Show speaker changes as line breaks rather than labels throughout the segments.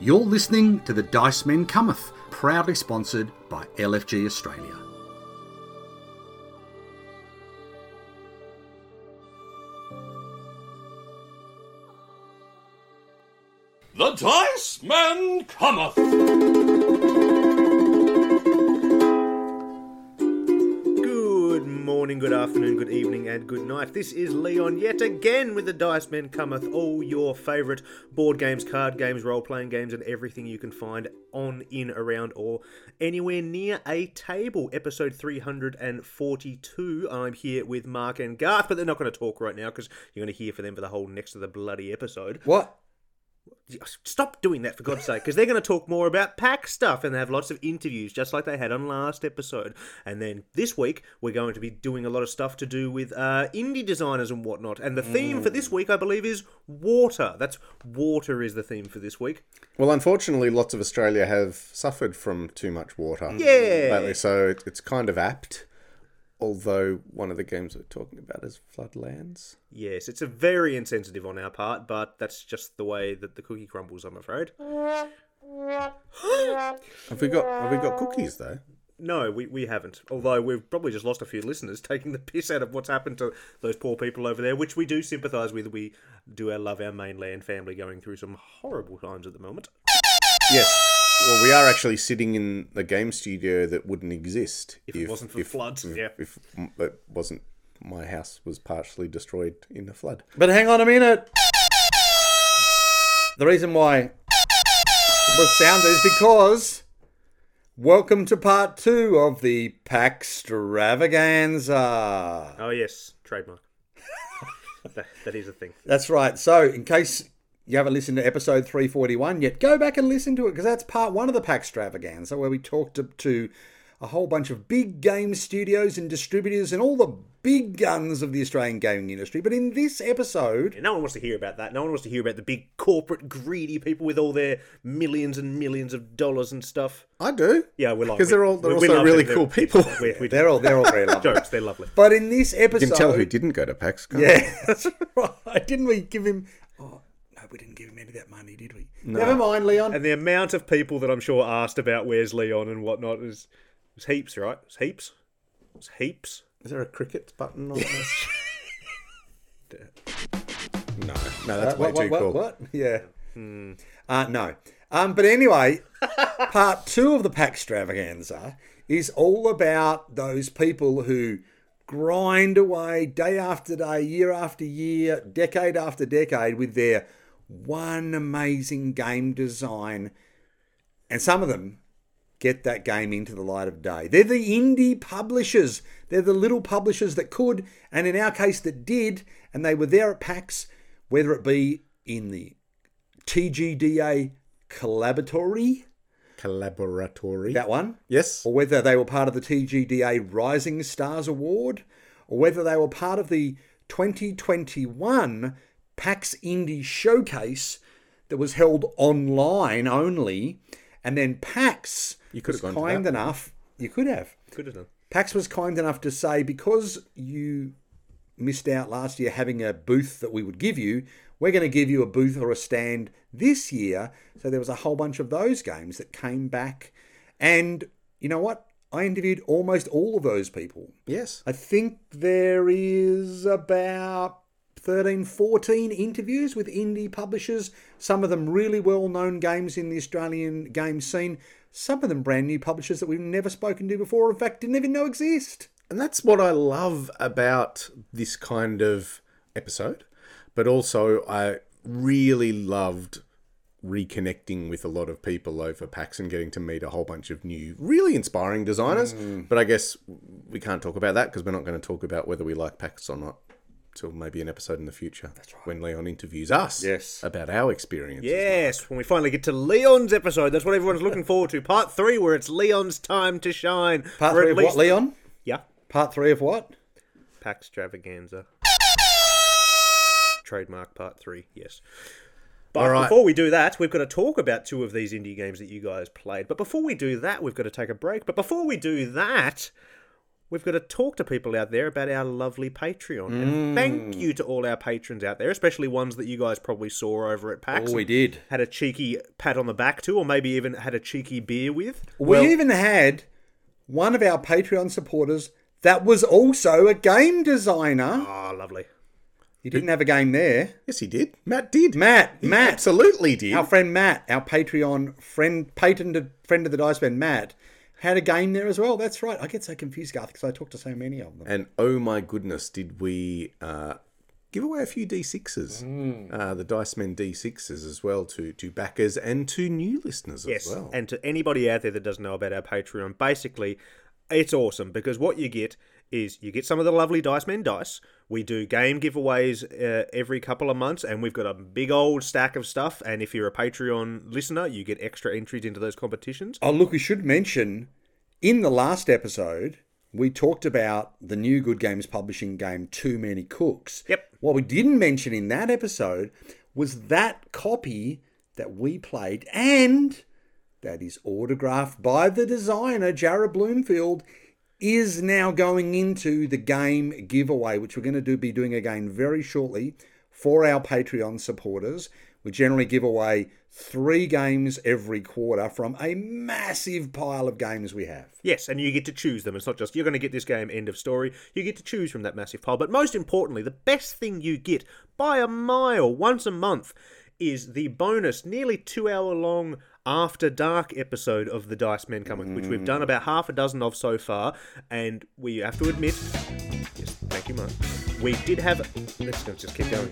You're listening to The Dice Men Cometh, proudly sponsored by LFG Australia.
The Dice Man cometh!
Good morning, good afternoon, good evening, and good night. This is Leon yet again with the Dice Men Cometh, all your favourite board games, card games, role playing games, and everything you can find on, in, around, or anywhere near a table. Episode 342. I'm here with Mark and Garth, but they're not going to talk right now because you're going to hear for them for the whole next of the bloody episode.
What?
Stop doing that for God's sake, because they're going to talk more about pack stuff and they have lots of interviews, just like they had on last episode. And then this week, we're going to be doing a lot of stuff to do with uh, indie designers and whatnot. And the theme for this week, I believe, is water. That's water is the theme for this week.
Well, unfortunately, lots of Australia have suffered from too much water
Mm. Yeah.
lately, so it, it's kind of apt. Although one of the games we're talking about is Floodlands.
Yes, it's a very insensitive on our part, but that's just the way that the cookie crumbles, I'm afraid.
Have we got Have we got cookies though?
No, we, we haven't. Although we've probably just lost a few listeners taking the piss out of what's happened to those poor people over there, which we do sympathise with. We do our love our mainland family going through some horrible times at the moment.
Yes. Well, we are actually sitting in the game studio that wouldn't exist
If it wasn't for the floods,
If,
yeah.
if m- it wasn't, my house was partially destroyed in a flood.
But hang on a minute. The reason why was sounded is because welcome to part two of the Paxtravaganza.
Oh yes, trademark. that, that is a thing.
That's right. So, in case you haven't listened to episode 341 yet, go back and listen to it because that's part one of the Paxtravaganza where we talked to, to a whole bunch of big game studios and distributors and all the big guns of the Australian gaming industry. But in this episode,
Yeah, no one wants to hear about that. No one wants to hear about the big corporate greedy people with all their millions and millions of dollars and stuff.
I do.
Yeah, we're like
because they're all
we-
they're
we
also
love
really
them. They're-
cool people.
We, we
They're all they're all very lovely.
jokes. They're lovely.
But in this episode,
You can tell who didn't go to PAX. can't you?
Yeah, that's right. Didn't we give him? Oh no, we didn't give him any of that money, did we? Never mind, Leon.
And the amount of people that I'm sure asked about where's Leon and whatnot is, is heaps, right? It's heaps. It's heaps.
Is there a cricket button on this? no, no, that's way
Uh, what, what,
too
what,
cool.
what? Yeah.
Hmm.
Uh, no. Um, but anyway, part two of the Paxtravaganza is all about those people who grind away day after day, year after year, decade after decade with their one amazing game design. And some of them get that game into the light of day. They're the indie publishers. They're the little publishers that could, and in our case, that did, and they were there at PAX, whether it be in the TGDA Collaboratory,
Collaboratory.
that one,
yes.
or whether they were part of the TGDA Rising Stars Award, or whether they were part of the 2021 PAX Indie Showcase that was held online only, and then PAX
You could
was
have gone to
kind
that.
enough. You could have.
Could have done.
Pax was kind enough to say because you missed out last year having a booth that we would give you, we're going to give you a booth or a stand this year. So there was a whole bunch of those games that came back. And you know what? I interviewed almost all of those people.
Yes.
I think there is about 13, 14 interviews with indie publishers, some of them really well known games in the Australian game scene, some of them brand new publishers that we've never spoken to before, in fact, didn't even know exist.
And that's what I love about this kind of episode. But also, I really loved reconnecting with a lot of people over PAX and getting to meet a whole bunch of new, really inspiring designers. But I guess we can't talk about that because we're not going to talk about whether we like PAX or not till maybe an episode in the future. That's right. When Leon interviews us
Yes.
about our experience.
Yes, when we finally get to Leon's episode, that's what everyone's looking forward to. Part three, where it's Leon's time to shine.
Part
Or at
three of what,
least-
Leon?
Yeah,
Part three of what?
Pax Travaganza. Trademark part three. Yes. But
All right.
before we do that, we've got to talk about two of these indie games that you guys played. But before we do that, we've got to take a break. But before we do that, we've got to talk to people out there about our lovely Patreon.
Mm.
And thank you to all our patrons out there, especially ones that you guys probably saw over at PAX.
Oh, we
and
did.
Had a cheeky pat on the back to, or maybe even had a cheeky beer with.
we even had one of our Patreon supporters that was also a game designer.
Ah, lovely.
He didn't have a game there.
Yes, he did. Matt did.
Matt,
He
Matt,
absolutely did.
our friend Matt, our Patreon friend, patented friend of the Dice Man, Matt, had a game there as well. That's right. I get so confused, Garth, because I talk to so many of them.
And oh my goodness, did we uh, give away a few D6s,
Hmm.
uh, the Dice Men D6s as well to, to backers and to new listeners
Yes.
as well.
And to anybody out there that doesn't know about our Patreon, basically, it's awesome because what you get is you get some of the lovely Dice Men dice. We do game giveaways uh, every couple of months, and we've got a big old stack of stuff. And if you're a Patreon listener, you get extra entries into those competitions.
Oh, look, we should mention in the last episode, we talked about the new Good Games publishing game, Too Many Cooks.
Yep.
What we didn't mention in that episode was that copy that we played and that is autographed by the designer, Jared Bloomfield. Is now going into the game giveaway, which we're going to do be doing again very shortly for our Patreon supporters. We generally give away three games every quarter from a massive pile of games we have.
Yes, and you get to choose them. It's not just you're going to get this game, end of story. You get to choose from that massive pile. But most importantly, the best thing you get by a mile once a month is the bonus, nearly two hour long after dark episode of the Dice Men Cometh, which we've done about half a dozen of so far. And we have to admit, yes, thank you, Mark. We did have. Let's just keep going.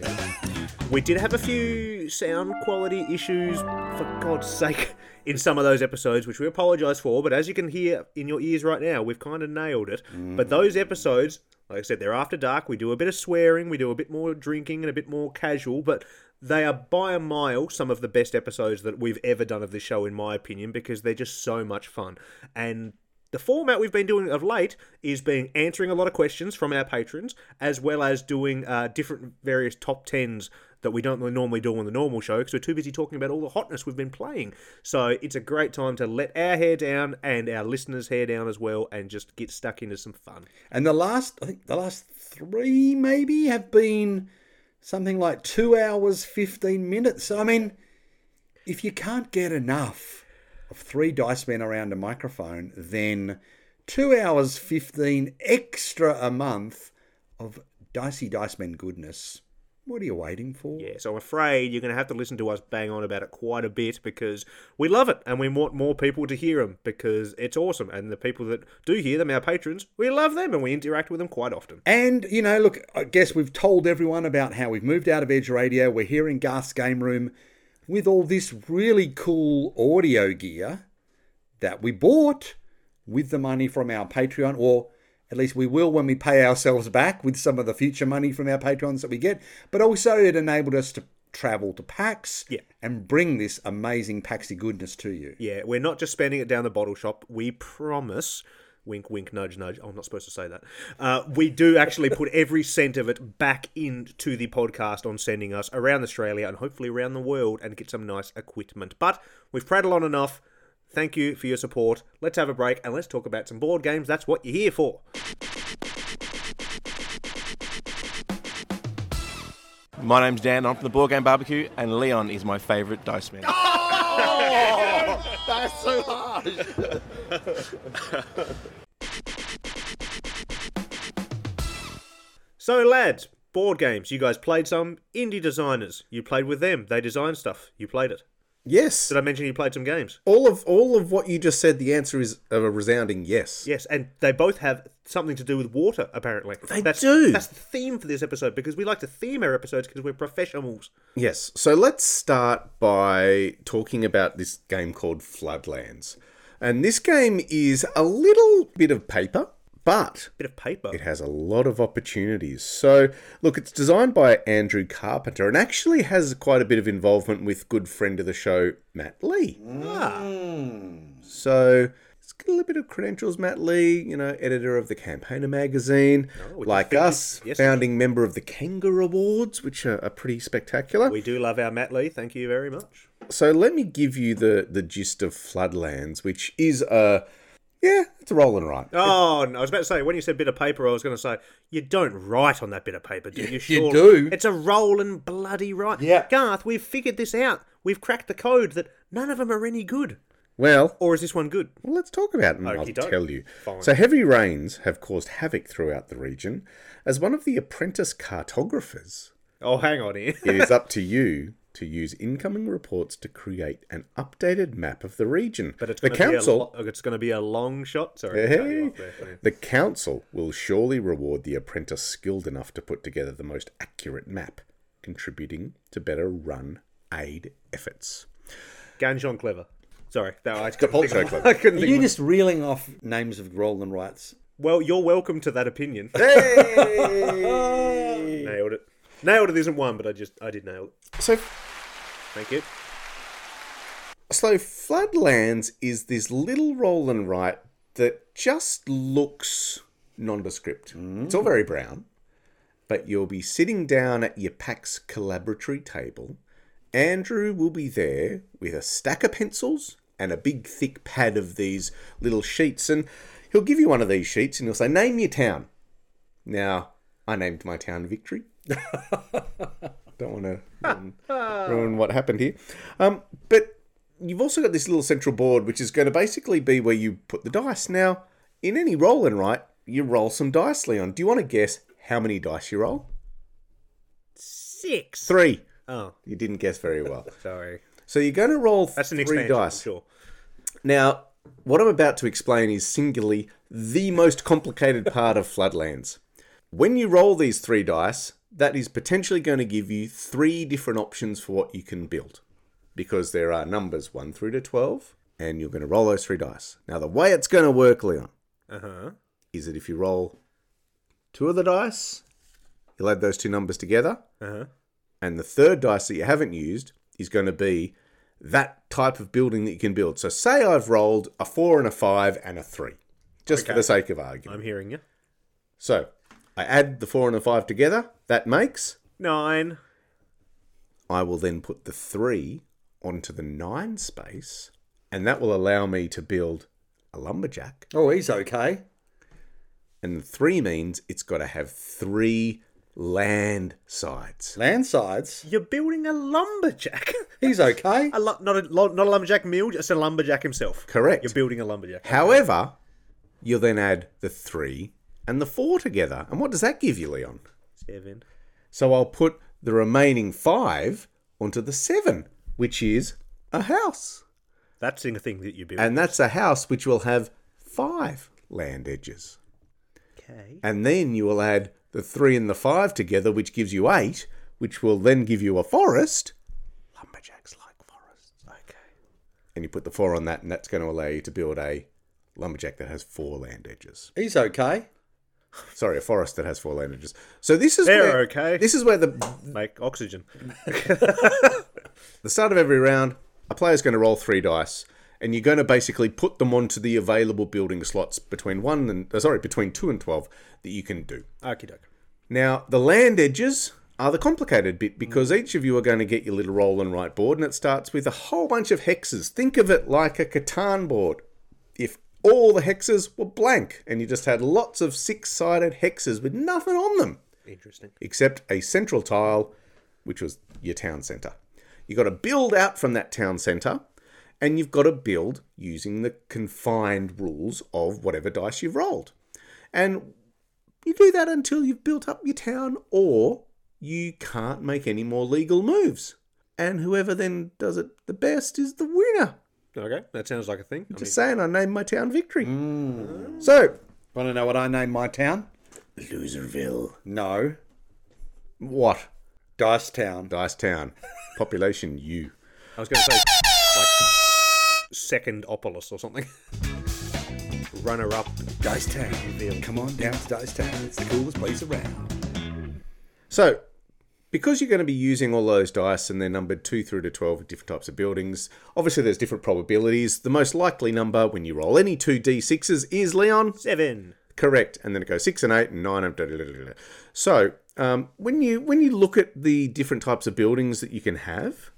We did have a few sound quality issues, for God's sake, in some of those episodes, which we apologise for. But as you can hear in your ears right now, we've kind of nailed it. But those episodes, like I said, they're after dark. We do a bit of swearing, we do a bit more drinking, and a bit more casual. But they are by a mile some of the best episodes that we've ever done of this show, in my opinion, because they're just so much fun. And the format we've been doing of late is being answering a lot of questions from our patrons, as well as doing uh, different various top tens that we don't normally do on the normal show because we're too busy talking about all the hotness we've been playing. So it's a great time to let our hair down and our listeners' hair down as well, and just get stuck into some fun.
And the last, I think the last three maybe have been something like two hours, 15 minutes. So, I mean, if you can't get enough of three dice men around a microphone, then two hours, 15 extra a month of dicey dice men goodness. What are you waiting for?
Yeah, so I'm afraid you're going to have to listen to us bang on about it quite a bit because we love it and we want more people to hear them because it's awesome. And the people that do hear them, our patrons, we love them and we interact with them quite often.
And, you know, look, I guess we've told everyone about how we've moved out of Edge Radio. We're here in Garth's Game Room with all this really cool audio gear that we bought with the money from our Patreon, or at least we will when we pay ourselves back with some of the future money from our Patreons that we get. But also, it enabled us to travel to PAX
Yeah.
and bring this amazing Paxy goodness to you.
Yeah, we're not just spending it down the bottle shop. We promise. Wink, wink, nudge, nudge. Oh, I'm not supposed to say that. Uh, we do actually put every cent of it back into the podcast on sending us around Australia and hopefully around the world and get some nice equipment. But we've prattled on enough. Thank you for your support. Let's have a break and let's talk about some board games. That's what you're here for.
My name's Dan, I'm from the Board Game Barbecue, and Leon is my favourite dice man.
So, lads, board games. You guys played some indie designers. You played with them. They designed stuff. You played it.
yes.
Did I mention you played some games?
all of all of what you just said, the answer is a resounding yes.
Yes, and they both have something to do with water, apparently.
They
that's,
do.
That's the theme for this episode because we like to theme our episodes because we're professionals.
Yes. So let's start by talking about this game called Floodlands. And this game is a little bit of paper, but
Bit of paper.
it has a lot of opportunities. So, look, it's designed by Andrew Carpenter and actually has quite a bit of involvement with good friend of the show, Matt Lee.
Ah.
So, it's got a little bit of credentials, Matt Lee, you know, editor of the Campaigner magazine,
Oh, we
like
defended-
us,
yes, we
founding member of the Kanga Awards, which are, are pretty spectacular.
We do love our Matt Lee. Thank you very much.
So let me give you the the gist of Floodlands, which is a
Yeah, it's a rolling right.
Oh, no, I was about to say when you said bit of paper, I was going to say you don't write on that bit of paper, do you?
you do.
It's a rolling bloody right.
Yeah.
Garth, we've figured this out. We've cracked the code that none of them are any good.
Well,
Or is this one good?
Well, let's talk about it and I'll
Okey-doke.
tell you.
Fine.
So, heavy rains have caused havoc throughout the region. As one of the apprentice cartographers,
Oh, hang on here.
it is up to you to use incoming reports to create an updated map of the region.
But it's
the
gonna be a
council.
lo- it's going to be a long shot. Sorry. to cut you
Hey,
off there. Yeah.
the council will surely reward the apprentice skilled enough to put together the most accurate map, contributing to better run aid efforts.
Ganjon clever. Sorry, no, I couldn't
Polto
think of-
clever.
I couldn't
Are
think.
you
of-
just reeling off names of rolling rights?
Well, you're welcome to that opinion. nailed it. Nailed it isn't one, but I just I did nail it.
So,
Thank you.
So Floodlands is this little roll and right that just looks nondescript. It's all very brown, but you'll be sitting down at your PAX collaboratory table. Andrew will be there with a stack of pencils and a big thick pad of these little sheets, and he'll give you one of these sheets and he'll say, "Name your town." Now, I named my town Victory. Don't um, want to ruin, ruin what happened here, um, but you've also got this little central board, which is going to basically be where you put the dice. Now, in any roll and right, you roll some dice, Leon. Do you want to guess how many dice you roll?
Six.
Three.
Oh,
You didn't guess very well.
sorry.
So you're going to roll
That's an
three
expansion.
dice.
Sure.
Now, what I'm about to explain is singularly the most complicated part of Floodlands. When you roll these three dice, that is potentially going to give you three different options for what you can build because there are numbers 1 through to 12, and you're going to roll those three dice. Now, the way it's going to work, Leon,
Uh huh.
is that if you roll two of the dice, you'll add those two numbers together,
Uh huh.
and the third dice that you haven't used is going to be that type of building that you can build. So, say I've rolled a four and a five and a three, just for the sake of argument.
I'm hearing you.
So, I add the four and a five together. That makes.
Nine.
I will then put the three onto the nine space, and that will allow me to build a lumberjack.
Oh, he's okay.
And the three means it's got to have three land sides.
Landsides.
You're building a lumberjack.
He's okay.
a lu- not a lo- not a lumberjack meal, just a lumberjack himself.
Correct.
You're building a lumberjack.
However, you'll then add the three and the four together. And what does that give you, Leon?
Seven.
So I'll put the remaining five onto the seven, which is a house.
That's the thing that you build.
And that's a house which will have five land edges.
okay.
And then you will add the three and the five together, which gives you eight, which will then give you a forest. Lumberjacks like forests.
Okay.
And you put the four on that, and that's going to allow you to build a lumberjack that has four land edges.
He's okay.
Sorry, a forest that has four land edges. So this is
They're
where,
okay.
This is where the
Make oxygen.
the start of every round, a player's going to roll three dice, and you're going to basically put them onto the available building slots between one and uh, sorry between two and twelve that you can do.
Okie doke.
Now the land edges are the complicated bit because each of you are going to get your little roll and write board, and it starts with a whole bunch of hexes. Think of it like a Catan board. If all the hexes were blank, and you just had lots of six-sided hexes with nothing on them
Interesting.
except a central tile, which was your town centre. You've got to build out from that town centre, and you've got to build using the confined rules of whatever dice you've rolled. And you do that until you've built up your town, or you can't make any more legal moves. And whoever then does it the best is the winner.
Okay, that sounds like a thing. I mean, Mm.
Just saying, I named my town victory. So,
Want to know what I named my town?
Loserville.
No.
What?
Dice Town.
Dice Town. Population U.
I was going to say like second Opolis or something. Runner up.
Dice Town. Come on down to Dice Town. It's the coolest place around.
So, because you're going to be using all those dice and they're numbered 2 through to 12 at different types of buildings, obviously there's different probabilities. The most likely number when you roll any two d6s is Leon.
Seven.
Correct. And then it goes 6 and 8 and 9 and da da da da. da. So, um, when you when you look at the different types of buildings that you can have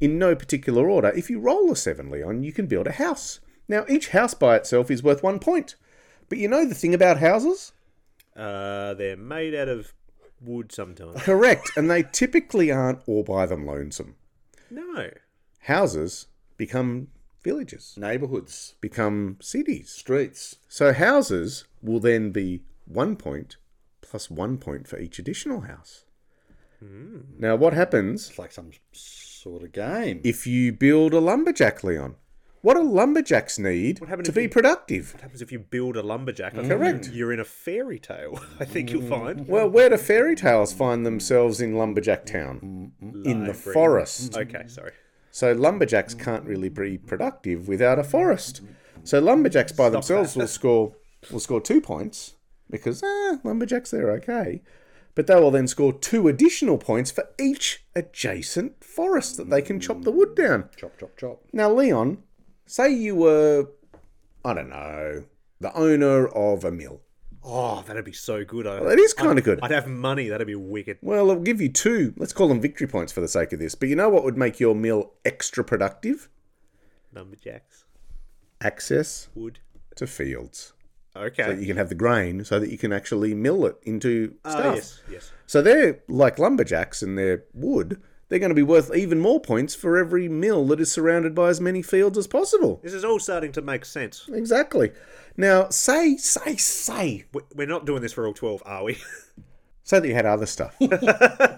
in no particular order, if you roll a 7 Leon, you can build a house. Now, each house by itself is worth one point. But you know the thing about houses?
Uh, they're made out of wood sometimes.
Correct, and they typically aren't all by them lonesome.
No.
Houses become villages,
Neighborhoods,
become cities.
streets.
So houses will then be one point plus one point for each additional house.
Hmm.
Now, what happens
It's like some sort of game.
if you build a lumberjack, Leon? What do lumberjacks need
What happened
to
if
be
you-
productive?
What happens if you build a lumberjack? I think
Correct.
You're in a fairy tale, I think you'll find.
Well, where do fairy tales find themselves in Lumberjack Town?
Mm,
Mm. In the
Library. Mm.
forest.
Okay, sorry.
So
Mm.
lumberjacks can't really be productive without a forest. So lumberjacks by themselves will score will score two points because eh, lumberjacks they're okay, but they will then score two additional points for each adjacent forest that they can chop the wood down.
Mm. Chop, chop, chop.
Now, Leon, say you were, I don't know, the owner of a mill.
Oh, that'd be so good. I,
That is kind of good.
I'd have money. That'd be wicked.
Well, it'll give you two. Let's call them victory points for the sake of this. But you know what would make your mill extra productive?
Lumberjacks,
Access
wood.
to fields.
Okay.
that you can have the grain so that you can actually mill it into
Ah,
stuff.
yes, yes.
So they're like lumberjacks and they're wood. They're going to be worth even more points for every mill that is surrounded by as many fields as possible.
This is all starting to make sense.
Exactly. Now, say, say, say,
We- We're not doing this for all 12, are we?
say that you had other stuff.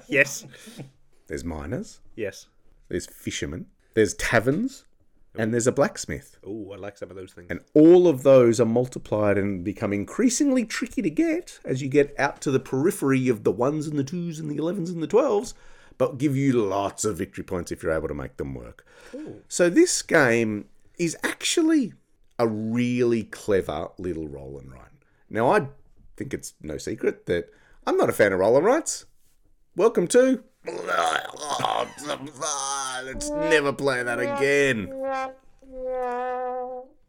yes.
there's miners,
Yes.
there's fishermen, there's taverns, and there's a blacksmith.
Oh, I like some of those things.
And all of those are multiplied and become increasingly tricky to get as you get out to the periphery of the ones and the twos and the elevens and the twelves, but give you lots of victory points if you're able to make them work. So this game is actually a really clever little roll and write. Now I think it's no secret that I'm not a fan of roll and rights. Welcome to. Let's never play that again.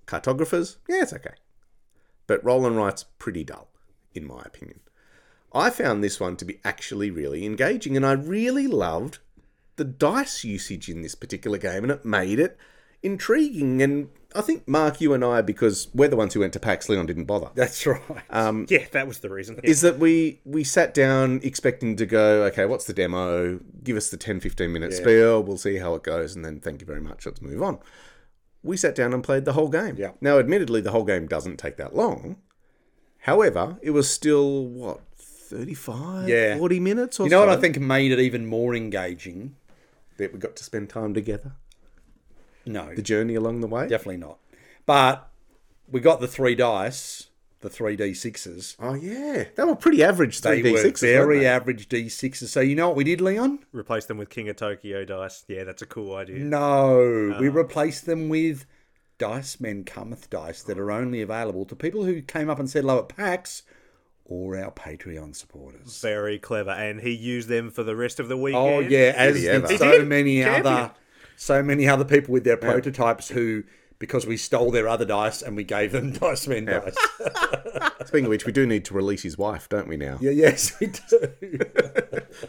Cartographers, yeah, it's okay. But roll and write's pretty dull, in my opinion. I found this one to be actually really engaging, and I really loved the dice usage in this particular game, and it made it intriguing. And I think Mark, you and I, because we're the ones who went to PAX, Leon didn't bother Um,
That's right.
yeah, that was the reason. Yeah.
is that we we sat down expecting to go okay what's the demo give us the 10 15 minute spiel we'll see how it goes and then thank you very much let's move on we sat down and played the whole game
Yeah.
now admittedly the whole game doesn't take that long however it was still what 35
Yeah.
40 Uh, minutes or
you know what
so
I think made it even more engaging?
that we got to spend time together
No,
the journey along the way
definitely not. But we got the three dice, the three d6s.
oh yeah they were pretty average 3
They were
d6
very average d6s. So you know what we did, Leon?
Replace them with King of Tokyo dice. Yeah, that's a cool idea.
No, we
Uh-huh.
replaced them with Dice Men Cometh dice that are only available to people who came up and said hello at PAX or our Patreon supporters.
Very clever. And he used them for the rest of the weekend.
Oh yeah, as
he
did
ever.
so
He did.
many
Champion.
other, so many other people with their prototypes who, because we stole their other dice and we gave them Dice Men dice.
speaking of which we do need to release his wife don't we now
Yeah, yes, we do.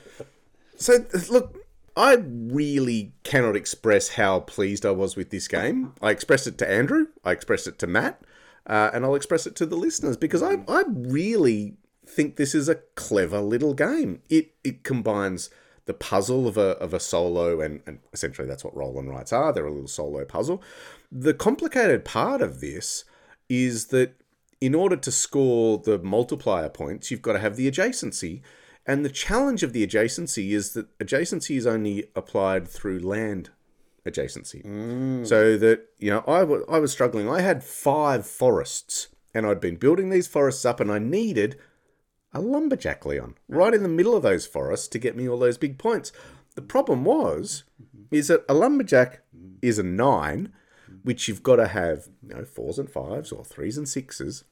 So th- look, I really cannot express how pleased I was with this game. I expressed it to Andrew, I expressed it to Matt, uh, and I'll express it to the listeners because I, I really think this is a clever little game. It it combines the puzzle of a, of a solo, and, and essentially that's what roll and writes are. They're a little solo puzzle. The complicated part of this is that in order to score the multiplier points, you've got to have the adjacency. And the challenge of the adjacency is that adjacency is only applied through land adjacency. So that, you know, I wa- I was struggling. I had five forests and I'd been building these forests up and I needed a lumberjack Leon right in the middle of those forests to get me all those big points. The problem was, is that a lumberjack is a nine, which you've got to have you know, fours and fives or threes and sixes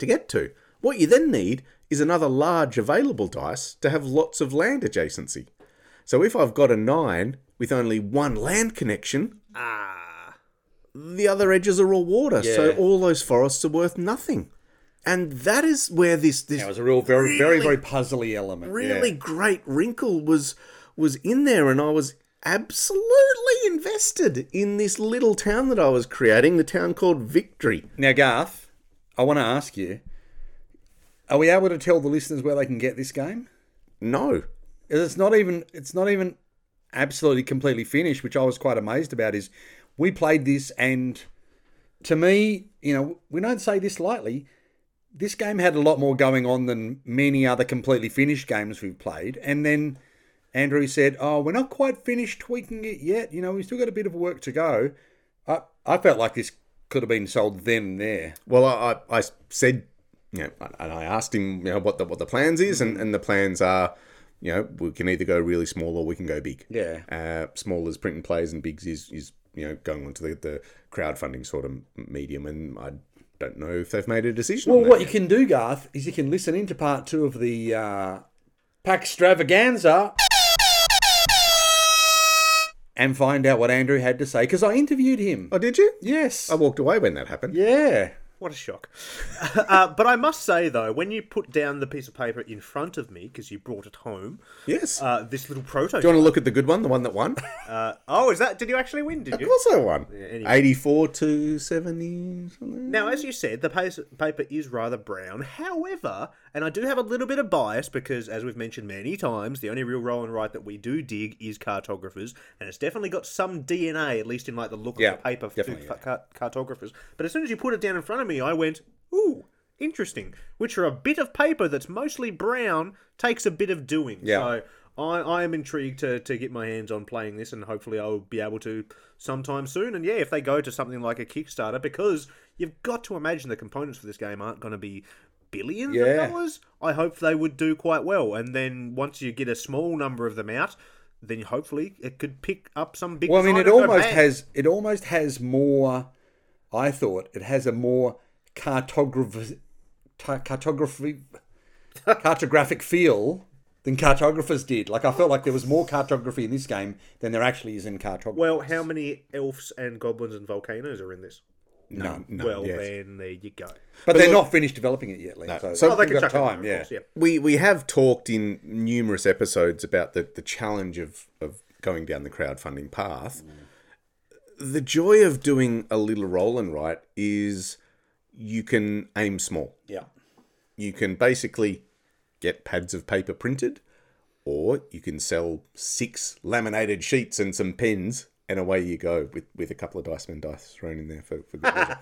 to get to. What you then need is another large available dice to have lots of land adjacency. So if I've got a nine with only one land connection, ah, the other edges are all water. So
Yeah.
all those forests are worth nothing. And that is where this this
It was a real, very, very, very puzzly element.
really great wrinkle was was in there and I was absolutely invested in this little town that I was creating, the town called Victory.
Now, Garth, I want to ask you: Are we able to tell the listeners where they can get this game?
No.
'Cause It's not even it's not even absolutely completely finished, which I was quite amazed about. Is we played this, and to me, you know, we don't say this lightly. This game had a lot more going on than many other completely finished games we've played, and then. Andrew said, "Oh, we're not quite finished tweaking it yet. You know, we've still got a bit of work to go." I, I felt like this could have been sold then and there.
Well, I, I, I said, you know, and I asked him, you know, what the what the plans is,
Mm.
and, and the plans are, you know, we can either go really small or we can go big.
Yeah.
Uh, small is print and plays, and bigs is is you know going onto the the crowdfunding sort of medium, and I don't know if they've made a decision.
Well,
on that
what you
yet.
can do, Garth, is you can listen into part two of the uh, Pack Stravaganza and find out what Andrew had to say because I interviewed him.
Oh, did you?
Yes.
I walked away when that happened.
Yeah.
What a shock. uh, but I must say, though, when you put down the piece of paper in front of me, because you brought it home,
Yes.
uh, this little prototype.
do you want to look at the good one, the one that won?
Oh, is that. Did you actually win? Did you?
also won. 84 to 70 something.
Now, as you said, the pace- paper is rather brown. However, and I do have a little bit of bias because, as we've mentioned many times, the only real roll and write that we do dig is cartographers, and it's definitely got some DNA, at least in like the look
Yeah,
of the paper for
definitely,
ca- car- cartographers. But as soon as you put it down in front of me, I went, "Ooh, interesting." Which are a bit of paper that's mostly brown takes a bit of doing.
Yeah.
So I, I am intrigued to, to get my hands on playing this, and hopefully I'll be able to sometime soon. And yeah, if they go to something like a Kickstarter, because you've got to imagine the components for this game aren't going to be billions
Yeah.
of dollars. I hope they would do quite well. And then once you get a small number of them out, then hopefully it could pick up some big.
Well, I mean,
sign
it
and go
almost
bang.
has it almost has more. I thought it has a more cartography, cartography, cartographic feel than cartographers did. Like I felt like there was more cartography in this game than there actually is in cartography.
Well, how many elves and goblins and volcanoes are in this?
no,
well,
yes.
then there you go.
but they're not finished developing it yet, Lee. So,
So-
Oh, they
we've
can
got
chuck it in
time.
there,
Yeah.
of course, yeah.
We we have talked in numerous episodes about the, the challenge of, of going down the crowdfunding path. The joy of doing a little roll and write is you can aim small.
yeah.
You can basically get pads of paper printed, or you can sell six laminated sheets and some pens, and away you go with, with a couple of dice men dice thrown in there for, for good measure.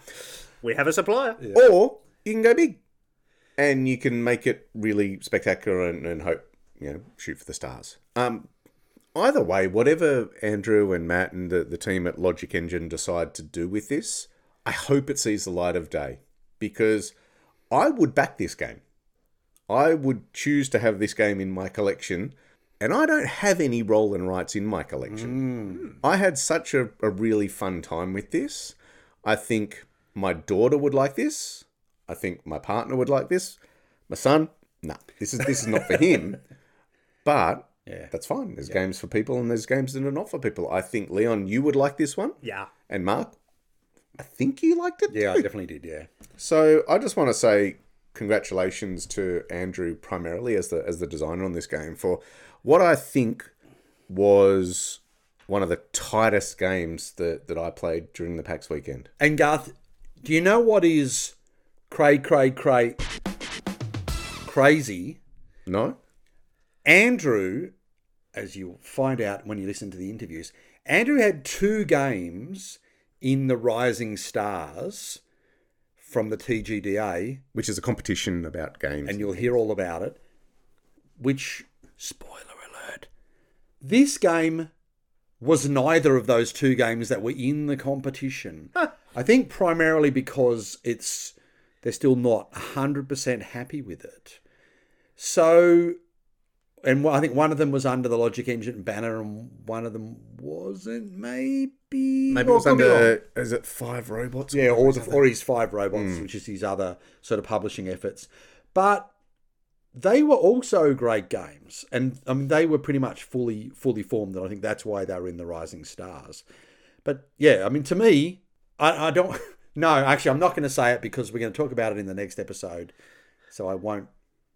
We have a supplier.
Or you can go big, and you can make it really spectacular and, and hope you know shoot for the stars. Um, either way, whatever Andrew and Matt and the, the team at Logic Engine decide to do with this, I hope it sees the light of day because I would back this game. I would choose to have this game in my collection, and I don't have any roll and rights in my collection.
Hmm.
I had such a, a really fun time with this. I think my daughter would like this. I think my partner would like this. My son, no, this is this is not for him. But
Yeah.
that's fine. There's games for people, and there's games that are not for people. I think Leon, you would like this one,
Yeah.
and Mark, I think you liked it.
Yeah, I
too.
definitely did. Yeah.
So I just want to say congratulations to Andrew primarily as the as the designer on this game for what I think was one of the tightest games that, that I played during the PAX weekend.
And Garth, do you know what is cray cray cray crazy?
No?
Andrew, as you'll find out when you listen to the interviews, Andrew had two games in the Rising Stars from the TGDA,
Which is a competition about games.
and you'll hear all about it. Which, spoiler alert, this game was neither of those two games that were in the competition.
Ah,
I think primarily because it's they're still not 100% happy with it. So, and I think one of them was under the Logic Engine banner and one of them wasn't, maybe.
Maybe
Or
it was
could be wrong.
under is it five robots?
Yeah, or, the, or his Five Robots, which is his other sort of publishing efforts. But they were also great games, and I mean they were pretty much fully fully formed, and I think that's why they were in the Rising Stars. But yeah, I mean to me, I, I don't. No, actually, I'm not going to say it because we're going to talk about it in the next episode, so I won't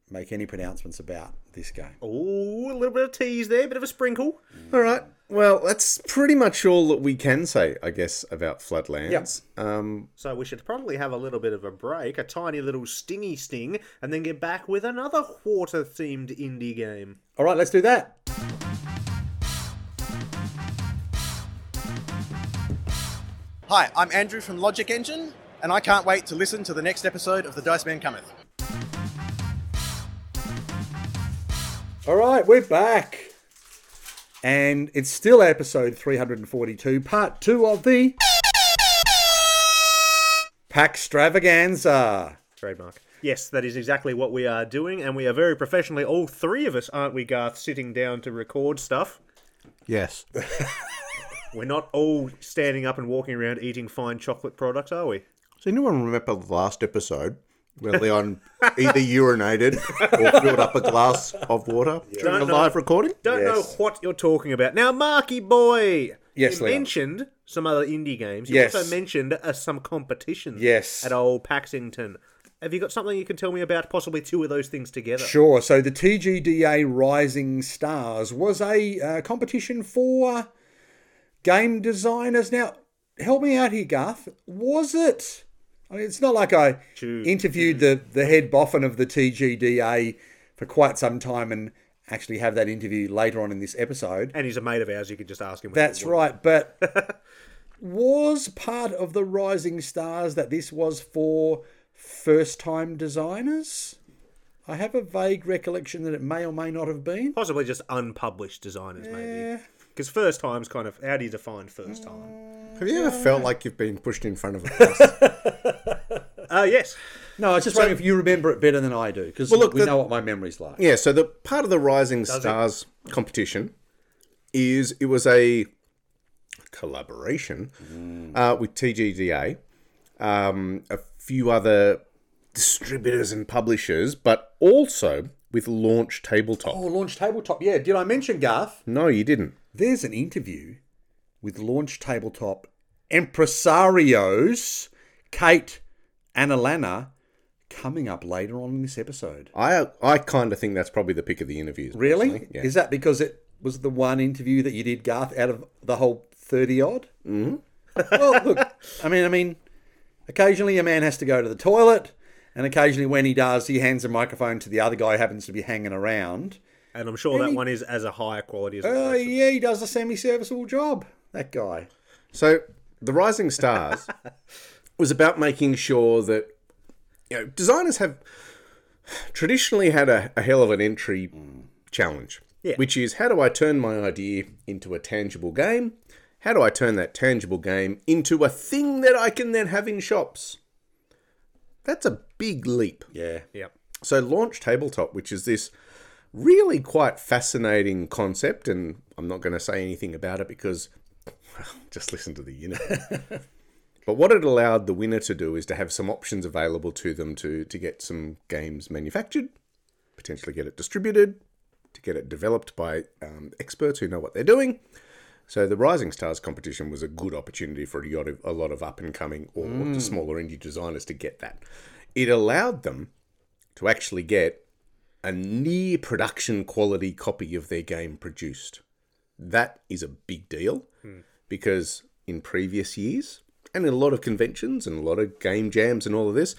make any pronouncements about this game.
Ooh, a little bit of tease there, bit of a sprinkle.
All right. Well, that's pretty much all that we can say, I guess, about Flatlands. Um,
So we should probably have a little bit of a break, a tiny little stingy sting, and then get back with another quarter themed indie game.
All right, let's do that.
Hi, I'm Andrew from Logic Engine, and I can't wait to listen to the next episode of The Dice Man Cometh.
All right, we're back. And it's still episode 342, part two of the Packstravaganza.
Trademark. Yes, that is exactly what we are doing, and we are very professionally, all three of us, aren't we, Garth, sitting down to record stuff.
Yes.
We're not all standing up and walking around eating fine chocolate products, are we?
Does anyone remember the last episode where Leon either urinated or filled up a glass of water during a
Don't know.
live recording?
Don't
Yes.
know what you're talking about. Now, Marky Boy!
Yes,
you
Leon.
mentioned some other indie games. You
Yes.
also mentioned uh, some competitions
Yes.
at old Paxington. Have you got something you can tell me about possibly two of those things together?
Sure. So the TGDA Rising Stars was a uh, competition for game designers. Now, help me out here, Garth. Was it? I mean, it's not like I
Two.
interviewed the, the head boffin of the TGDA for quite some time and actually have that interview later on in this episode.
And he's a mate of ours, you could just ask him.
That's right. But was part of the Rising Stars that this was for first time designers? I have a vague recollection that it may or may not have been.
Possibly just unpublished designers, maybe. Because first time's kind of, how do you define first
Uh,
time?
have you ever felt like you've been pushed in front of a bus?
Uh, yes.
No, I was just wondering if you remember it better than I do, because
look,
we
the-
know what my memory's like.
Yeah, so the part of the Rising Stars competition is it was a collaboration
Mm.
uh, with TGDA, um, a few other distributors and publishers, but also with Launch Tabletop.
Oh, Launch Tabletop. Yeah, did I mention Garth?
No, you didn't.
There's an interview with Launch Tabletop impresarios Kate and Alana coming up later on in this episode.
I I kind of think that's probably the pick of the interviews.
Really?
personally. Yeah.
Is that because it was the one interview that you did, Garth, out of the whole thirty odd? Mm-hmm. well, look, I mean, I mean, occasionally a man has to go to the toilet, and occasionally when he does, he hands a microphone to the other guy who happens to be hanging around.
And I'm sure that one is as a higher quality as the
Oh,
rest of-
yeah, he does a semi-serviceable job. That guy.
So, The Rising Stars was about making sure that you know designers have traditionally had a, a hell of an entry
Mm.
challenge,
Yeah.
which is how do I turn my idea into a tangible game? How do I turn that tangible game into a thing that I can then have in shops? That's a big leap.
Yeah.
Yep.
So, Launch Tabletop, which is this really quite fascinating concept, and I'm not going to say anything about it because well, just listen to the unit. but what it allowed the winner to do is to have some options available to them to, to get some games manufactured, potentially get it distributed, to get it developed by um, experts who know what they're doing. So the Rising Stars competition was a good opportunity for a lot of, a lot of up and coming or the smaller indie designers to get that. It allowed them to actually get a near production quality copy of their game produced. That is a big deal
Hmm.
because in previous years and in a lot of conventions and a lot of game jams and all of this,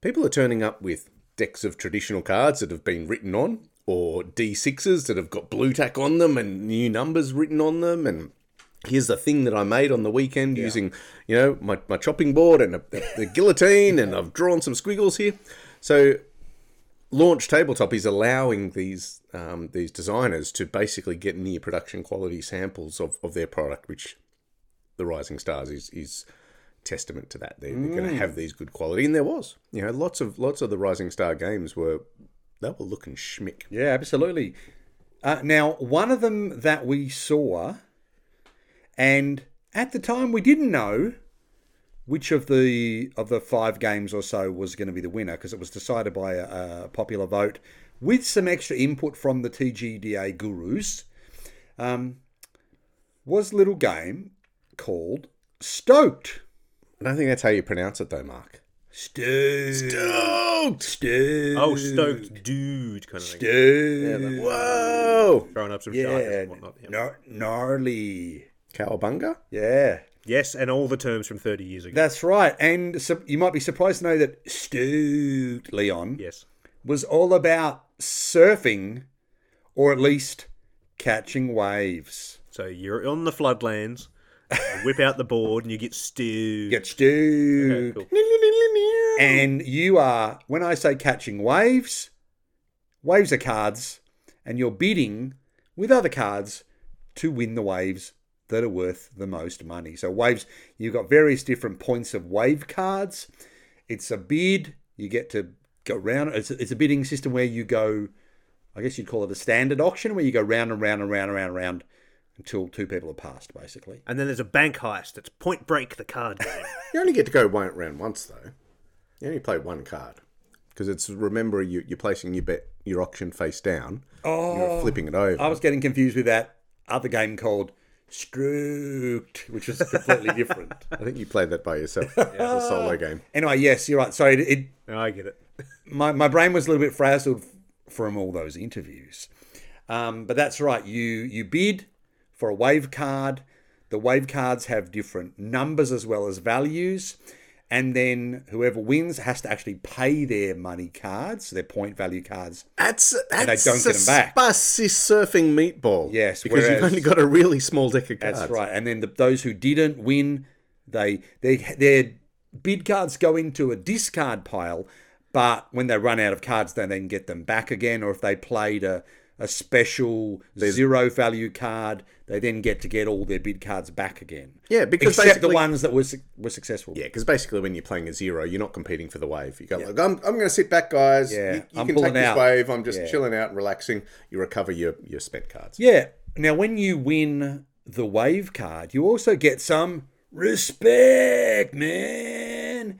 people are turning up with decks of traditional cards that have been written on or D6s that have got blue tack on them and new numbers written on them and here's the thing that I made on the weekend using, you know, my, my chopping board and a, a, a guillotine and I've drawn some squiggles here. So launch tabletop is allowing these um, these designers to basically get near production quality samples of, of their product, which the Rising Stars is is testament to that. They're, they're going to have these good quality, and there was you know lots of lots of the Rising Star games were they were looking schmick.
Yeah, absolutely. Uh, now, one of them that we saw, and at the time we didn't know which of the of the five games or so was going to be the winner because it was decided by a, a popular vote with some extra input from the TGDA gurus. Um, was a little game called Stoked.
I don't think that's how you pronounce it though, Mark.
Stoked. Stoked. Stoked.
Oh, stoked dude kind of thing.
Stoked.
Whoa!
Throwing up some yeah.
Yeah.
and whatnot. yeah.
Gnar- gnarly.
Cowabunga?
Yeah.
Yes, and all the terms from 30 years ago.
That's right. And so you might be surprised to know that Stoked Leon
yes.
was all about surfing or at least catching waves.
So you're on the floodlands, you whip out the board, and you get stewed.
Get Stoked.
cool.
And you are, when I say catching waves, waves are cards, and you're bidding with other cards to win the waves that are worth the most money. So, waves, you've got various different points of wave cards. It's a bid, you get to go round. It's a, it's a bidding system where you go, I guess you'd call it a standard auction, where you go round and round and round and round and round until two people are passed, basically.
And then there's a bank heist. It's Point Break, the card game.
You only get to go one round once, though. You only play one card. Because it's, remember, you, you're placing your bet, your auction face down. Oh. You're flipping it over.
I was getting confused with that other game called Strooked, which was completely different.
I think you played that by yourself. It's a solo game.
Anyway, yes, you're right. So it, it
No, I get it.
my, my brain was a little bit frazzled f- from all those interviews. Um, but that's right. You you bid for a wave card. The wave cards have different numbers as well as values. And then whoever wins has to actually pay their money cards, their point value cards.
That's, that's
they don't get 'em back.
a spicy surfing meatball.
Yes,
because
whereas-
you've only got a really small deck of cards.
That's right. And then the, those who didn't win, they they their bid cards go into a discard pile. But when they run out of cards, they then get them back again. Or if they played a a special zero value card, they then get to get all their bid cards back again.
Yeah, because
except the
basically-
ones that were su- were successful.
Yeah, because basically when you're playing a zero, you're not competing for the wave. You go, like, I'm, I'm going to sit back, guys.
Yeah,
you, you
I'm
can take
pulling
this
out."
wave. I'm just
Yeah.
chilling out and relaxing. You recover your, your spent cards.
Yeah. Now, when you win the wave card, you also get some respect, man.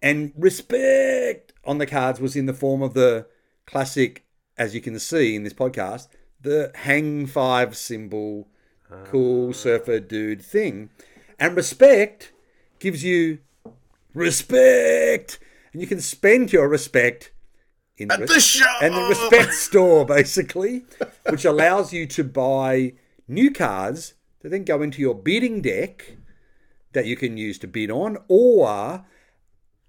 And respect on the cards was in the form of the classic, as you can see in this podcast, the hang five symbol,
Ah.
cool surfer dude thing. And respect gives you respect. And you can spend your respect in
At the shop!
and the respect store basically, which allows you to buy new cards that then go into your bidding deck that you can use to bid on, or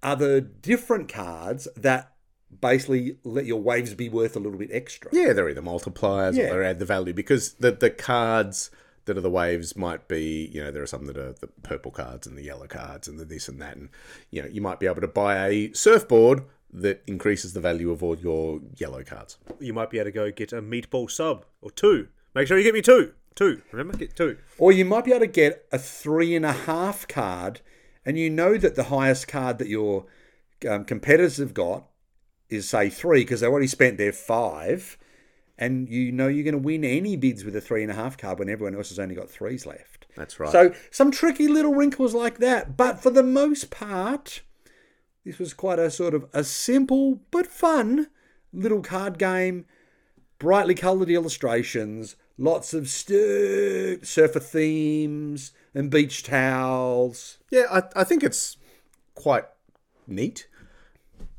other different cards that basically let your waves be worth a little bit extra.
Yeah, they're either multipliers
Yeah.
or they add the value because the the cards that are the waves might be, you know, there are some that are the purple cards and the yellow cards and the this and that, and you know, you might be able to buy a surfboard that increases the value of all your yellow cards.
You might be able to go get a meatball sub or two. Make sure you get me two. Two. Remember? Get two.
Or you might be able to get a three and a half card, and you know that the highest card that your um, competitors have got is, say, three, because they've already spent their five, and you know you're going to win any bids with a three and a half card when everyone else has only got threes left.
That's right.
So, some tricky little wrinkles like that. But for the most part, this was quite a sort of a simple but fun little card game brightly coloured illustrations, lots of stu- surfer themes and beach towels.
Yeah, I, I think it's quite neat.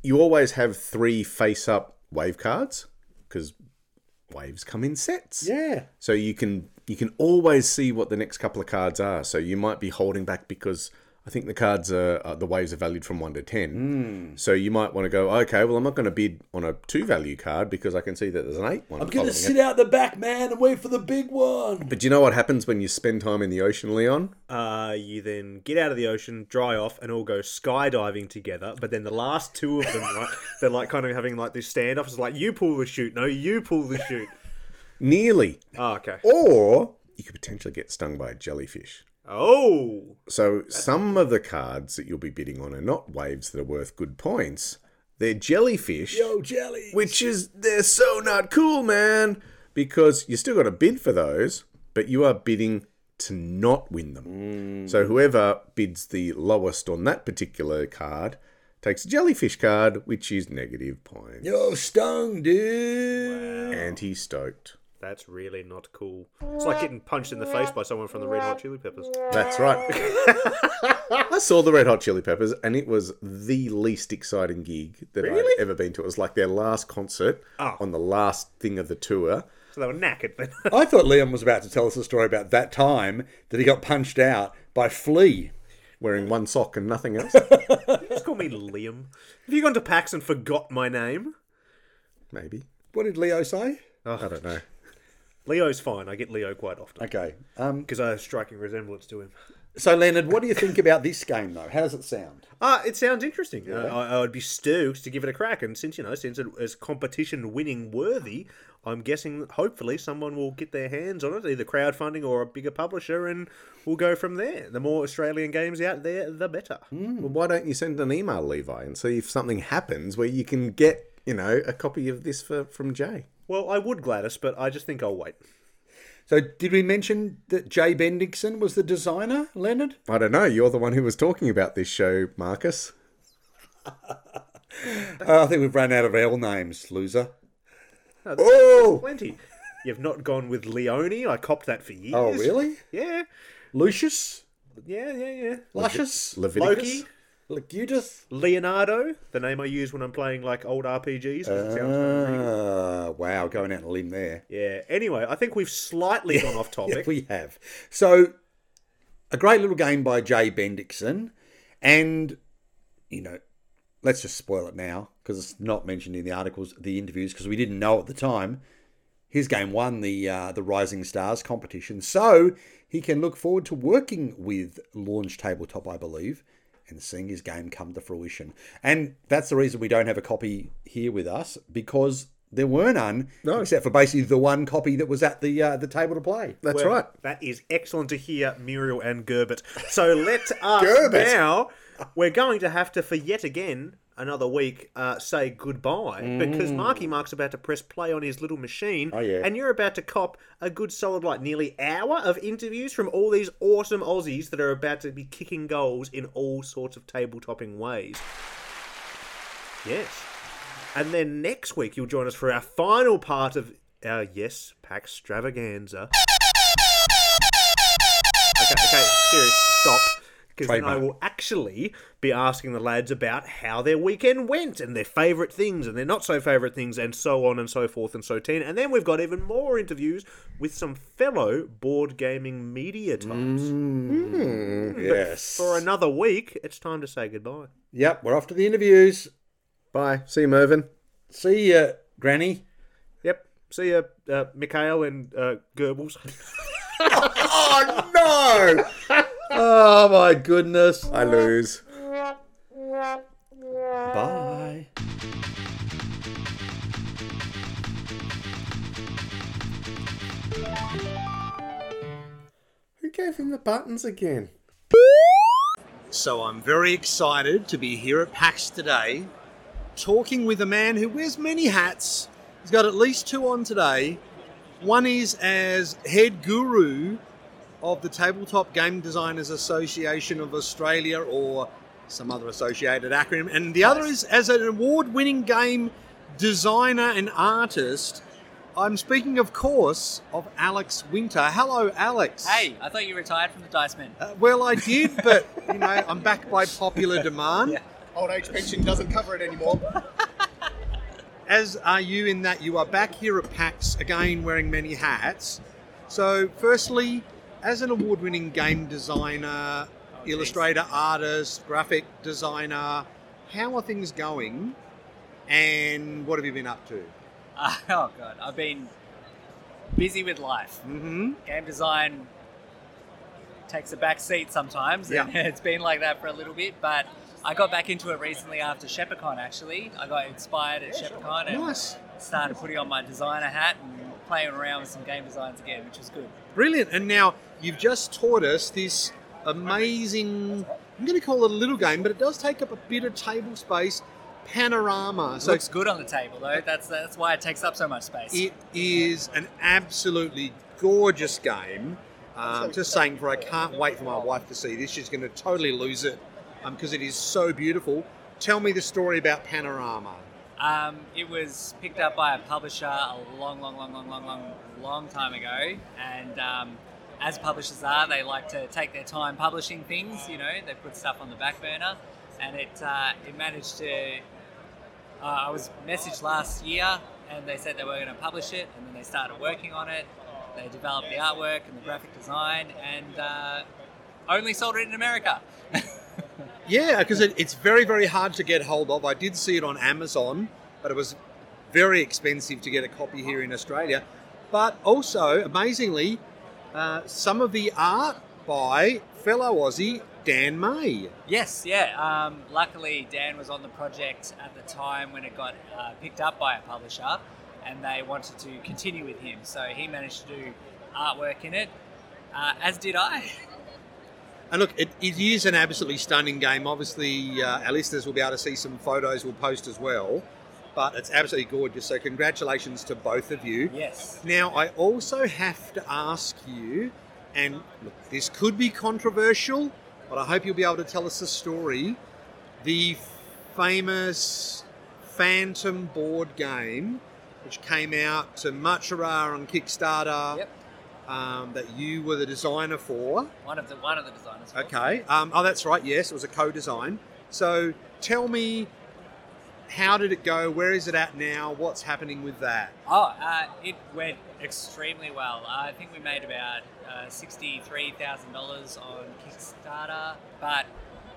You always have three face up wave cards because waves come in sets.
Yeah.
So you can you can always see what the next couple of cards are. So you might be holding back because I think the cards are uh, the waves are valued from one to
Hmm.
ten. So you might want to go, okay, well I'm not going to bid on a two value card because I can see that there's an eight one.
I'm going to
following
sit
it.
out the back, man, and wait for the big one.
But do you know what happens when you spend time in the ocean, Leon?
Uh, you then get out of the ocean, dry off, and all go skydiving together. But then the last two of them, right, they're like kind of having like this standoff. It's like you pull the chute, no, you pull the chute.
Nearly.
Oh, okay.
Or you could potentially get stung by a jellyfish.
Oh,
So some of the cards that you'll be bidding on are not waves that are worth good points. They're jellyfish.
Yo, jelly.
which is they're so not cool, man. Because you still got to bid for those, but you are bidding to not win them.
Mm.
So whoever bids the lowest on that particular card takes a jellyfish card, which is negative points.
Yo, stung, dude.
And he's stoked.
That's really not cool. It's like getting punched in the face by someone from the Red Hot Chili Peppers.
That's right. I saw the Red Hot Chili Peppers, and it was the least exciting gig that I'd ever been to. It was like their last concert on the last thing of the tour.
So they were knackered then.
I thought Liam was about to tell us a story about that time that he got punched out by Flea.
Wearing one sock and nothing else.
Just call me Liam. Have you gone to PAX and forgot my name?
Maybe.
What did Leo say?
I don't know.
Leo's fine. I get Leo quite often
Okay. Um,
because I have a striking resemblance to him.
so, Leonard, what do you think about this game, though? How does it sound?
Ah, it sounds interesting. Uh, I, I would be stoked to give it a crack, and since you know, since it is competition winning worthy, I'm guessing that hopefully someone will get their hands on it, either crowdfunding or a bigger publisher, and we'll go from there. The more Australian games out there, the better.
Mm. Well, why don't you send an email, Levi, and see if something happens where you can get, you know, a copy of this for, from Jay?
Well, I would Gladys, but I just think I'll wait.
So, did we mention that Jay Bendixson was the designer, Leonard?
I don't know. You're the one who was talking about this show, Marcus.
Uh, I think we've run out of L names, loser.
Oh!
Plenty. You've not gone with Leone. I copped that for years.
Oh, really?
Yeah,
Lucius?
yeah, yeah, yeah.
Luscious?
Leviticus?
Loki?
Locutus?
Leonardo, the name I use when I'm playing like old RPGs. 'cause
Ah.
it sounds
Uh, wow, going out on a limb there.
Yeah. Anyway, I think we've slightly gone off
Yeah,
topic.
we have. So, a great little game by Jay Bendixson. And, you know, let's just spoil it now because it's not mentioned in the articles, the interviews, because we didn't know at the time. His game won the uh, the Rising Stars competition, so he can look forward to working with Launch Tabletop, I believe, and seeing his game come to fruition. And that's the reason we don't have a copy here with us because there were none, except for basically the one copy that was at the uh, the table to play.
That's
Well,
right.
That is excellent to hear, Muriel and Gerbert. So let us
Gerbert.
now. We're going to have to, for yet again another week, uh, say goodbye because Marky Mark's about to press play on his little machine, oh,
yeah.
and you're about to cop a good solid, like nearly hour of interviews from all these awesome Aussies that are about to be kicking goals in all sorts of tabletopping ways. Yes. And then next week, you'll join us for our final part of our Yes Pack Stravaganza. Okay, okay, serious, stop. Because then I will actually be asking the lads about how their weekend went and their favourite things and their not so favourite things and so on and so forth and so ten. And then we've got even more interviews with some fellow board gaming media types.
Mm. Hmm.
Hmm.
Yes.
For another week, it's time to say goodbye.
Yep, we're off to the interviews.
Bye. See you, Mervyn.
See ya, Granny.
Yep. See ya, uh, Mikhail and uh, Goebbels.
Oh no!
Uh,
oh my goodness.
I lose.
Bye.
Who gave him the buttons again?
So I'm very excited to be here at PAX today, talking with a man who wears many hats. He's got at least two on today. One is as head guru of the Tabletop Game Designers Association of Australia, or some other associated acronym, and the other is as an award winning game designer and artist. I'm speaking, of course, of Alex Winter. Hello, Alex.
Hey, I thought you retired from the Dice Men.
Uh, well, I did, but you know, I'm back by popular demand.
Old age pension doesn't cover it anymore.
As are you, in that you are back here at PAX again, wearing many hats. So, firstly, as an award-winning game designer, illustrator, artist, graphic designer, how are things going? And what have you been up to?
Uh, oh god, I've been busy with life.
Mm-hmm.
Game design takes a back seat sometimes, and
Yeah.
it's been like that for a little bit. But I got back into it recently after Shepicon. Actually, I got inspired at Shepicon and
Nice.
started putting on my designer hat and playing around with some game designs again, which was good.
Brilliant. And now you've just taught us this amazing, I'm going to call it a little game, but it does take up a bit of table space panorama. So
looks good on the table though. That's that's why it takes up so much space.
it is an absolutely gorgeous game. Um, just saying for I can't wait for my wife to see this. She's going to
um,
totally lose it because it is so beautiful. Tell me the story about Panorama.
Um, it was picked up by a publisher a long, long, long, long, long, long, long time ago. And um, as publishers are, they like to take their time publishing things. You know, they put stuff on the back burner, and it uh, it managed to. Uh, I was messaged last year, and they said they were going to publish it, and then they started working on it. They developed the artwork and the graphic design, and uh, only sold it in America.
Yeah, because it, it's very, very hard to get hold of. I did see it on Amazon, but it was very expensive to get a copy here in Australia. But also, amazingly, uh, some of the art by fellow Aussie Dan May.
Yes, yeah. Um, luckily, Dan was on the project at the time when it got uh, picked up by a publisher, and they wanted to continue with him. So he managed to do artwork in it, uh, as did I.
And look, it, it is an absolutely stunning game. Obviously, uh, our listeners will be able to see some photos we'll post as well. But it's absolutely gorgeous. So, congratulations to both of you.
Yes.
Now, I also have to ask you, and look, this could be controversial, but I hope you'll be able to tell us the story. The famous Phantom board game, which came out to much hurrah on Kickstarter,
Yep.
um, that you were the designer for.
One of the one of the designers. for it.
Okay. Um, oh, that's right. Yes, it was a co-design. So tell me, how did it go? Where is it at now? What's happening with that?
Oh, uh, it went extremely well. Uh, I think we made about uh, $63,000 on Kickstarter, but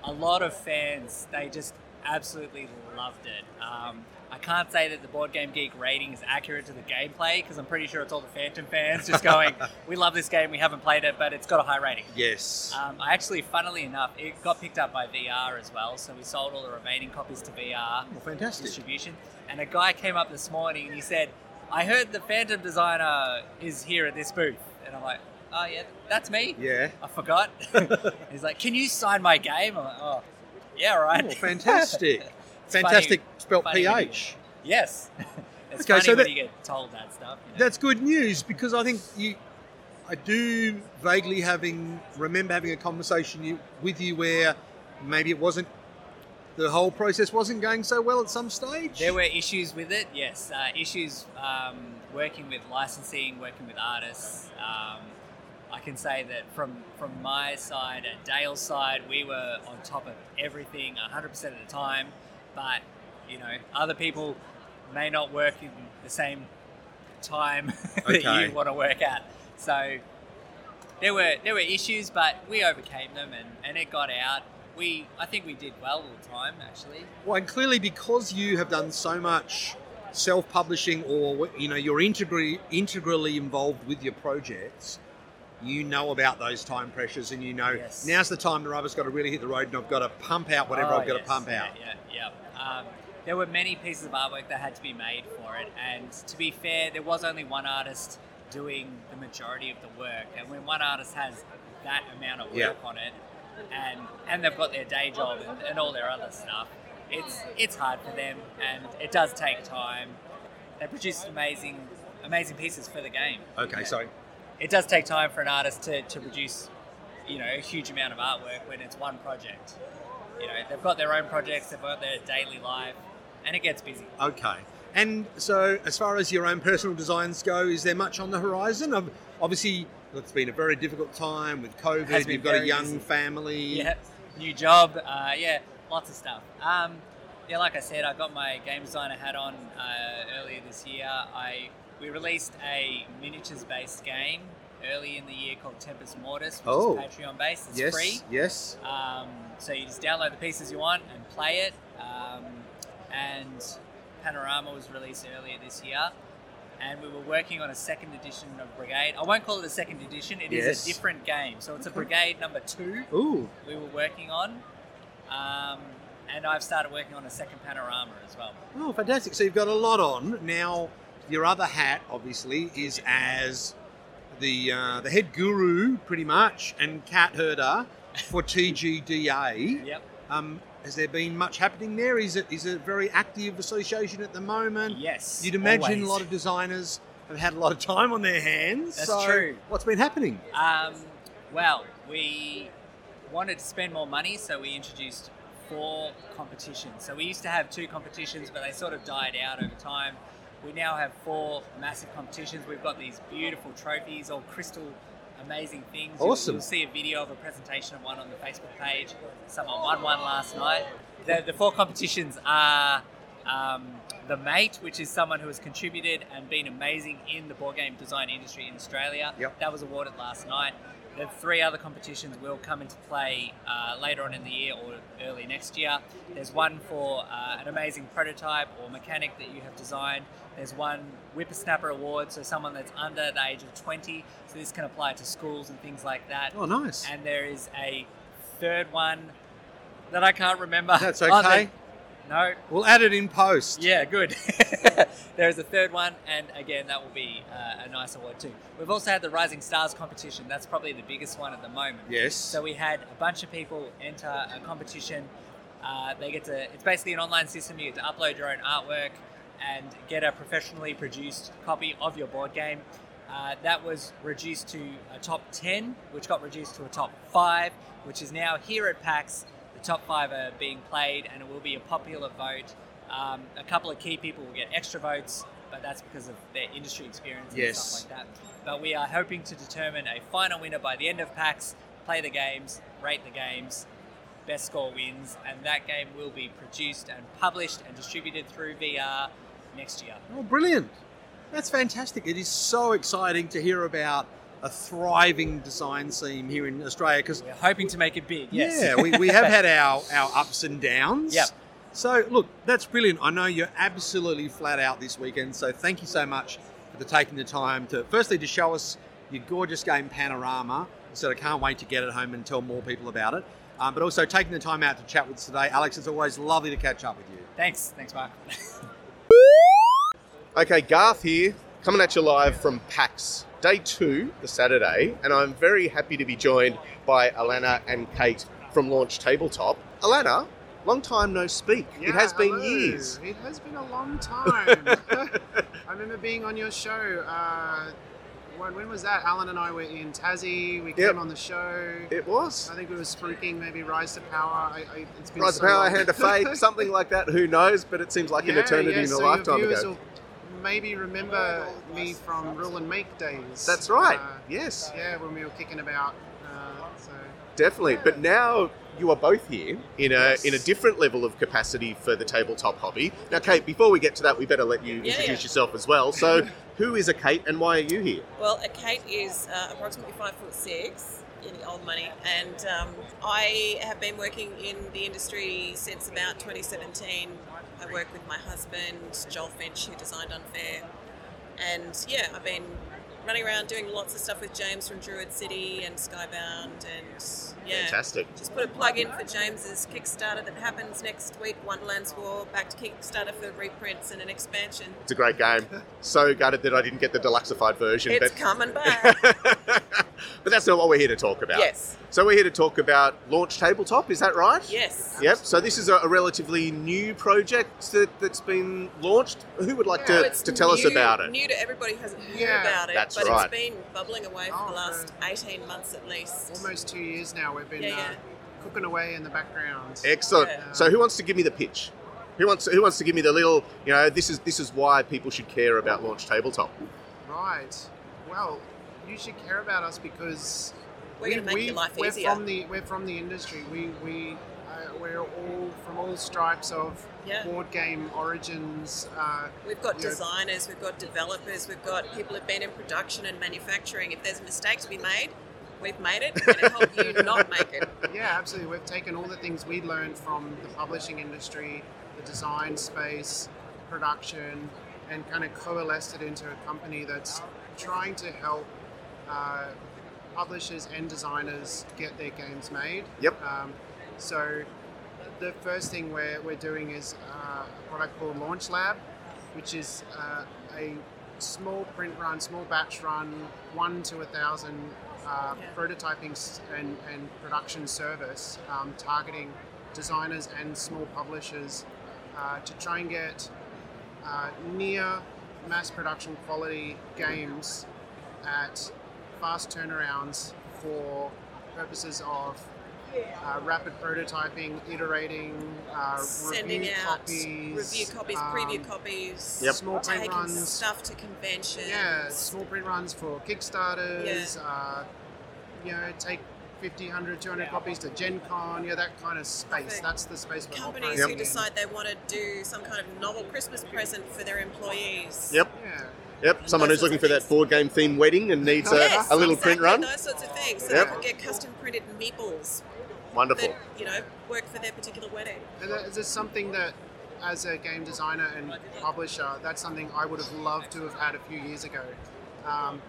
a lot of fans, they just absolutely loved it. Um, I can't say that the Board Game Geek rating is accurate to the gameplay because I'm pretty sure it's all the Phantom fans just going, we love this game, we haven't played it, but it's got a high rating.
Yes.
Um, I actually, funnily enough, it got picked up by VR as well, so we sold all the remaining copies to VR
Well, Oh, fantastic.
distribution. And a guy came up this morning and he said, I heard the Phantom designer is here at this booth. And I'm like, oh, yeah, that's me.
Yeah.
I forgot. He's like, can you sign my game? I'm like, oh, yeah, all right.
Oh, fantastic. fantastic. Spelt
funny when you-
PH.
yes. it's
Okay,
funny
so
when
that-
you get told that stuff. you know.
That's good news because I think you. I do vaguely having remember having a conversation you, with you where maybe it wasn't the whole process wasn't going so well at some stage.
There were issues with it, yes. Uh, issues um, working with licensing, working with artists. Um, I can say that from, from my side and Dale's side, we were on top of everything 100% of the time. But, you know, other people may not work in the same time that
Okay.
you want to work at. So there were there were issues, but we overcame them and, and it got out. We I think we did well all the time, actually.
Well, and clearly, because you have done so much self-publishing, or you know, you're integrally integrally involved with your projects, you know about those time pressures, and you know
Yes.
now's the time the rubber's got to really hit the road, and I've got to pump out whatever
Oh,
I've got
yes,
to pump
yeah,
out.
Yeah, yeah. Um, there were many pieces of artwork that had to be made for it, and to be fair, there was only one artist doing the majority of the work. And when one artist has that amount of work
Yeah.
on it, and and they've got their day job and, and all their other stuff, it's it's hard for them, and it does take time. They produced amazing amazing pieces for the game.
Okay,
Yeah.
so
it does take time for an artist to, to produce, you know, a huge amount of artwork when it's one project. You know, they've got their own projects, they've got their daily life, and it gets busy.
okay, and so as far as your own personal designs go, is there much on the horizon? Ob- Obviously, it's been a very difficult time with COVID.
Has been
You've got a
very
young
busy.
family.
Yeah, new job, uh, yeah, lots of stuff. Um, yeah, like I said, I got my game designer hat on uh, earlier this year. I we released a miniatures-based game early in the year called Tempest Mortis, which
Oh.
is Patreon-based. It's
Yes.
free.
Yes.
Um, so you just download the pieces you want and play it. Um, and Panorama was released earlier this year. And we were working on a second edition of Brigade. I won't call it a second edition, it is
Yes.
a different game. So it's a Brigade number two
Ooh.
we were working on. Um, and I've started working on a second Panorama as well.
Oh, fantastic. So you've got a lot on. Now, your other hat, obviously, is as the uh, the head guru, pretty much, and cat herder for TGDA.
Yep.
Um, has there been much happening there? Is it is it a very active association at the moment?
Yes.
You'd imagine
always.
a lot of designers have had a lot of time on their hands.
That's
so
true.
What's been happening?
Um, well, we wanted to spend more money, so we introduced four competitions. So we used to have two competitions, but they sort of died out over time. We now have four massive competitions. We've got these beautiful trophies, all crystal, amazing things. You'll-
Awesome.
You'll, see a video of a presentation of one on the Facebook page. Someone won one last night. The, the four competitions are um, the mate, which is someone who has contributed and been amazing in the board game design industry in Australia.
Yep.
That was awarded last night. The three other competitions will come into play uh, later on in the year or early next year. There's one for uh, an amazing prototype or mechanic that you have designed. There's one Whippersnapper Award, so someone that's under the age of 20. So this can apply to schools and things like that.
Oh, nice.
And there is a third one that I can't remember.
That's
Oh, there-
okay.
no,
We'll add it in post.
yeah, good. there is a third one, and again, that will be uh, a nice award too. We've also had the Rising Stars competition. That's probably the biggest one at the moment.
Yes.
So we had a bunch of people enter a competition. Uh, they get to. It's basically an online system. You get to upload your own artwork and get a professionally produced copy of your board game. Uh, that was reduced to a top 10, which got reduced to a top 5, which is now here at PAX. The top 5 are being played, and it will be a popular vote. Um, a couple of key people will get extra votes, but that's because of their industry experience and
Yes.
stuff like that. But we are hoping to determine a final winner by the end of PAX, play the games, rate the games, best score wins, and that game will be produced and published and distributed through VR next year.
Oh, brilliant. That's fantastic. It is so exciting to hear about a thriving design scene here in Australia because,
We're hoping to make it big, yes.
yeah, we, we have had our, our ups and downs.
Yep.
So, look, that's brilliant. I know you're absolutely flat out this weekend. So, thank you so much for the taking the time to, firstly, to show us your gorgeous game panorama. So, I can't wait to get it home and tell more people about it. Um, but also taking the time out to chat with us today. Alex, it's always lovely to catch up with you.
Thanks, thanks, Mark.
Okay, Garth here, coming at you live from PAX, day two, the Saturday, and I'm very happy to be joined by Alana and Kate from Launch Tabletop. Alana, long time no speak. it has been
hello.
years.
It has been a long time. I remember being on your show. Uh, when, when was that? Alan and I were in Tassie. We came on the show.
It was.
I think we were spruiking maybe Rise to Power. I, I, it's been
Rise
so
of Power,
long.
Hand of Fate, something like that, who knows, but it seems like an
Yeah,
eternity
yeah,
and a
so your
lifetime
viewers
ago.
will Maybe remember me from Rule and Make days.
That's right.
yes. Yeah, when we were kicking about. Uh, so
Definitely. But now you are both here in a in a different level of capacity for the tabletop hobby. Now, Kate, before we get to that, we better let you
Yeah,
introduce
yeah.
yourself as well. So, who is a Kate, and why are you here?
Well, a Kate is uh, approximately five foot six in the old money, and um, I have been working in the industry since about 2017. I work with my husband Joel Finch, who designed Unfair, and yeah, I've been running around doing lots of stuff with James from Druid City and Skybound, and yeah,
Fantastic.
Just put a plug in for James's Kickstarter that happens next week. Wonderland's War back to Kickstarter for reprints and an expansion.
It's a great game. So gutted that I didn't get the deluxeified version,
It's
but
coming back.
but that's not what we're here to talk about.
Yes.
So we're here to talk about launch tabletop. Is that right?
Yes.
Yep. So this is a, a relatively new project that, that's been launched. Who would like
No,
to,
it's
to tell us
new-
about it?
New to everybody who hasn't heard
Yeah. Oh,
about it,
That's
but
right.
it's been bubbling away for the last eighteen months at least.
almost two years now. We've been
Yeah, yeah.
Uh, cooking away in the background.
Excellent.
Yeah.
So who wants to give me the pitch? Who wants who wants to give me the little you know this is this is why people should care about launch tabletop?
Uh, Right. Well, you should care about us because
We're gonna make your life
we're
easier.
From the, we're from the industry. We, we, uh, we're all from all stripes of
Yeah.
board game origins. Uh,
We've got
you know,
designers, we've got developers, we've got people who've been in production and manufacturing. If there's a mistake to be made, we've made it, and it helped you not make it.
yeah, absolutely. We've taken all the things we learned from the publishing industry, the design space, production, and kind of coalesced it into a company that's trying to help uh, publishers and designers get their games made.
Yep.
Um, so the first thing we're, we're doing is uh, what I call Launch Lab, which is uh, a small print run, small batch run, one to a thousand uh, prototyping s- and, and production service um, targeting designers and small publishers uh, to try and get uh, near mass production quality games at fast turnarounds for purposes of uh, rapid prototyping, iterating, uh,
Sending
review
out
copies,
review copies,
um,
preview copies,
Yep. small print
taking
runs.
stuff to conventions.
Yeah, small print runs for Kickstarters, uh, you know, take 50, 100, 200 copies to Gen Con, you know, that kind of space. That's the space we're
Companies
operating
who
in.
decide they want to do some kind of novel Christmas present for their employees.
Yep. Yep. Someone who's looking for that board game themed wedding and needs a,
Yes,
a little
exactly,
print run.
Those sorts of things. So
Yep.
they could get custom printed meeples.
Wonderful.
That, you know, work for their particular wedding.
And that- Is this something that, as a game designer and publisher, that's something I would have loved to have had a few years ago, um,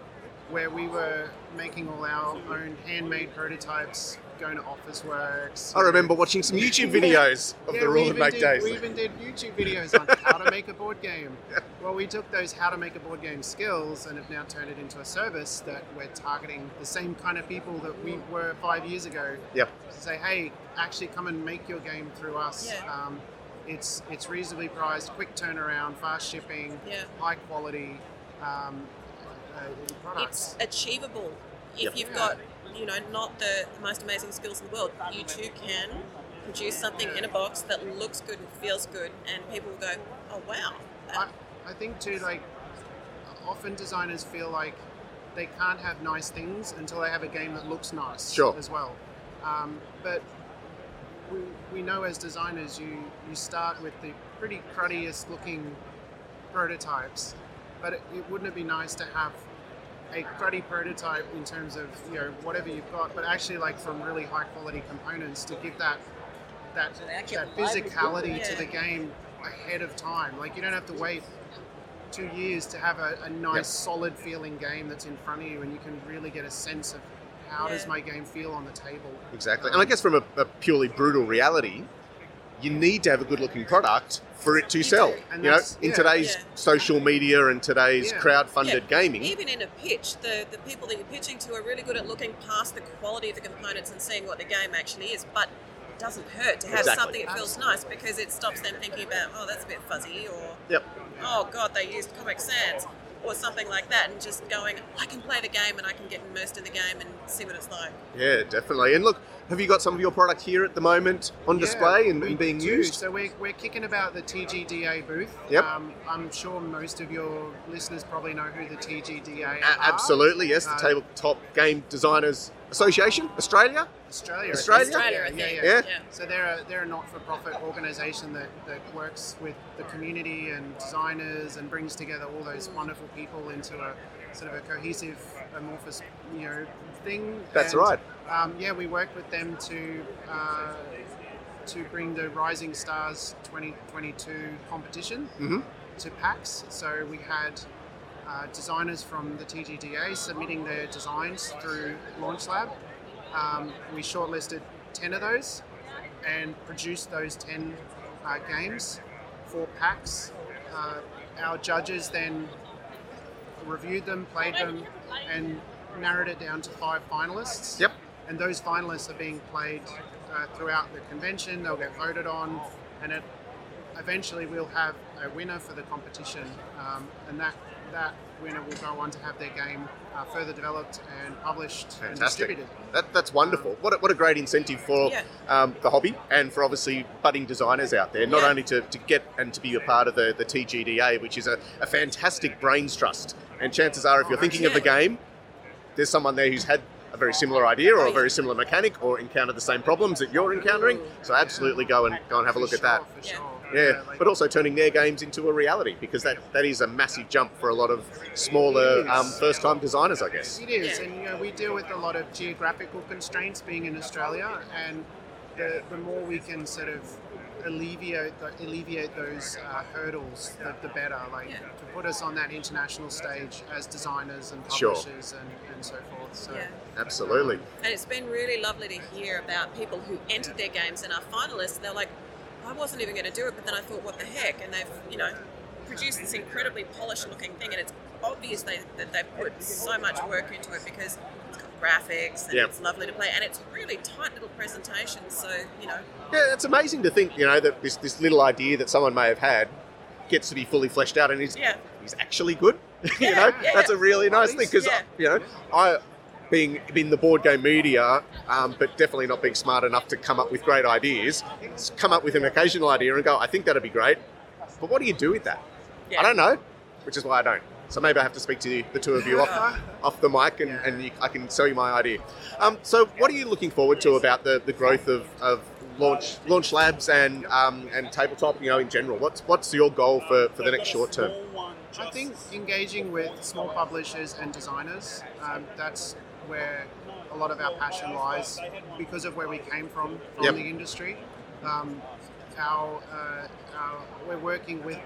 where we were making all our own handmade prototypes, going to Office Works.
I remember watching some YouTube videos of the
we
Rule and
even
Make
did-
days.
We even did YouTube videos on how to make a board game. Well, we took those how to make a board game skills and have now turned it into a service that we're targeting the same kind of people that we were five years ago
Yep.
to say, hey, actually come and make your game through us. Um, it's it's reasonably priced, quick turnaround, fast shipping, high quality um, uh, products.
It's achievable. If
Yep.
you've got, you know, not the most amazing skills in the world, you too can produce something in a box that looks good and feels good, and people will go, oh, wow.
I, I think too, like often designers feel like they can't have nice things until they have a game that looks nice
Sure.
as well. Um, but we, we know as designers, you you start with the pretty cruddiest looking prototypes, but it, it wouldn't it be nice to have a cruddy prototype in terms of you know whatever you've got, but actually like from really high quality components to give that that, that physicality to the game ahead of time. Like you don't have to wait two years to have a, a nice, solid feeling game that's in front of you, and you can really get a sense of how does my game feel on the table.
Exactly. And I guess from a, a purely brutal reality, you need to have a good looking product for it to sell.
And
You know,
that's-
in
yeah.
today's
Yeah.
social media and today's
Yeah.
crowdfunded
Yeah,
gaming,
Even in a pitch, the, the people that you're pitching to are really good at looking past the quality of the components and seeing what the game actually is, but it doesn't hurt to have
Exactly.
something that feels nice because it stops them thinking about, oh, that's a bit fuzzy, or
Yep.
oh, God, they used Comic Sans, or something like that, and just going, I can play the game and I can get immersed in the game and see what it's like.
yeah, definitely. And look, have you got some of your product here at the moment on display and, and being
Dude,
used?
So we're, we're kicking about the TGDA booth.
Yep.
Um, I'm sure most of your listeners probably know who the TGDA are.
A- absolutely, yes. The
Uh,
Tabletop Game Designers Association, Australia.
Australia. I
Australia?
think.
Australia, I
yeah,
think.
yeah,
Yeah.
yeah. So they're a, they're a not-for-profit organisation that, that works with the community and designers and brings together all those wonderful people into a sort of a cohesive, amorphous, you know, thing.
That's
And,
right.
Um, yeah, we work with them to uh, to bring the Rising Stars 2022 competition
Mhm.
to PAX. So we had uh, designers from the TGDA submitting their designs through Launch Lab. Um, we shortlisted 10 of those and produced those 10 uh, games for PAX. Uh, our judges then reviewed them, played them, and narrowed it down to five finalists.
Yep.
And those finalists are being played uh, throughout the convention. They'll get voted on, and it, eventually we'll have a winner for the competition, um, and that that winner will go on to have their game uh, further developed and published and
Fantastic.
distributed.
That, that's wonderful. What a, what a great incentive for
Yeah.
um, the hobby and for obviously budding designers out there, not
Yeah.
only to, to get and to be a part of the, the TGDA, which is a, a fantastic brains trust. And chances are, if you're thinking of the game, there's someone there who's had a very similar idea
Oh,
or a very similar mechanic or encountered the same problems that you're encountering. So absolutely go and go and have a look at that. Yeah, but also turning their games into a reality because that, that is a massive jump for a lot of smaller um, first time designers, I guess.
It is, and you know, we deal with a lot of geographical constraints being in Australia, and the, the more we can sort of alleviate the, alleviate those uh, hurdles, the, the better. Like to put us on that international stage as designers and
Sure.
publishers and, and so forth. So
Absolutely.
And it's been really lovely to hear about people who entered their games and are finalists. They're like, I wasn't even going to do it, but then I thought, what the heck? And they've, you know, produced this incredibly polished looking thing, and it's obvious they, that they've put so much work into it because it's got graphics and
Yeah.
it's lovely to play, and it's really tight little presentations. So, you know,
Yeah, it's amazing to think, you know, that this, this little idea that someone may have had gets to be fully fleshed out and is,
yeah.
is actually good. you know, that's a really nice thing because, you know, I being in the board game media, um, but definitely not being smart enough to come up with great ideas, s- come up with an occasional idea and go, I think that'd be great. But what do you do with that? I don't know, which is why I don't. So maybe I have to speak to you, the two of you off, off the mic and, and you, I can sell you my idea. Um, so what are you looking forward to about the, the growth of, of launch launch labs and um, and tabletop, you know, in general? What's what's your goal for, for the next short term?
I think engaging with small publishers and designers, um, that's where a lot of our passion lies because of where we came from, from
Yep.
the industry. Um, our, uh, our, we're working with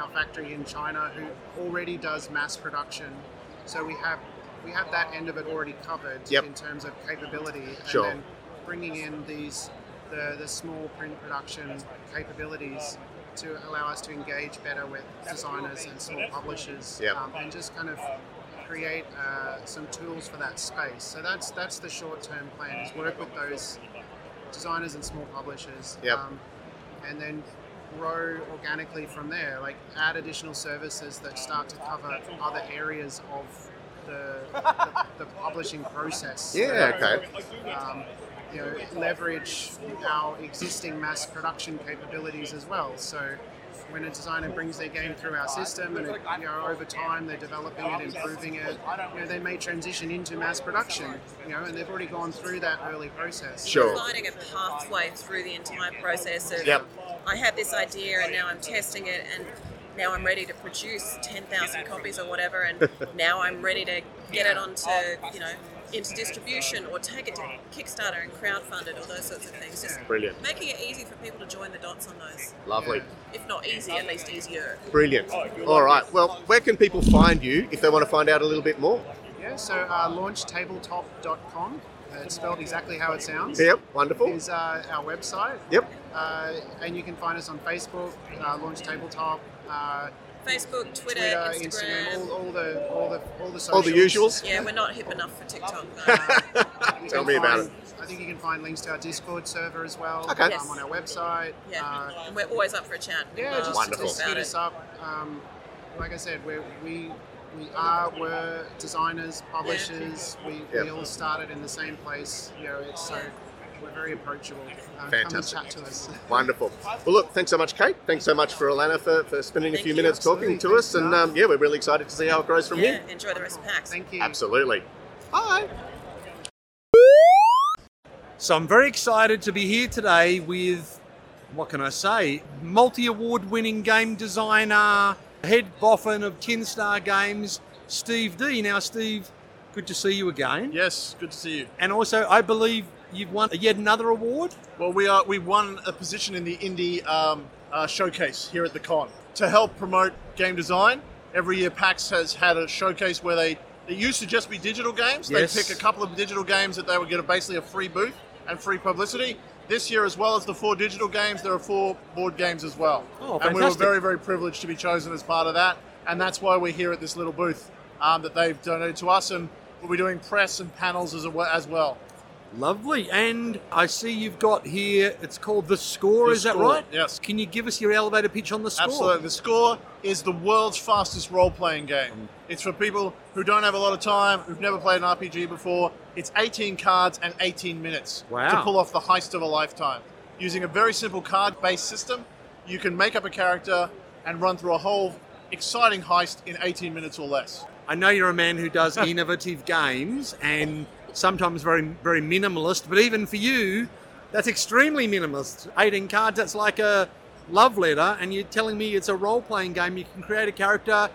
our factory in China who already does mass production. So we have we have that end of it already covered
Yep.
in terms of capability. And
Sure.
then bringing in these the, the small print production capabilities to allow us to engage better with designers and small publishers
Yep.
um, and just kind of create uh, some tools for that space so that's that's the short-term plan is work with those designers and small publishers um,
Yep.
and then grow organically from there like add additional services that start to cover other areas of the, the, the publishing process
Yeah, okay.
um, you know, leverage our existing mass production capabilities as well. So when a designer brings their game through our system and it, you know, over time they're developing it, improving it, you know, they may transition into mass production, you know, and they've already gone through that early process.
Finding a pathway through the entire process of
Yep.
I had this idea and now I'm testing it and now I'm ready to produce 10,000 copies or whatever and now I'm ready to get it onto, you know, into distribution or take it to Kickstarter and crowdfund it or those sorts of things. Just
Brilliant.
Making it easy for people to join the dots on those.
Lovely.
If not easy, at least easier.
Brilliant. All right. Well, where can people find you if they want to find out a little bit more?
Yeah, so uh, launchtabletop.com. uh, It's spelled exactly how it sounds.
Yep, wonderful.
Is uh, our website.
Yep.
Uh, and you can find us on Facebook, uh, Launch Tabletop, uh,
Facebook, Twitter,
Instagram, all, all the all the all the socials.
All the usuals?
Yeah, we're not hip enough for TikTok.
You
Tell
can
me about
find- I think you can find links to our Discord server as well.
Okay.
um,
Yes.
on our website.
Yeah,
Uh,
and we're always up for a chat. We
yeah,
love
just,
to talk
just
about
hit
it.
us up. Um, like I said, we're, we we are were designers, publishers. We, we
Yeah.
all started in the same place. You know, it's so we're very approachable. Uh,
Fantastic.
Come and chat to us.
Wonderful. Well, look, thanks so much, Kate. Thanks so much for Alana for, for spending a few minutes talking to us. And um, yeah, we're really excited to see how it grows from here.
Yeah, enjoy the rest of PAX.
Thank you.
Absolutely. Hi.
So I'm very excited to be here today with, what can I say, multi award winning game designer, head boffin of Kinstar Games, Steve D. Now, Steve, good to see you again.
Yes, good to see you.
And also, I believe you've won yet another award.
Well, we are we won a position in the indie um, uh, showcase here at the con to help promote game design. Every year, PAX has had a showcase where they it used to just be digital games.
Yes.
They pick a couple of digital games that they would get a, basically a free booth and free publicity. This year, as well as the four digital games, there are four board games as well.
Oh,
and we were
fantastic.
very very privileged to be chosen as part of that, and that's why we're here at this little booth um, that they've donated to us, and we'll be doing press and panels as, a- as well.
Lovely. And I see you've got here, it's called The Score,
The
is that
Score,
right?
Yes.
Can you give us your elevator pitch on The Score?
Absolutely. The score is the world's fastest role playing game. It's for people who don't have a lot of time, who've never played an RPG before. It's 18 cards and 18 minutes
Wow.
to pull off the heist of a lifetime. Using a very simple card based system, you can make up a character and run through a whole exciting heist in 18 minutes or less.
I know you're a man who does innovative games and sometimes very very minimalist, but even for you, that's extremely minimalist. 18 cards, that's like a love letter, and you're telling me it's a role playing game. You can create a character,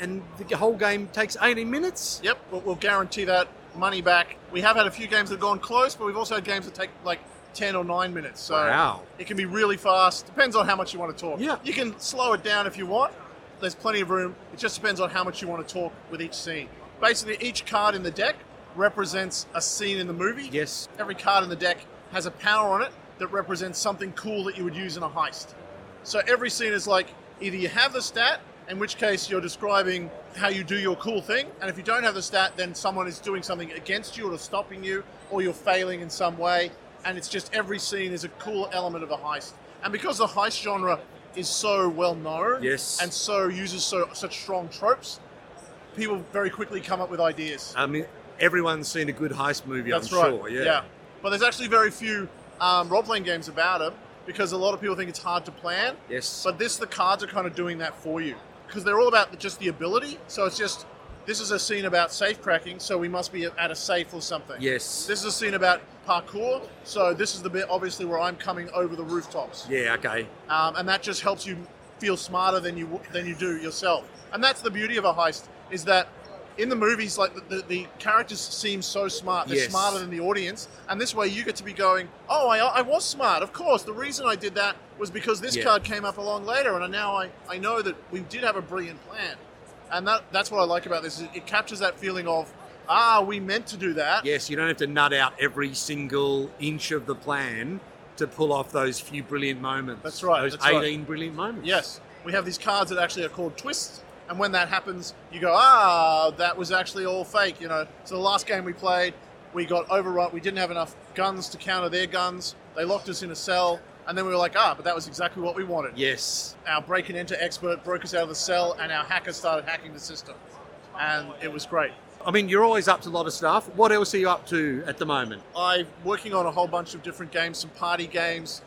and the whole game takes 18 minutes?
Yep, we'll, we'll guarantee that money back. We have had a few games that have gone close, but we've also had games that take like 10 or 9 minutes. So
Wow.
it can be really fast. Depends on how much you want to talk. Yeah. You can slow it down if you want. There's plenty of room. It just depends on how much you want to talk with each scene. Basically, each card in the deck represents a scene in the movie.
Yes.
Every card in the deck has a power on it that represents something cool that you would use in a heist. So every scene is like either you have the stat, in which case you're describing how you do your cool thing, and if you don't have the stat, then someone is doing something against you or stopping you, or you're failing in some way, and it's just every scene is a cool element of a heist. And because the heist genre is so well known
Yes.
and so uses so such strong tropes, people very quickly come up with ideas.
I mean,
everyone's seen a good heist movie.
That's
I'm
right.
sure. Yeah.
But there's actually very few um, role playing games about them because a lot of people think it's hard to plan.
Yes.
But this, the cards are kind of doing that for you because they're all about just the ability. So it's just this is a scene about safe cracking, so we must be at a safe or something.
Yes.
This is a scene about parkour, so this is the bit obviously where I'm coming over the rooftops
Yeah. Okay.
um, and that just helps you feel smarter than you than you do yourself. And that's the beauty of a heist is that in the movies, like the, the, the characters seem so smart, they're
Yes.
smarter than the audience, and this way you get to be going, oh, I, I was smart. Of course, the reason I did that was because this
Yeah.
card came up along later, and now I, I know that we did have a brilliant plan. And that that's what I like about this. is It captures that feeling of, ah, we meant to do that.
Yes. You don't have to nut out every single inch of the plan to pull off those few brilliant moments.
That's right.
Those
that's right.
18 brilliant moments.
Yes. We have these cards that actually are called twists, and when that happens, you go, ah, that was actually all fake, you know. So the last game we played, we got overrun. We didn't have enough guns to counter their guns. They locked us in a cell, and then we were like, ah, but that was exactly what we wanted.
Yes.
Our break and enter expert broke us out of the cell, and our hacker started hacking the system. And it was great.
I mean, you're always up to a lot of stuff. What else are you up to at the moment?
I'm working on a whole bunch of different games, some party games.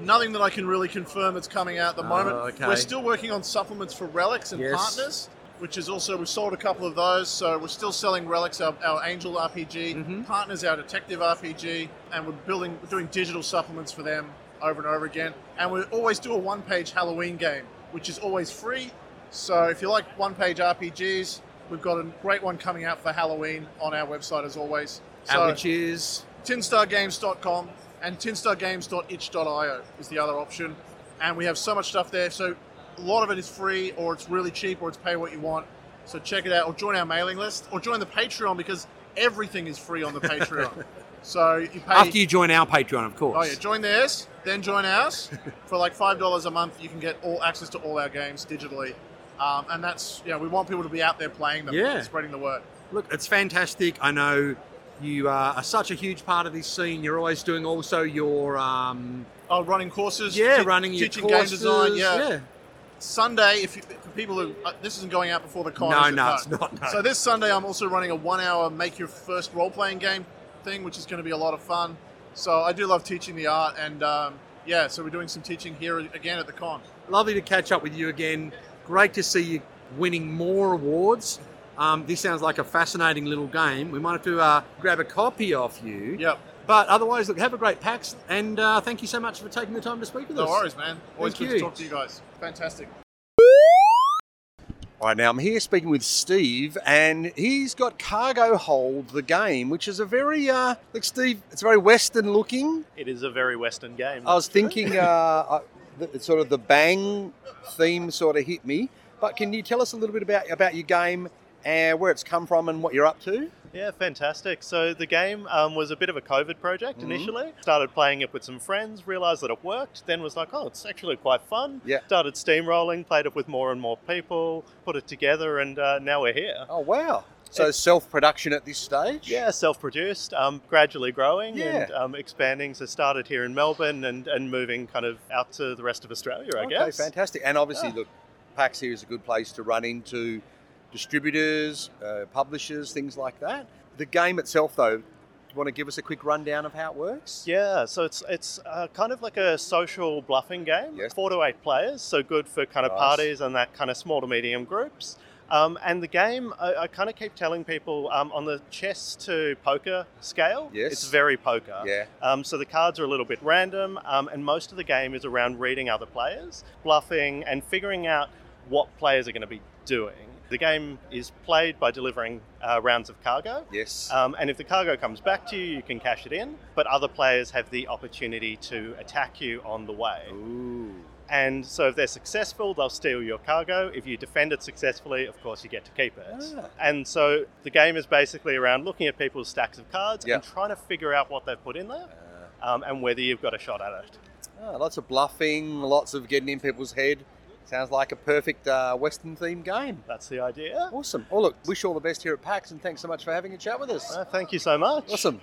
Nothing that I can really confirm that's coming out at the
Oh,
moment.
okay.
We're still working on supplements for relics and
Yes.
partners, which is also we've sold a couple of those. So we're still selling relics, our, our angel RPG,
Mm-hmm.
partners, our detective RPG, and we're building, we're doing digital supplements for them over and over again. And we always do a one-page Halloween game, which is always free. So if you like one-page RPGs, we've got a great one coming out for Halloween on our website as always.
And
So-
which is
tinstargames.com and tinstargames.itch.io is the other option. And we have so much stuff there. So a lot of it is free, or it's really cheap, or it's pay what you want. So check it out, or join our mailing list, or join the Patreon because everything is free on the Patreon. so you pay
after you join our Patreon, of course.
Oh yeah, join theirs, then join ours. For like five dollars a month, you can get all access to all our games digitally, um, and that's you know we want people to be out there playing them,
Yeah.
spreading the word.
Look, it's fantastic. I know you uh, are such a huge part of this scene. You're always doing also your um,
oh, running courses.
Yeah,
te-
running your
teaching
courses,
game design. Yeah.
yeah.
Sunday, if you, for people who uh, this isn't going out before the con.
No,
is it?
no, it's not, no.
So this Sunday, I'm also running a one-hour make your first role-playing game thing, which is going to be a lot of fun. So I do love teaching the art, and um, yeah, so we're doing some teaching here again at the con.
Lovely to catch up with you again. Great to see you winning more awards. Um, this sounds like a fascinating little game. We might have to uh, grab a copy off you.
Yep.
But otherwise, look, have a great PAX, and uh, thank you so much for taking the time to speak with
No
us.
worries, man. Always
Thank
good
you.
to talk to you guys. Fantastic.
All right, now I'm here speaking with Steve, and he's got Cargo Hold, the game, which is a very, uh, look, Steve, it's very Western looking.
It is a very Western game.
I was thinking, uh, I, the, sort of the bang theme sort of hit me. But can you tell us a little bit about about your game and where it's come from and what you're up to?
Yeah, fantastic. So the game um, was a bit of a COVID project
Mhm.
initially. Started playing it with some friends, realized that it worked, then was like, oh, it's actually quite fun.
Yeah.
Started steamrolling, played it with more and more people, put it together, and uh, now we're here.
Oh wow! So self production at this stage.
Yeah, self-produced, um, gradually growing
Yeah.
and um, expanding. So started here in Melbourne and, and moving kind of out to the rest of Australia, I
okay,
guess.
fantastic. And obviously,
Yeah.
look, PAX here is a good place to run into distributors, uh, publishers, things like that. The game itself, though, do you want to give us a quick rundown of how it works?
Yeah, so it's it's uh, kind of like a social bluffing game. Four to eight players, so good for kind of
Nice.
parties and that kind of small to medium groups. Um, and the game, I, I kind of keep telling people um, on the chess to poker scale,
Yes.
it's very poker.
Yeah.
Um, so the cards are a little bit random, um, and most of the game is around reading other players, bluffing, and figuring out what players are going to be doing. The game is played by delivering uh, rounds of cargo.
Yes.
Um, and if the cargo comes back to you, you can cash it in, but other players have the opportunity to attack you on the way.
Ooh.
And so if they're successful, they'll steal your cargo. If you defend it successfully, of course, you get to keep it.
Ah.
And so the game is basically around looking at people's stacks of cards
Yeah. Uh.
and trying to figure out what they've put in there um, and whether you've got a shot at it.
Ah, lots of bluffing, lots of getting in people's head. Sounds like a perfect uh, Western themed game.
That's the idea.
Awesome. Well,
Uh,
look, wish you all the best here at PAX and thanks so much for having a chat with us.
thank you so much.
Awesome.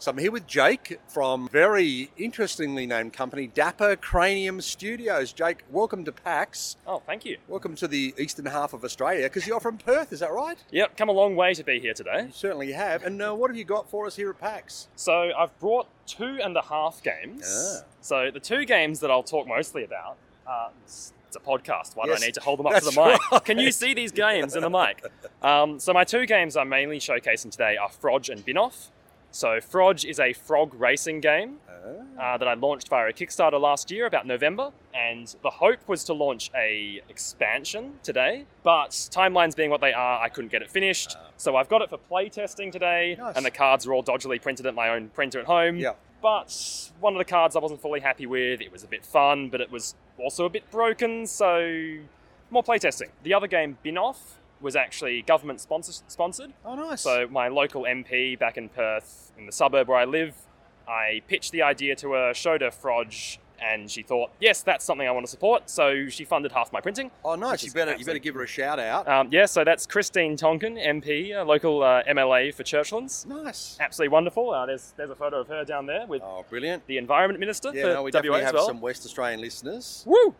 So I'm here with Jake from very interestingly named company Dapper Cranium Studios. Jake, welcome to PAX.
Oh, thank you.
Welcome to the eastern half of Australia because you're from Perth, is that right?
Yep, come a long way to be here today. You
certainly have. And uh, what have you got for us here at PAX?
So I've brought two and a half games.
Ah.
So the two games that I'll talk mostly about. Uh, it's it's a podcast. Why
Yes,
do I need to hold them up to
that's
the mic?
right.
Can you see these games in the mic? Um, so my two games I'm mainly showcasing today are Frog and Binoff. So Frog is a frog racing game
Ah.
uh, that I launched via a Kickstarter last year, about November, and the hope was to launch a expansion today. But timelines being what they are, I couldn't get it finished. So I've got it for playtesting today,
Ah. Nice.
and the cards are all dodgily printed at my own printer at home.
Yeah.
But one of the cards I wasn't fully happy with. It was a bit fun, but it was also a bit broken. So more playtesting. The other game, Binoff, was actually government sponsor- sponsored.
Oh, nice.
So my local MP back in Perth, in the suburb where I live, I pitched the idea to her, showed her Frodge, and she thought, yes, that's something I want to support. So she funded half my printing.
Oh, nice. You better, you better give her a shout out.
Um, yeah, so that's Christine Tonkin, MP, a local uh, MLA for Churchlands.
Nice.
Absolutely wonderful. Uh, there's, there's a photo of her down there with
oh, brilliant.
the Environment Minister
Yeah,
for
no, we
WA
definitely
as
have
well.
some West Australian listeners.
Woo!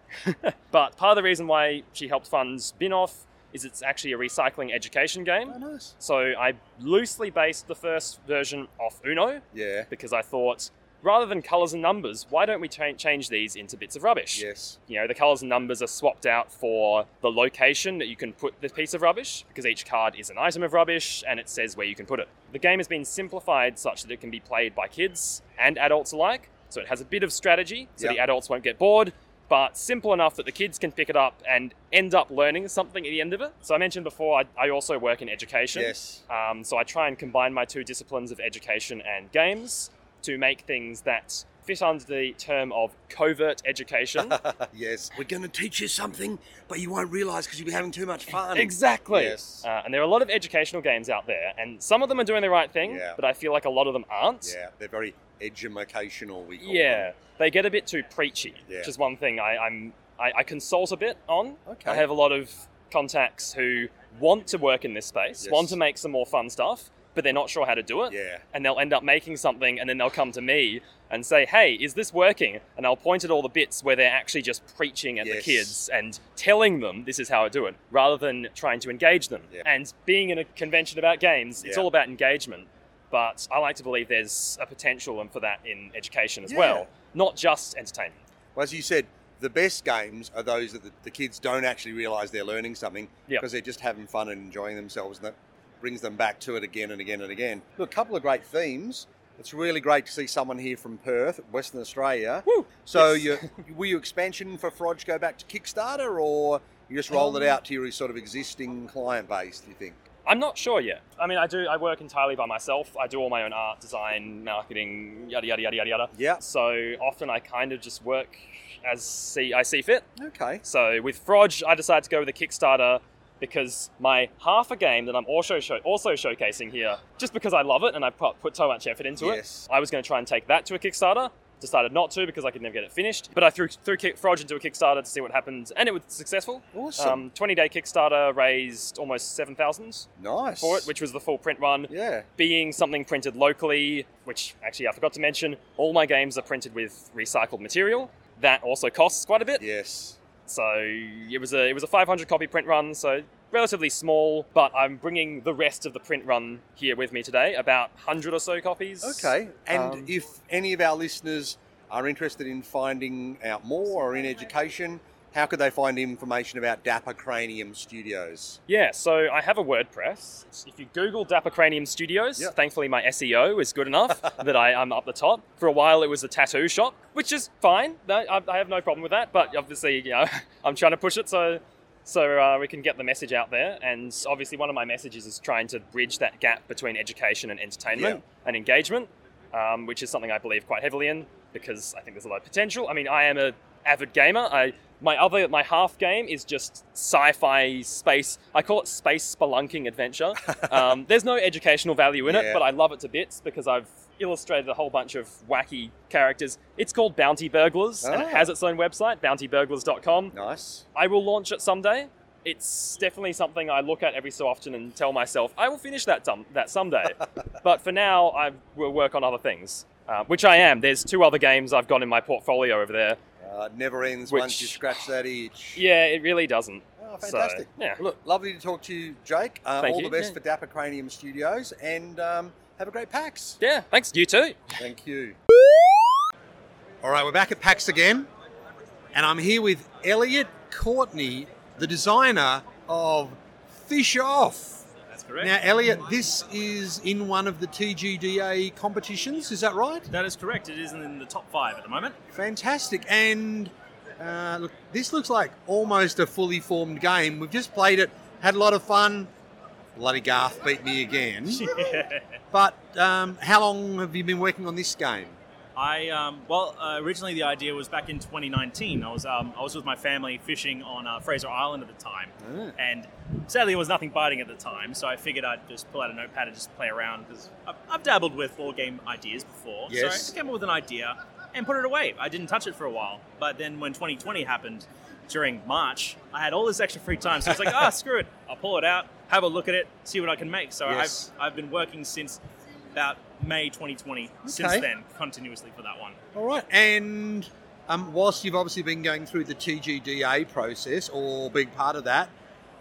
but part of the reason why she helped fund Spinoff is it's actually a recycling education game.
Oh, nice.
So I loosely based the first version off Uno.
Yeah.
Because I thought, rather than colours and numbers, why don't we cha- change these into bits of rubbish?
Yes.
You know, the colours and numbers are swapped out for the location that you can put the piece of rubbish, because each card is an item of rubbish and it says where you can put it. The game has been simplified such that it can be played by kids and adults alike. So it has a bit of strategy, so the
Yeah.
adults won't get bored, but simple enough that the kids can pick it up and end up learning something at the end of it. So I mentioned before, I, I also work in education.
Yes.
Um, so I try and combine my two disciplines of education and games to make things that fit under the term of covert education.
yes. We're going to teach you something, but you won't realise because you'll be having too much fun.
Exactly.
Yes.
Uh, and there are a lot of educational games out there, and some of them are doing the right thing,
Yeah.
but I feel like a lot of them aren't.
Yeah, they're very edumacational, we call
Yeah,
them.
they get a bit too preachy,
Yeah.
which is one thing I, I'm I, I consult a bit on.
Okay.
I have a lot of contacts who want to work in this space,
Yes.
want to make some more fun stuff, but they're not sure how to do it.
Yeah.
And they'll end up making something, and then they'll come to me and say, "Hey, is this working?" And I'll point at all the bits where they're actually just preaching at the
Yes.
kids and telling them this is how I do it, rather than trying to engage them.
Yeah.
And being in a convention about games, it's
Yeah.
all about engagement but I like to believe there's a potential and for that in education as
Yeah.
well, not just entertainment.
Well, as you said, the best games are those that the, the kids don't actually realise they're learning something
Yep.
because they're just having fun and enjoying themselves, and that brings them back to it again and again and again. Look, a couple of great themes. It's really great to see someone here from Perth, Western Australia. So, you, were your expansion for Frodge go back to Kickstarter, or you just rolled it
Um,
out to your sort of existing client base? Do you think?
I'm not sure yet. I mean, I do. I work entirely by myself. I do all my own art, design, marketing, yada yada yada yada yada.
Yeah.
So often I kind of just work as see I see fit.
Okay.
So with Frodge, I decided to go with a Kickstarter because my half a game that I'm also show, also showcasing here, just because I love it and I put, put so much effort into
Yes.
it, I was going to try and take that to a Kickstarter. Decided not to because I could never get it finished. But I threw threw Ki- Frodge into a Kickstarter to see what happens, and it was successful.
Awesome.
Um, 20 day Kickstarter raised almost 7,000.
Nice.
For it, which was the full print run.
Yeah.
Being something printed locally, which actually I forgot to mention, all my games are printed with recycled material. That also costs quite a bit.
Yes.
So it was a it was a 500 copy print run, so relatively small, but I'm bringing the rest of the print run here with me today, about 100 or so copies.
Okay. And
Um,
if any of our listeners are interested in finding out more or in education, how could they find information about Dapper Cranium Studios?
Yeah, so I have a WordPress. If you Google Dapper Cranium Studios, thankfully my SEO is good enough that I, I'm up the top. For a while, it was a tattoo shop, which is fine. No, I, I have no problem with that. But obviously, you know, I'm trying to push it so so uh, we can get the message out there. And obviously, one of my messages is trying to bridge that gap between education and entertainment and engagement, um, which is something I believe quite heavily in because I think there's a lot of potential. I mean, I am a avid gamer. I my other my half game is just sci-fi space. I call it space spelunking adventure. Um, there's no educational value in
Yeah.
it, but I love it to bits because I've illustrated a whole bunch of wacky characters. It's called Bounty Burglars and it
Ah.
has its own website, bountyburglars.com.
Nice.
I will launch it someday. it's definitely something I look at every so often and tell myself I will finish that some that someday. but for now, I will work on other things, uh, which I am. There's two other games I've got in my portfolio over there.
Uh, it never ends
Which-
once you scratch that itch.
Yeah, it really doesn't.
Oh,
So,
fantastic.
yeah.
Look, lovely to talk to you, Jake. Uh,
Thank
all
you.
the best
Yeah.
for Dapper Cranium Studios and um, have a great PAX.
Yeah, thanks. You too.
Thank you.
All right, we're back at PAX again, and I'm here with Elliot Courtney, the designer of Fish Off.
That's correct.
Now, Elliot, this is in one of the TGDA competitions, is that right?
That is correct. It is in the top five at the moment.
Fantastic. And uh, look, this looks like almost a fully formed game. We've just played it, had a lot of fun. Bloody Garth beat me again. but um, how long have you been working on this game?
I um, well, uh, originally the idea was back in 2019. I was um, I was with my family fishing on uh, Fraser Island at the time,
Ah.
and sadly there was nothing biting at the time. So I figured I'd just pull out a notepad and just play around because I've, I've dabbled with board game ideas before.
Yes.
So I came up with an idea and put it away. I didn't touch it for a while, but then when 2020 happened during March, I had all this extra free time, so I was like, ah, screw it, I'll pull it out, have a look at it, see what I can make. So
Yes.
I've I've been working since about May 2020 since
Okay.
then continuously for that one.
All right. And um, whilst you've obviously been going through the TGDA process or being part of that,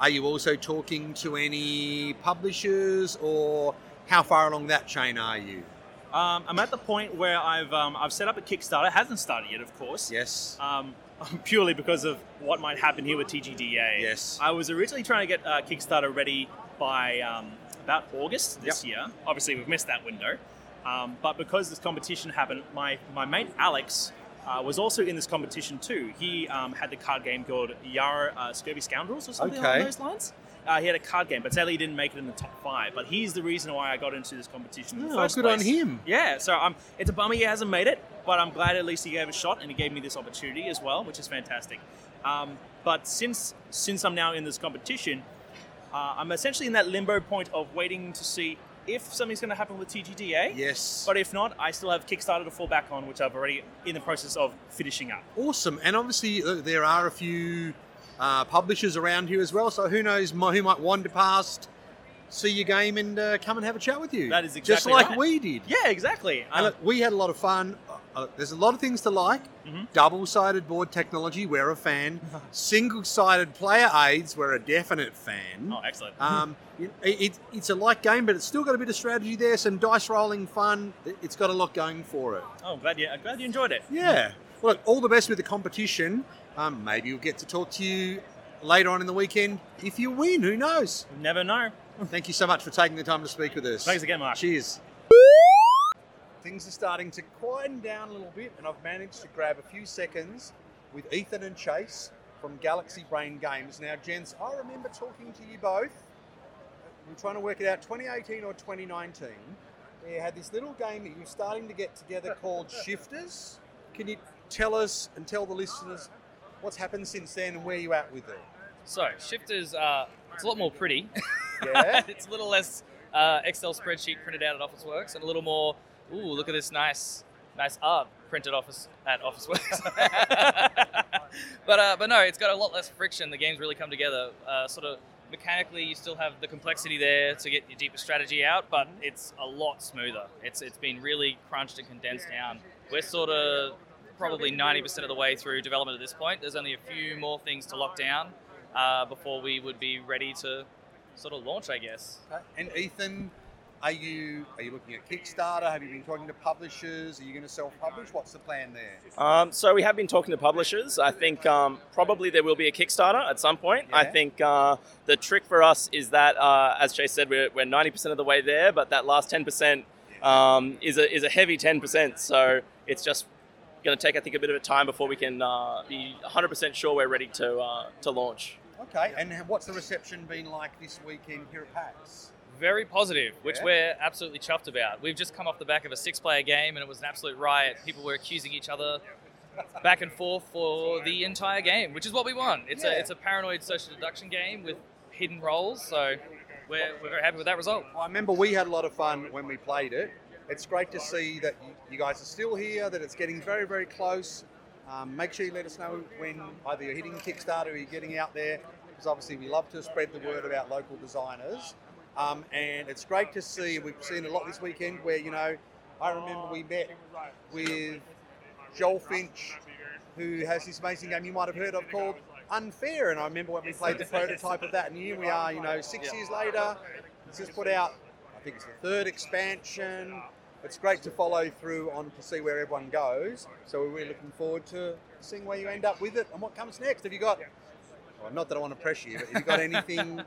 are you also talking to any publishers or how far along that chain are you?
Um, I'm at the point where I've um, I've set up a Kickstarter. It hasn't started yet, of course.
Yes.
Um, purely because of what might happen here with TGDA. Yes. I was originally trying to get uh, Kickstarter ready by um, about August this year. Obviously, we've missed that window. Um, but because this competition happened, my, my mate Alex uh, was also in this competition too. He um, had the card game called Yarrow uh, Scurvy Scoundrels or something
Okay.
along those lines. Uh, he had a card game, but sadly he didn't make it in the top five. But he's the reason why I got into this competition in the
Oh,
first
good on
place.
him.
Yeah, so um, it's a bummer he hasn't made it, but I'm glad at least he gave it a shot and he gave me this opportunity as well, which is fantastic. Um, but since since I'm now in this competition, uh, I'm essentially in that limbo point of waiting to see if something's going to happen with TGDA.
Yes.
But if not, I still have Kickstarter to fall back on, which I've already in the process of finishing up.
Awesome. And obviously, uh, there are a few uh, publishers around here as well. So who knows mi- who might wander past, see your game, and uh, come and have a chat with you.
That is
just
exactly
like
right.
we did.
Yeah, exactly. Uh,
And look, we had a lot of fun. Uh, uh, there's a lot of things to like.
Mm-hmm.
Double-sided board technology, we're a fan. Single-sided player aids, we're a definite fan.
Oh, excellent.
Um, it, it, it's a light game, but it's still got a bit of strategy there, some dice rolling fun. It- It's got a lot going for it.
Oh, I'm glad you I'm glad you enjoyed it.
Yeah. Well, look, all the best with the competition. Um, maybe we'll get to talk to you later on in the weekend if you win. Who knows?
Never know.
Thank you so much for taking the time to speak with us.
Thanks again, Mark.
Cheers. Things are starting to quieten down a little bit, and I've managed to grab a few seconds with Ethan and Chase from Galaxy Brain Games. Now, gents, I remember talking to you both. We're trying to work it out 2018 or 2019. We had this little game that you're starting to get together called Shifters. Can you tell us and tell the listeners what's happened since then and where you're at with it?
So shifters, uh, it's a lot more pretty.
Yeah.
it's a little less uh, Excel spreadsheet printed out at Office Works, and a little more. Ooh, look at this nice, nice art printed office at Office Works. but uh, but no, it's got a lot less friction. The games really come together. Uh, sort of mechanically, you still have the complexity there to get your deeper strategy out, but it's a lot smoother. It's it's been really crunched and condensed down. We're sort of probably 90% of the way through development at this point. There's only a few more things to lock down uh, before we would be ready to sort of launch, I guess.
Okay. Uh, And Ethan, are you are you looking at Kickstarter? Have you been talking to publishers? Are you going to self-publish? What's the plan there?
Um, so we have been talking to publishers. I think um, probably there will be a Kickstarter at some point. I think uh, the trick for us is that, uh, as Chase said, we're, we're 90% of the way there, but that last 10% um, is, a, is a heavy 10%. So it's just going to take, I think, a bit of a time before we can uh, be 100% sure we're ready to, uh, to launch.
Okay. And what's the reception been like this weekend here at PAX?
Very positive, which
Yeah.
we're absolutely chuffed about. We've just come off the back of a six player game and it was an absolute riot. People were accusing each other back and forth for the entire game, which is what we want. It's,
Yeah.
a, it's a paranoid social deduction game with hidden roles, so we're, we're very happy with that result.
I remember we had a lot of fun when we played it. It's great to see that you- you guys are still here, that it's getting very, very close. Um, make sure you let us know when either you're hitting Kickstarter or you're getting out there. because obviously we love to spread the word about local designers. Um, and it's great to see. We've seen a lot this weekend where you know, I remember we met with Joel Finch, who has this amazing game you might have heard of called Unfair. And I remember when we played the prototype of that, and here we are, you know, six years later. He's just put out, I think it's the third expansion. It's great to follow through on to see where everyone goes. So we're really looking forward to seeing where you end up with it and what comes next. Have you got, well, not that I want to pressure you, but have you got anything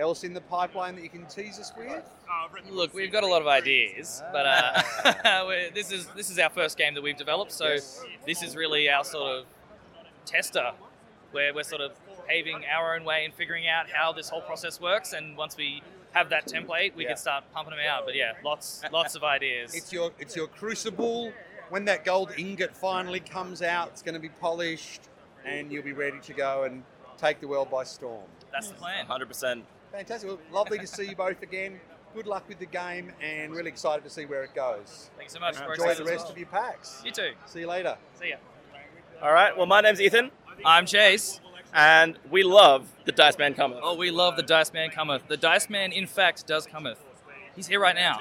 else in the pipeline that you can tease us with?
Look, we've got a lot of ideas, but uh, we're- this is this is our first game that we've developed, so this is really our sort of tester, where we're sort of paving our own way and figuring out how this whole process works. And once we have that template, we can start pumping them out. But yeah, lots lots of ideas.
It's your it's your crucible. When that gold ingot finally comes out, it's going to be polished, and you'll be ready to go and take the world by storm.
That's the plan.
100%.
Fantastic. Well, lovely to see you both again. Good luck with the game, and really excited to see where it goes.
Thanks so much. We're
Enjoy
excited
the
as
rest
well.
of your packs.
You too.
See you later.
See ya.
All right. Well, my name's Ethan. I'm Chase, and we love the Dice Man Cometh.
Oh, we love the Dice Man cometh. The Dice Man, in fact, does cometh. He's here right now,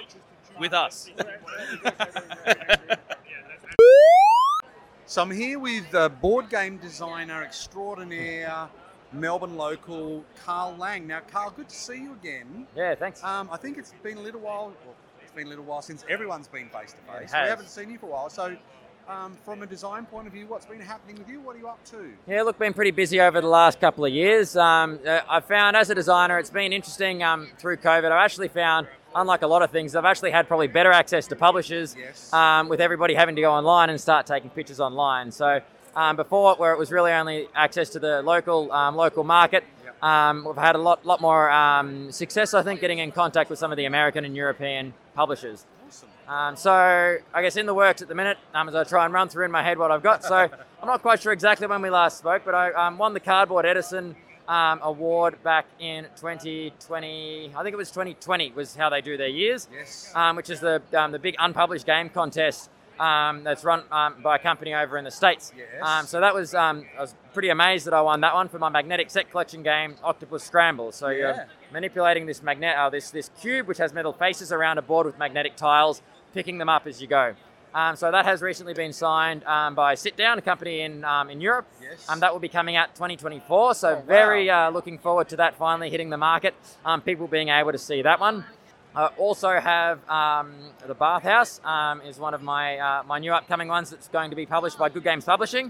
with us.
So I'm here with uh, board game designer extraordinaire, Melbourne local, Carl Lang. Now, Carl, good to see you again.
Yeah, thanks.
Um, I think it's been a little while. Well, it's been a little while since everyone's been face to
It
face. We
has.
haven't seen you for a while. So, um, from a design point of view, what's been happening with you? What are you up to?
Yeah, look, been pretty busy over the last couple of years. Um, uh, I found as a designer, it's been interesting um, through COVID. I've actually found, unlike a lot of things, I've actually had probably better access to publishers um, with everybody having to go online and start taking pictures online. So um, before, where it was really only access to the local um, local market, um, we've had a lot lot more um, success, I think, getting in contact with some of the American and European publishers. Um, so I guess in the works at the minute um, as I try and run through in my head what I've got. So I'm not quite sure exactly when we last spoke, but I um, won the Cardboard Edison um, Award back in 2020. I think it was 2020 was how they do their years,
yes.
um, which is the um, the big unpublished game contest um, that's run um, by a company over in the states.
Yes.
Um, so that was um, I was pretty amazed that I won that one for my magnetic set collection game Octopus Scramble. So you're
Yeah.
manipulating this magnet, uh, this this cube which has metal faces around a board with magnetic tiles, picking them up as you go. Um, so that has recently been signed um, by Sit Down, a company in um, in Europe.
Yes. Oh,
Um, that will be coming out 2024. So very uh, looking forward to that finally hitting the market. Um, people being able to see that one. I also have um, the Bathhouse um, is one of my uh, my new upcoming ones that's going to be published by Good Games Publishing.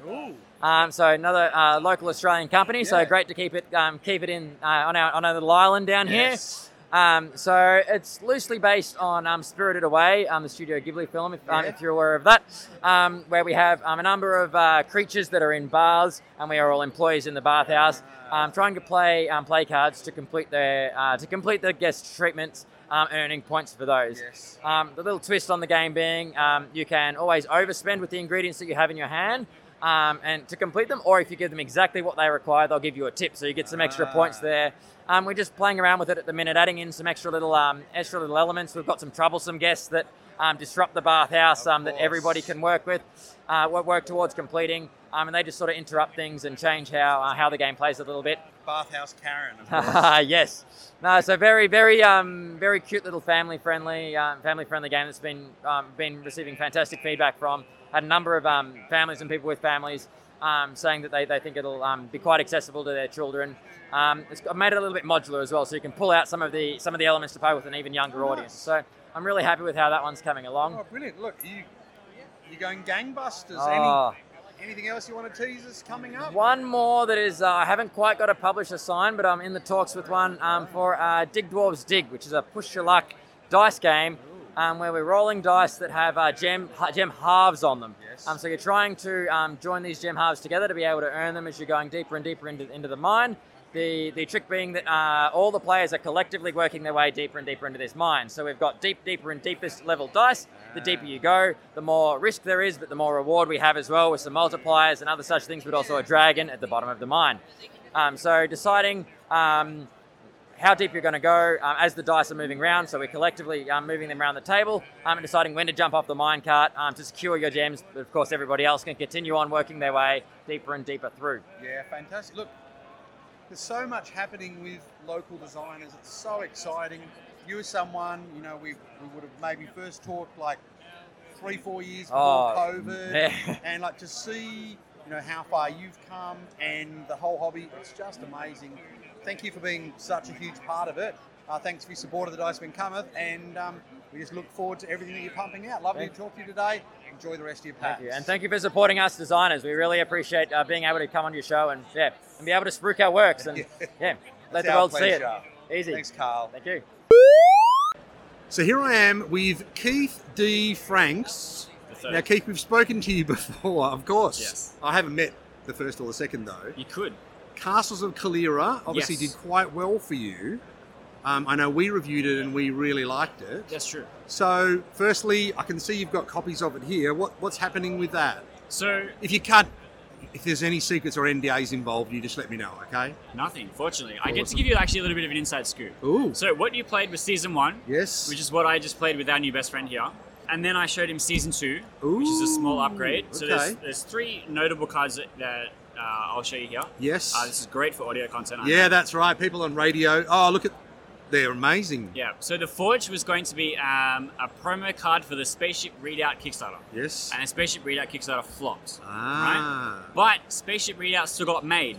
Um, so another uh, local Australian company. So great to keep it um, keep it in uh, on our on our little island down
Yes.
here. Um, so it's loosely based on um, Spirited Away, um, the Studio Ghibli film, if, um,
Yeah.
if you're aware of that, um, where we have um, a number of uh, creatures that are in baths, and we are all employees in the bathhouse, um, trying to play um, play cards to complete their uh, to complete their guest treatments, um, earning points for those.
Yes.
Um, the little twist on the game being um, you can always overspend with the ingredients that you have in your hand. Um, and to complete them, or if you give them exactly what they require, they'll give you a tip, so you get some extra points there. Um, we're just playing around with it at the minute, adding in some extra little um, extra little elements. We've got some troublesome guests that um, disrupt the bathhouse um, that everybody can work with, uh, wo- work towards completing, um, and they just sort of interrupt things and change how uh, how the game plays a little bit.
Bathhouse Karen, of course.
yes. No, so very, very, um, very cute little family-friendly, um, family-friendly game that's been um, been receiving fantastic feedback from. Had a number of um, families and people with families um, saying that they, they think it'll um, be quite accessible to their children. Um, it's I've made it a little bit modular as well, so you can pull out some of the some of the elements to play with an even younger
Oh,
audience. So I'm really happy with how that one's coming along.
oh, brilliant. Look, you, you're going gangbusters.
Oh.
Any, anything else you want to tease us coming up?
One more that is, uh, I haven't quite got a publisher sign, but I'm in the talks with one um, for uh, Dig Dwarves Dig, which is a push your luck dice game um, where we're rolling dice that have uh, gem, ha- gem halves on them.
Yes.
Um, so you're trying to um, join these gem halves together to be able to earn them as you're going deeper and deeper into, into the mine. The, the trick being that uh, all the players are collectively working their way deeper and deeper into this mine. So we've got deep, deeper, and deepest level dice. The deeper you go, the more risk there is, but the more reward we have as well with some multipliers and other such things, but also a dragon at the bottom of the mine. Um, so deciding um, how deep you're going to go um, as the dice are moving around. So we're collectively um, moving them around the table um, and deciding when to jump off the minecart um, to secure your gems. But of course, everybody else can continue on working their way deeper and deeper through.
Yeah, fantastic. Look, There's so much happening with local designers. It's so exciting. You as someone, you know, we, we would have maybe first talked like three, four years before
Oh,
COVID,
yeah.
and like to see, you know, how far you've come and the whole hobby. It's just amazing. Thank you for being such a huge part of it. Uh, thanks for your support of the Dice Man Cometh, and um, we just look forward to everything that you're pumping out. Lovely
Thank-
to talk to you today. Enjoy the rest of your pack.
Thank you. And thank you for supporting us designers. We really appreciate uh, being able to come on your show and yeah, and be able to spruik our works and yeah, let
It's
the
our
world
pleasure.
see it. Easy. Thanks,
Carl.
Thank you.
So here I am with Keith D. Franks.
third.
Now, Keith, we've spoken to you before, of course.
Yes.
I haven't met the first or the second, though.
You could.
Castles of Calera obviously
Yes.
did quite well for you. Um, I know we reviewed it and we really liked it.
That's true.
So, firstly, I can see you've got copies of it here. What, what's happening with that?
So,
if you can't, if there's any secrets or NDAs involved, you just let me know, okay?
Nothing, fortunately. I get to
Awesome.
give you actually a little bit of an inside scoop.
Ooh.
So what you played was season one.
Yes.
Which is what I just played with our new best friend here. And then I showed him season two, which is a small upgrade. So there's,
okay.
there's three notable cards that, that uh, I'll show you here.
Yes.
Uh, this is great for audio content. I
Yeah,
know.
that's right. People on radio. Oh, look at, they're amazing.
Yeah. So the Forge was going to be um, a promo card for the Spaceship Readout Kickstarter.
Yes.
And the Spaceship Readout Kickstarter flopped.
Ah.
Right? But Spaceship Readout still got made.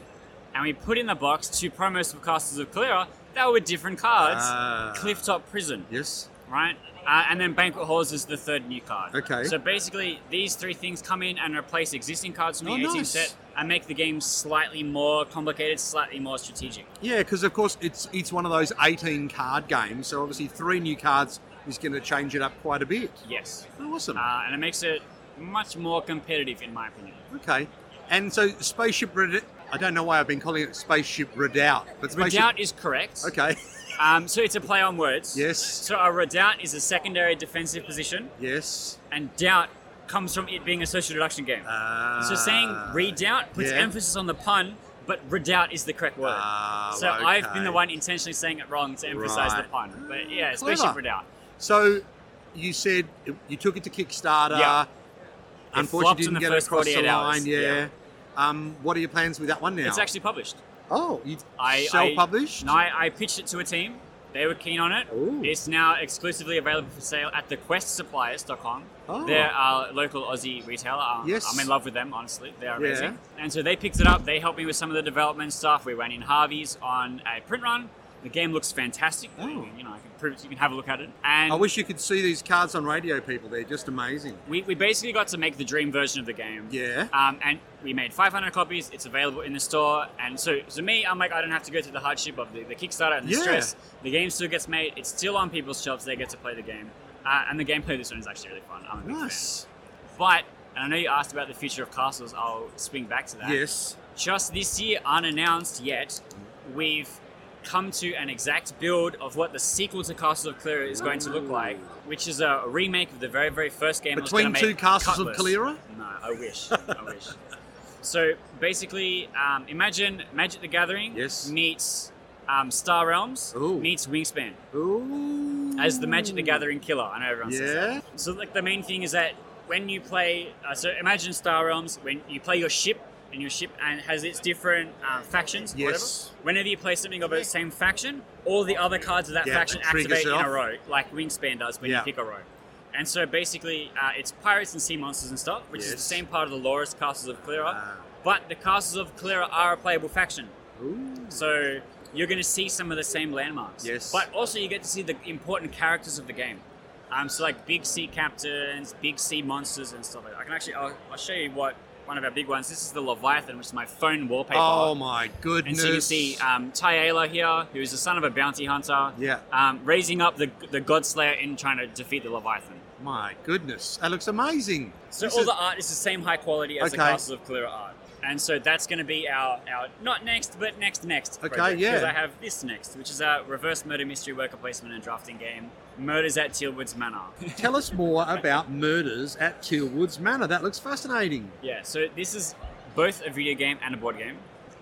And we put in the box two promos for Castles of Calera that were different cards.
Ah.
Clifftop Prison.
Yes.
Right? Uh, and then Banquet Halls is the third new card.
Okay.
So basically, these three things come in and replace existing cards from the
Oh,
18
nice.
set and make the game slightly more complicated, slightly more strategic.
Yeah, because of course it's it's one of those eighteen card games, so obviously three new cards is going to change it up quite a bit.
Yes.
Oh, Awesome.
Uh, and it makes it much more competitive, in my opinion.
Okay, and so spaceship Red. I don't know why I've been calling it spaceship redoubt, but spaceship
Redoubt is correct.
okay.
Um, so it's a play on words.
Yes.
So a redoubt is a secondary defensive position,
Yes.
and doubt comes from it being a social deduction game. so saying redoubt puts
Ah. yeah.
emphasis on the pun, but redoubt is the correct word. so I've been the one intentionally saying it wrong to emphasize
Ah,
the
Right.
pun. But yeah,
Clever.
spaceship redoubt.
So you said you took it to Kickstarter.
Yeah. It flopped
Unfortunately,
in
didn't
the
get
first
across the
48 hours,
line. Yeah.
yeah.
Um, what are your plans with that one now?
It's actually published.
oh, you
I
self-published.
I, no, I, I pitched it to a team. They were keen on it. It's now exclusively available for sale at thequestsuppliers.com.
Oh.
They're our local Aussie retailer. Um,
Yes.
I'm in love with them, honestly. They're
Yeah.
amazing. And so they picked it up. They helped me with some of the development stuff. We went in Harvey's on a print run. The game looks fantastic. You know, I can prove it. You can have a look at it. And
Oh. I wish you could see these cards on radio, people. They're just amazing.
we, we basically got to make the dream version of the game.
Yeah.
Um, and we made 500 copies. It's available in the store. And so, so me, I'm like, I don't have to go through the hardship of the, the Kickstarter and the
Yeah.
stress. The game still gets made. It's still on people's shelves. They get to play the game. Uh, and the gameplay of this one is actually really fun. I'm a big
Nice.
fan. But, and I know you asked about the future of castles. I'll swing back to that.
Yes.
Just this year, unannounced yet, we've come to an exact build of what the sequel to Castle of Calera is going to look like, which is a remake of the very, very first game. I was
Between
gonna
two
make,
castles of
Cutlass.
Calera?
No, I wish. I wish. So basically, um, imagine Magic the Gathering meets um, Star Realms meets Wingspan as the Magic the Gathering killer. I know everyone says
Yeah.
that. So like the main thing is that when you play, uh, so imagine Star Realms when you play your ship and your ship and has its different um, factions.
Yes.
Whatever. Whenever you play something of the same faction, all the other cards of that
Yeah,
faction
it triggers
activate in
it
a
off.
row, like Wingspan does when
Yeah.
you pick a row. And so basically, uh, it's pirates and sea monsters and stuff, which is the
Yes. Ah.
same part of the lore as Castles of Calera. But the Castles of Calera are a playable faction. So you're going to see some of the same landmarks.
Yes.
But also, you get to see the important characters of the game. Um, so, like big sea captains, big sea monsters, and stuff like that. I can actually, I'll, I'll show you what one of our big ones. This is the Leviathan, which is my phone wallpaper.
Oh my
And so you can
goodness.
see um, Tyela here, who is the son of a bounty hunter,
Yeah.
um, raising up the, the God Slayer in trying to defeat the Leviathan.
My goodness, that looks amazing.
So
This
all
is-
the art is the same high quality as the
Okay.
Castles of Calera art. And so that's going to be our, our not next, but next next.
Okay, yeah.
Because I have this next, which is our reverse murder mystery worker placement and drafting game, Murders at Tealwoods Manor.
Tell us more about murders at Tealwoods Manor. That looks fascinating.
Yeah. So this is both a video game and a board game.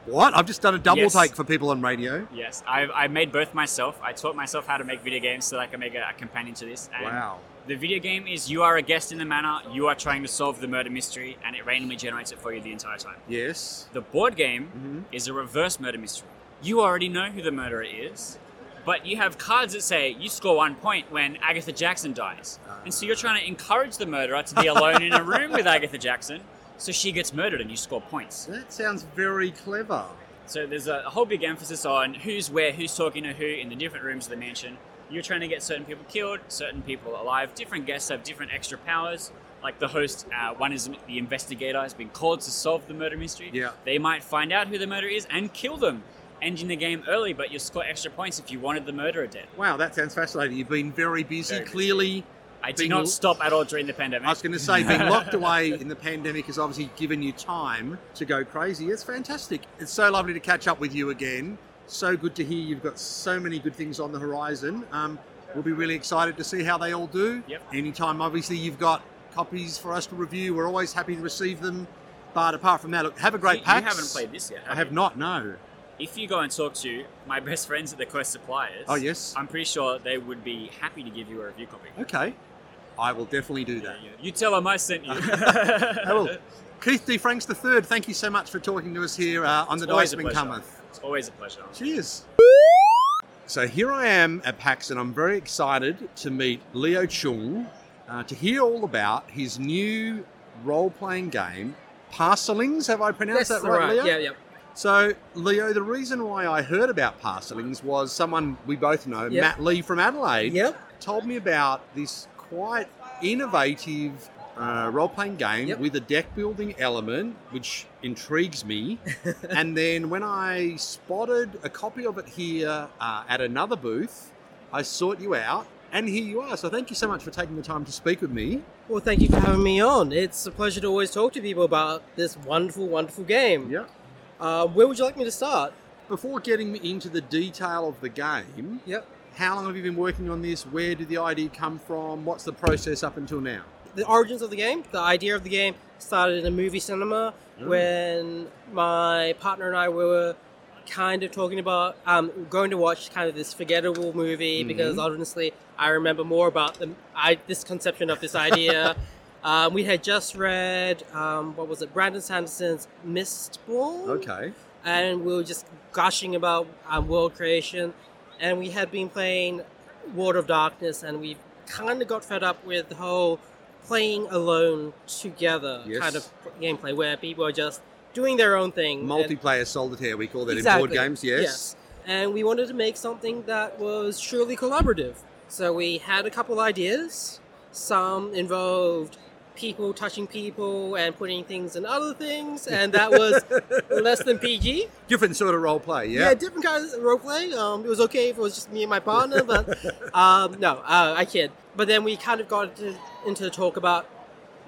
What? I've just done a double
Yes.
take for people on radio.
Yes, I've, I made both myself. I taught myself how to make video games so that I can make a, a companion to this. And
Wow.
The video game is you are a guest in the manor, you are trying to solve the murder mystery, and it randomly generates it for you the entire time.
Yes. Mm-hmm.
The board game is a reverse murder mystery. you already know who the murderer is, but you have cards that say you score one point when Agatha Jackson dies. And so you're trying to encourage the murderer to be alone in a room with Agatha Jackson, so she gets murdered and you score points.
That sounds very clever.
So there's a whole big emphasis on who's where, who's talking to who in the different rooms of the mansion. You're trying to get certain people killed, certain people alive. Different guests have different extra powers. Like the host, uh, one is the investigator, has been called to solve the murder mystery.
Yeah.
They might find out who the murderer is and kill them, ending the game early, but you'll score extra points if you wanted the murderer dead.
Wow, that sounds fascinating. You've been very busy. Clearly,
I did
being
not
l-
stop at all during the pandemic.
I was going to say being locked away in the pandemic has obviously given you time to go crazy. It's fantastic. It's so lovely to catch up with you again. So good to hear you've got so many good things on the horizon. Um, we'll be really excited to see how they all do.
Yep.
Anytime, obviously, you've got copies for us to review. We're always happy to receive them. But apart from that, look, have a great
You- you
pack.
haven't played this yet, have
I have
you?
not. No.
If you go and talk to my best friends at the Quest Suppliers,
Oh, yes.
I'm pretty sure they would be happy to give you a review copy.
Okay. I will definitely do that.
You tell them I sent you.
I will. Keith D. Franks III, thank you so much for talking to us here uh, on
It's
the
always a
Diceman
pleasure.
Cometh.
It's always a pleasure.
Cheers. So here I am at PAX, and I'm very excited to meet Leo Chung uh, to hear all about his new role playing game, Parcelings. Have I pronounced
Yes,
that right,
right.
Leo?
Yeah, yep.
So, Leo, the reason why I heard about Parcelings was someone we both know,
Yep.
Matt Lee from Adelaide, told me about this quite innovative uh, role playing game with a deck building element, which intrigues me. and then when I spotted a copy of it here uh, at another booth, I sought you out, and here you are. Ah, So, thank you so much for taking the time to speak with me.
Well, thank you for having me on. It's a pleasure to always talk to people about this wonderful, wonderful game.
Yeah.
Uh, where would you like me to start?
Before getting into the detail of the game,
yep.
how long have you been working on this? Where did the idea come from? What's the process up until now?
the origins of the game, the idea of the game started in a movie cinema
Mm.
when my partner and I were kind of talking about um, going to watch kind of this forgettable movie
Mm-hmm.
because
Mhm.
honestly, I remember more about the I, this conception of this idea. um, we had just read um, what was it, Brandon Sanderson's Mistborn
Okay.
and we were just gushing about um, world creation. And we had been playing World of Darkness, and we kind of got fed up with the whole playing alone together
Yes.
kind of gameplay, where people are just doing their own thing. and-
Multiplayer solitaire, we call that in board games, yes.
and we wanted to make something that was truly collaborative. So we had a couple ideas. Some involved people touching people and putting things in other things, and that was less than PG.
Different sort of role play,
Yeah, different kinds of roleplay. Um, it was okay if it was just me and my partner, but um, no, uh, I kid. But then we kind of got into, into the talk about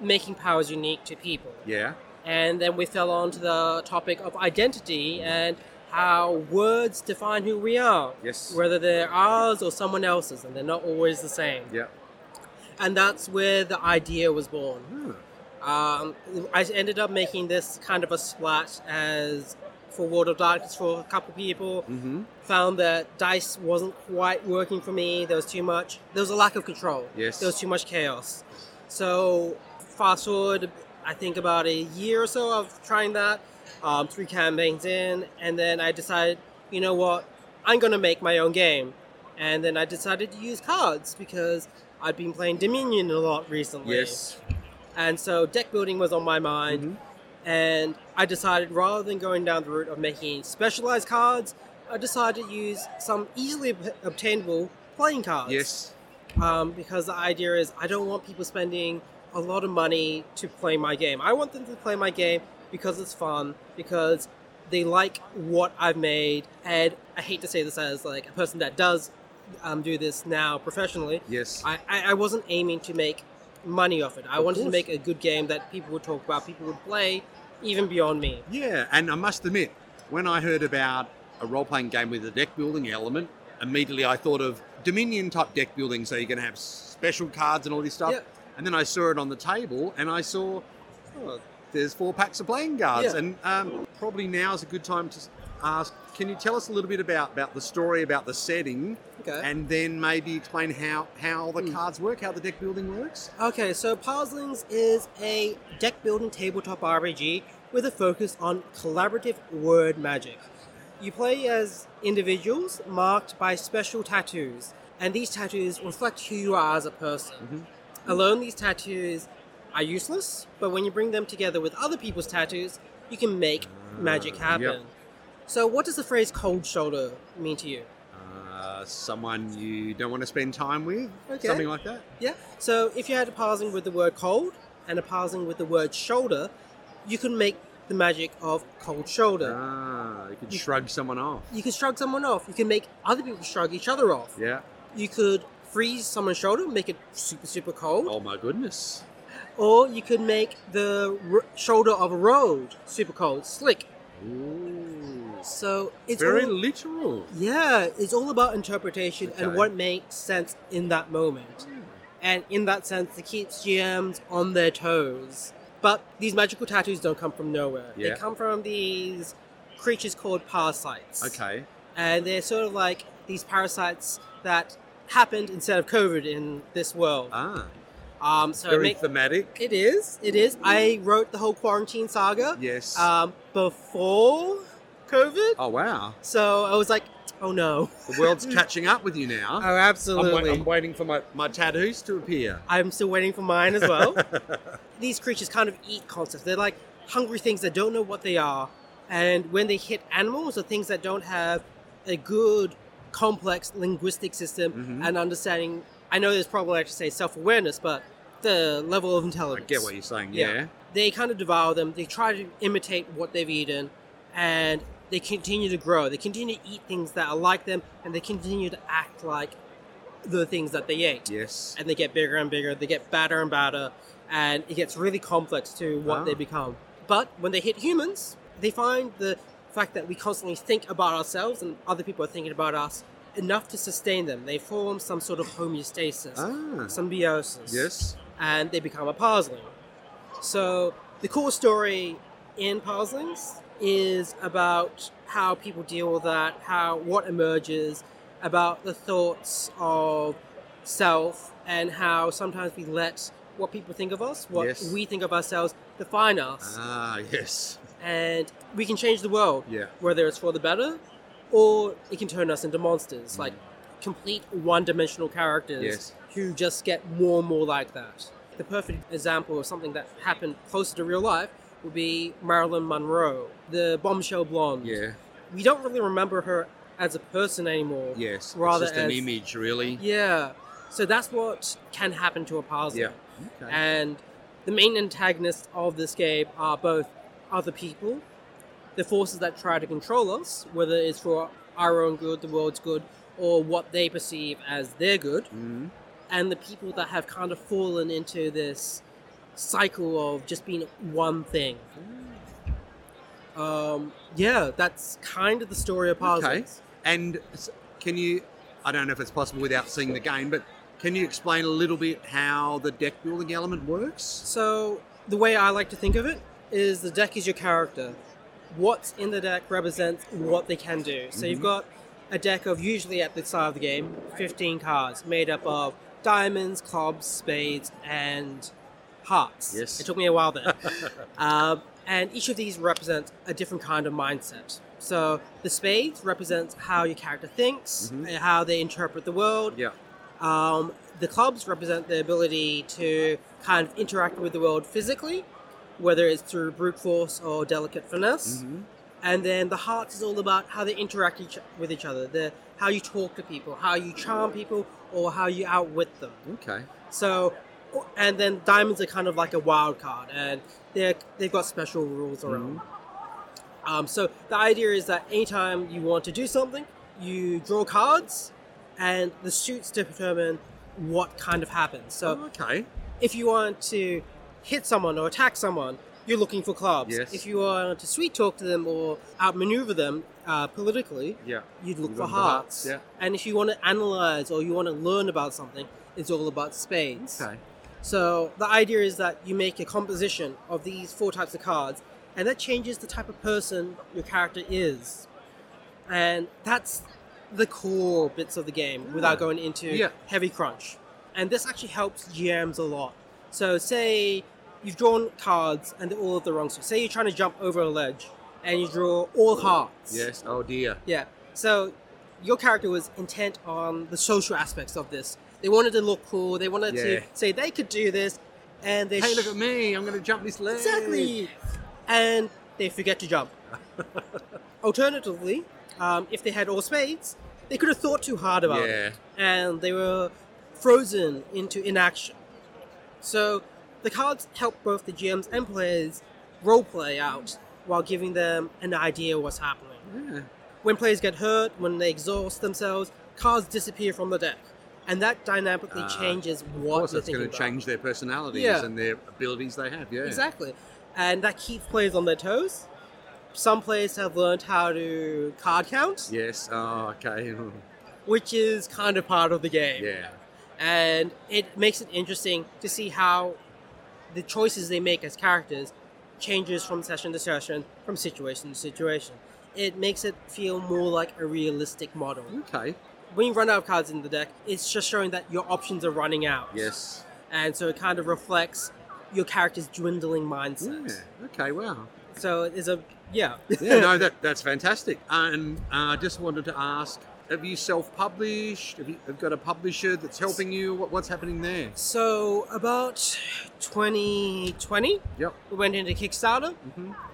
making powers unique to people
Yeah.
and then we fell on to the topic of identity and how words define who we are.
Yes.
Whether they're ours or someone else's, and they're not always the same.
Yeah.
And that's where the idea was born.
Hmm.
Um, I ended up making this kind of a splat as for World of Darkness for a couple people.
Mm-hmm.
Found that dice wasn't quite working for me. There was too much. There was a lack of control.
Yes.
There was too much chaos. So fast forward, I think about a year or so of trying that, um, three campaigns in, and then I decided, you know what, I'm gonna make my own game, and then I decided to use cards because I'd been playing Dominion a lot recently.
Yes.
And so deck building was on my mind, and I decided rather than going down the route of making specialized cards, I decided to use some easily ob- obtainable playing cards
Yes.
um, because the idea is I don't want people spending a lot of money to play my game. I want them to play my game because it's fun, because they like what I've made. And I hate to say this as like a person that does um, do this now professionally.
Yes.
I, I, I wasn't aiming to make money off it. I
Of
wanted to
course.
make a good game that people would talk about, people would play, even beyond me.
Yeah, and I must admit, when I heard about a role playing game with a deck building element, immediately I thought of Dominion type deck building, so you're going to have special cards and all this stuff. And then I saw it on the table and I saw oh, there's four packs of playing cards.
Yeah.
And um, probably now is a good time to ask can you tell us a little bit about, about the story, about the setting,
Okay. Hmm.
and then maybe explain how, how the cards work, how the deck building works?
Okay, so Puzzlings is a deck building tabletop RPG with a focus on collaborative word magic. You play as individuals marked by special tattoos, and these tattoos reflect who you are as a person. Alone, these tattoos are useless, but when you bring them together with other people's tattoos, you can make magic happen.
yep.
So, what does the phrase cold shoulder mean to you?
Uh, someone you don't want to spend time with,
Okay.
something like that.
Yeah. So if you had a parsing with the word cold and a parsing with the word shoulder, you can make the magic of cold shoulder.
Ah, you could shrug someone off.
You can shrug someone off. You can make other people shrug each other off.
Yeah.
You could freeze someone's shoulder, make it super super cold.
Oh my goodness.
Or you could make the r- shoulder of a road super cold, slick. So it's
Very
all-
literal.
Yeah, it's all about interpretation and
Okay.
what makes sense in that moment. And in that sense, it keeps GMs on their toes. But these magical tattoos don't come from nowhere.
Yeah.
They come from these creatures called parasites.
Okay.
And they're sort of like these parasites that happened instead of COVID in this world.
Ah.
Um, so it
Very
make-
thematic.
it is. It is. I wrote the whole quarantine saga.
Yes.
Um, before COVID.
Oh wow.
So I was like, oh no.
The world's catching up with you now.
Oh, absolutely.
I'm, wait- I'm waiting for my, my tattoos to appear.
I'm still waiting for mine as well. These creatures kind of eat concepts. They're like hungry things that don't know what they are. And when they hit animals or things that don't have a good, complex linguistic system
Mm-hmm.
and understanding, I know there's probably, I should say, self awareness, but the level of intelligence.
Get what you're saying.
Yeah.
Yeah.
They kind of devour them. They try to imitate what they've eaten, and they continue to grow. They continue to eat things that are like them, and they continue to act like the things that they ate.
Yes.
And they get bigger and bigger. They get badder and badder, and it gets really complex to what
Ah.
they become. But when they hit humans, they find the fact that we constantly think about ourselves and other people are thinking about us enough to sustain them. They form some sort of homeostasis, symbiosis.
Ah. Yes.
And they become a puzzling. So the core story in Parslings is about how people deal with that, how what emerges, about the thoughts of self, and how sometimes we let what people think of us, what
Yes.
we think of ourselves, define us,
Ah yes.
and we can change the world,
Yeah.
whether it's for the better, or it can turn us into monsters, like complete one-dimensional characters
Mm. Yes.
who just get more and more like that. The perfect example of something that happened closer to real life would be Marilyn Monroe, the bombshell blonde.
Yeah.
We don't really remember her as a person anymore.
Yes.
Rather
it's just an
as-
image, really.
Yeah. So that's what can happen to a puzzle.
Yeah. Okay.
And the main antagonists of this game are both other people, the forces that try to control us, whether it's for our own good, the world's good, or what they perceive as their good,
Mm-hmm.
and the people that have kind of fallen into this cycle of just being one thing.
Mm.
Um, yeah, that's kind of the story of puzzles.
Okay. And s- can you? I don't know if it's possible without seeing the game, but can you explain a little bit how the deck building element works?
So the way I like to think of it is the deck is your character. What's in the deck represents what they can do. So you've
Mhm.
got a deck of usually at the start of the game, 15 cards made up of diamonds, clubs, spades, and hearts.
Yes.
It took me a while there. um, and each of these represents a different kind of mindset. So the spades represents how your character thinks
Mhm.
and how they interpret the world.
Yeah.
Um, the clubs represent the ability to kind of interact with the world physically, whether it's through brute force or delicate finesse.
Mm-hmm.
Mhm.
And then the hearts is all about how they interact each, with each other, the, how you talk to people, how you charm people, or how you outwit them.
Okay.
So, and then diamonds are kind of like a wild card, and they they've got special rules around. Um, so the idea is that anytime you want to do something, you draw cards, and the suits determine what kind of happens. So,
Oh, okay,
if you want to hit someone or attack someone, you're looking for clubs.
Yes.
If you want to sweet talk to them or outmaneuver them uh, politically,
Yeah.
you'd look
You'd
for
look for hearts,
hearts.
yeah.
And if you want to analyze or you want to learn about something, it's all about spades.
Okay.
So the idea is that you make a composition of these four types of cards, and that changes the type of person your character is. And that's the core bits of the game without going into
Hmm. Yeah.
heavy crunch. And this actually helps GMs a lot. So say you've drawn cards and they're all of the wrong sort. Say you're trying to jump over a ledge and you draw all hearts.
Yes. Oh dear.
Yeah. So your character was intent on the social aspects of this. They wanted to look cool. They wanted
Yeah.
to say they could do this, and they
Hey, look
at me! I'm going to jump this ledge. Exactly. And they forget to jump. Alternatively, um, if they had all spades, they could have thought too hard about
Yeah.
it, and they were frozen into inaction. So the cards help both the GMs and players roleplay out while giving them an idea of what's happening. When players get hurt, when they exhaust themselves, cards disappear from the deck, and that dynamically
Ah,
changes
Of
what
course,
you're
that's
thinking
going
about.
to change their personalities
Yeah.
and their abilities they have. Yeah.
Exactly. And that keeps players on their toes. Some players have learned how to card count,
Yes. Oh, okay.
which is kind of part of the game.
Yeah.
And it makes it interesting to see how the choices they make as characters changes from session to session, from situation to situation. It makes it feel more like a realistic model.
Okay.
When you run out of cards in the deck, it's just showing that your options are running out.
Yes.
And so it kind of reflects your character's dwindling mindset.
Okay. Wow.
So it's a yeah.
yeah. No, that that's fantastic. And uh, I just wanted to ask: Have you self-published? Have you have you got a publisher that's helping you? What, what's happening there?
So about 2020,
yep, Mm-hmm.
we went into Kickstarter.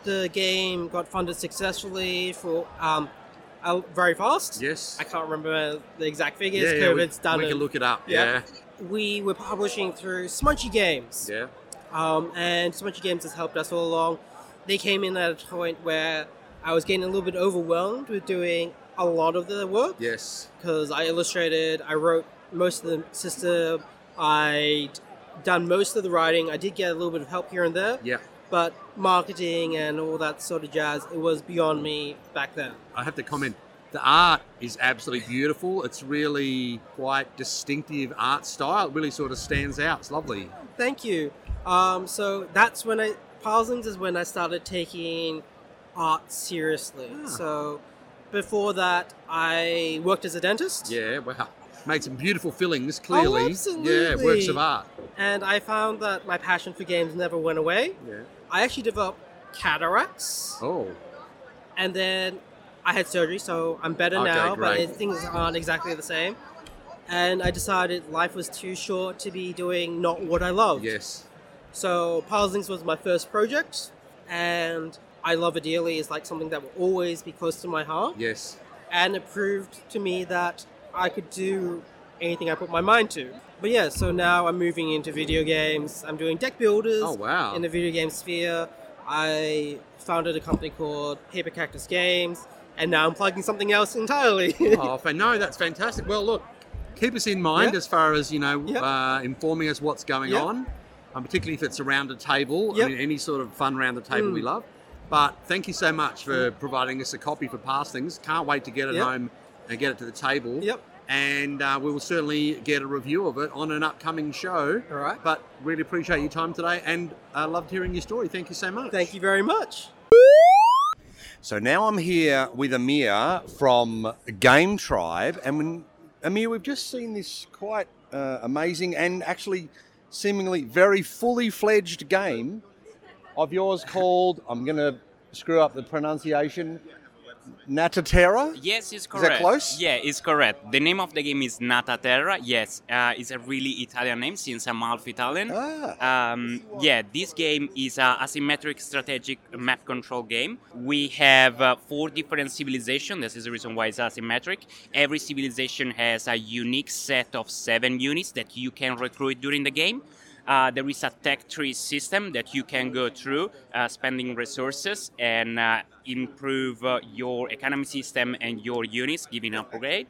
The game got funded successfully for um, uh, very fast.
Yes,
I can't remember the exact figures.
Yeah, yeah, we-
COVID's done.
we can
it.
look it up,
we were publishing through Smunchy Games.
Yeah.
Um, and Smunchy Games has helped us all along. They came in at a point where I was getting a little bit overwhelmed with doing a lot of the work
Yes.
because I illustrated, I wrote most of the system, I done most of the writing. I did get a little bit of help here and there,
Yeah.
but marketing and all that sort of jazz, it was beyond me back then.
I have to comment. The art is absolutely beautiful. It's really quite distinctive art style. It really sort of stands out. It's lovely.
Thank you. Um, so that's when I Parsons is when I started taking art seriously. So before that, I worked as a dentist.
Yeah, wow. Made some beautiful fillings, clearly.
Oh, absolutely.
Yeah, works of art.
And I found that my passion for games never went away.
Yeah.
I actually developed cataracts,
Oh.
and then I had surgery, so I'm better
Okay,
now. But
great.
it, things aren't exactly the same. And I decided life was too short to be doing not what I loved.
Yes.
So Parsons was my first project, and I love it dearly. It's like something that will always be close to my heart
Yes.
and it proved to me that I could do anything I put my mind to. But yeah, so now I'm moving into video games. I'm doing deck builders.
Oh, wow.
In the video game sphere, I founded a company called Paper Cactus Games, and now I'm plugging something else entirely.
oh, fa- no, that's fantastic. Well, look, keep us in mind
Yeah.
as far as, you know, uh, informing us what's going
Yeah.
on, um, particularly if it's around a table. I mean, any sort of fun round the table we
Mm.
love. But thank you so much for providing us a copy for past things. Can't wait to get it
Yeah.
home and get it to the table.
Yep.
And uh, we will certainly get a review of it on an upcoming show.
All right.
But really appreciate your time today and uh, loved hearing your story. Thank you so much.
Thank you very much.
So now I'm here with Amir from Game Tribe, and when, Amir, we've just seen this quite uh, amazing and actually seemingly very fully fledged game of yours called I'm going to screw up the pronunciation Nataterra.
Yes, it's
that
correct.
close?
Yeah, it's correct. The name of the game is Nata Terra. Yes, uh, it's a really Italian name since I'm half Italian.
Ah.
Um, yeah, this game is an asymmetric strategic map control game. We have uh, four different civilizations. This is the reason why it's asymmetric. Every civilization has a unique set of seven units that you can recruit during the game. Uh, there is a tech tree system that you can go through, uh, spending resources and uh, improve uh, your economy system and your units, giving upgrade.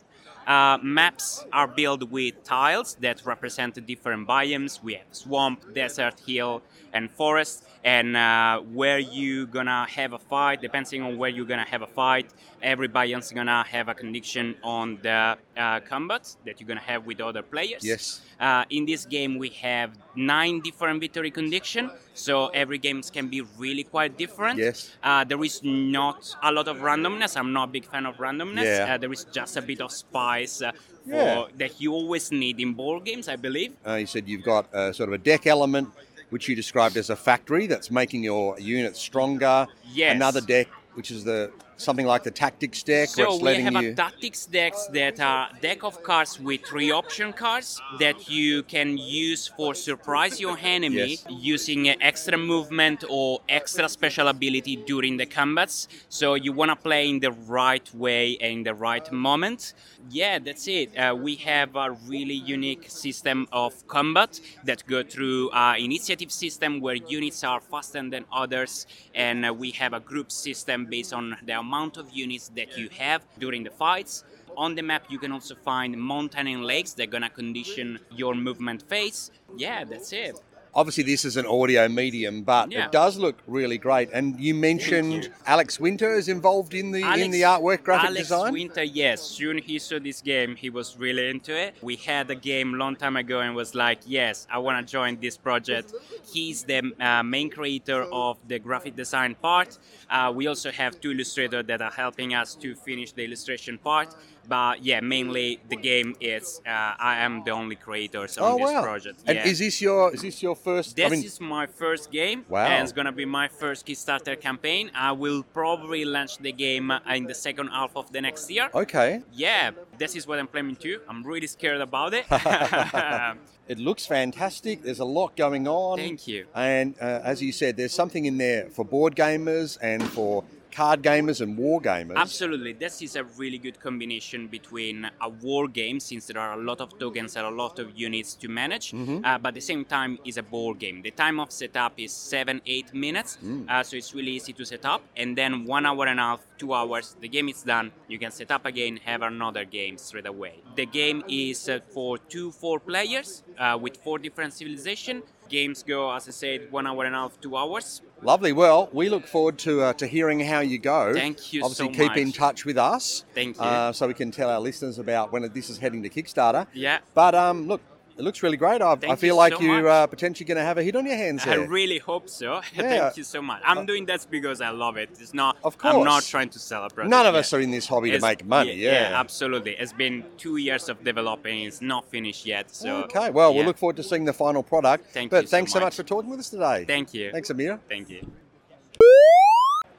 Uh, maps are built with tiles that represent the different biomes. We have swamp, desert, hill, and forest. And uh, where you gonna have a fight, depending on where you're gonna have a fight, every biome's gonna have a condition on the uh, combat that you're gonna have with other players.
Yes.
Uh, in this game, we have nine different victory condition, so every games can be really quite different.
Yes.
Uh, there is not a lot of randomness. I'm not a big fan of randomness.
Yeah.
Uh, there is just a bit of spice uh, for,
Yeah.
that you always need in board games, I believe.
Uh, you said you've got uh, sort of a deck element, which you described as a factory that's making your units stronger.
Yes.
Another deck which is the something like the tactics deck, where
So
it's
we
letting
have
you.
a tactics decks that are deck of cards with three option cards that you can use for surprise your enemy
Yes.
using uh, extra movement or extra special ability during the combats. So you want to play in the right way and in the right moment. Yeah, that's it. Uh, we have a really unique system of combat that go through uh, initiative system where units are faster than others, and uh, we have a group system based on the amount of units that you have during the fights. On the map, you can also find mountain and lakes that gonna condition your movement phase. Yeah, that's it.
Obviously, this is an audio medium, but
Yeah.
it does look really great. And you mentioned Alex Winter is involved in the in the artwork, graphic
Alex
design.
Winter, yes. Soon he saw this game, he was really into it. We had a game long time ago and was like, yes, I want to join this project. He's the uh, main creator of the graphic design part. Uh, we also have two illustrators that are helping us to finish the illustration part. But yeah, mainly the game is uh, I am the only creators on
oh
this
wow!
project.
And
yeah.
is this your is this your first?
This
I mean,
is my first game,
Wow.
and it's gonna be my first Kickstarter campaign. I will probably launch the game uh, in the second half of the next year.
okay.
Yeah, this is what I'm planning to. I'm really scared about it.
it looks fantastic. There's a lot going on.
Thank you.
And uh, as you said, there's something in there for board gamers and for card gamers and war gamers.
Absolutely, this is a really good combination between a war game, since there are a lot of tokens and a lot of units to manage,
Mhm.
uh, but at the same time is a board game. The time of setup is seven, eight minutes,
Mm.
uh, so it's really easy to set up. And then one hour and a half, two hours, the game is done. You can set up again, have another game straight away. The game is uh, for two, four players uh, with four different civilization. Games go, as I said, one hour and a half, two hours.
Lovely. Well, we look forward to uh, to hearing how you go.
Thank you
Obviously,
so
keep
much.
in touch with us.
Thank you.
Uh, so we can tell our listeners about when this is heading to Kickstarter.
Yeah.
But um, look, it looks really great. I, I
Thank
feel
you
like
so
you're
much.
uh, potentially going to have a hit on your hands
I
here.
really hope so.
Yeah. Uh,
Thank you so much. I'm doing that because I love it. It's not. Of I'm
course.
not trying to sell a product.
None of
yet.
us are in this hobby to
It's-
make money. Yeah.
absolutely. It's been two years of developing. It's not finished yet. So
okay. Well,
yeah.
we'll look forward to seeing the final product.
Thank
but
you so
thanks so
much.
much for talking with us today.
Thank you.
Thanks, Amira.
Thank you.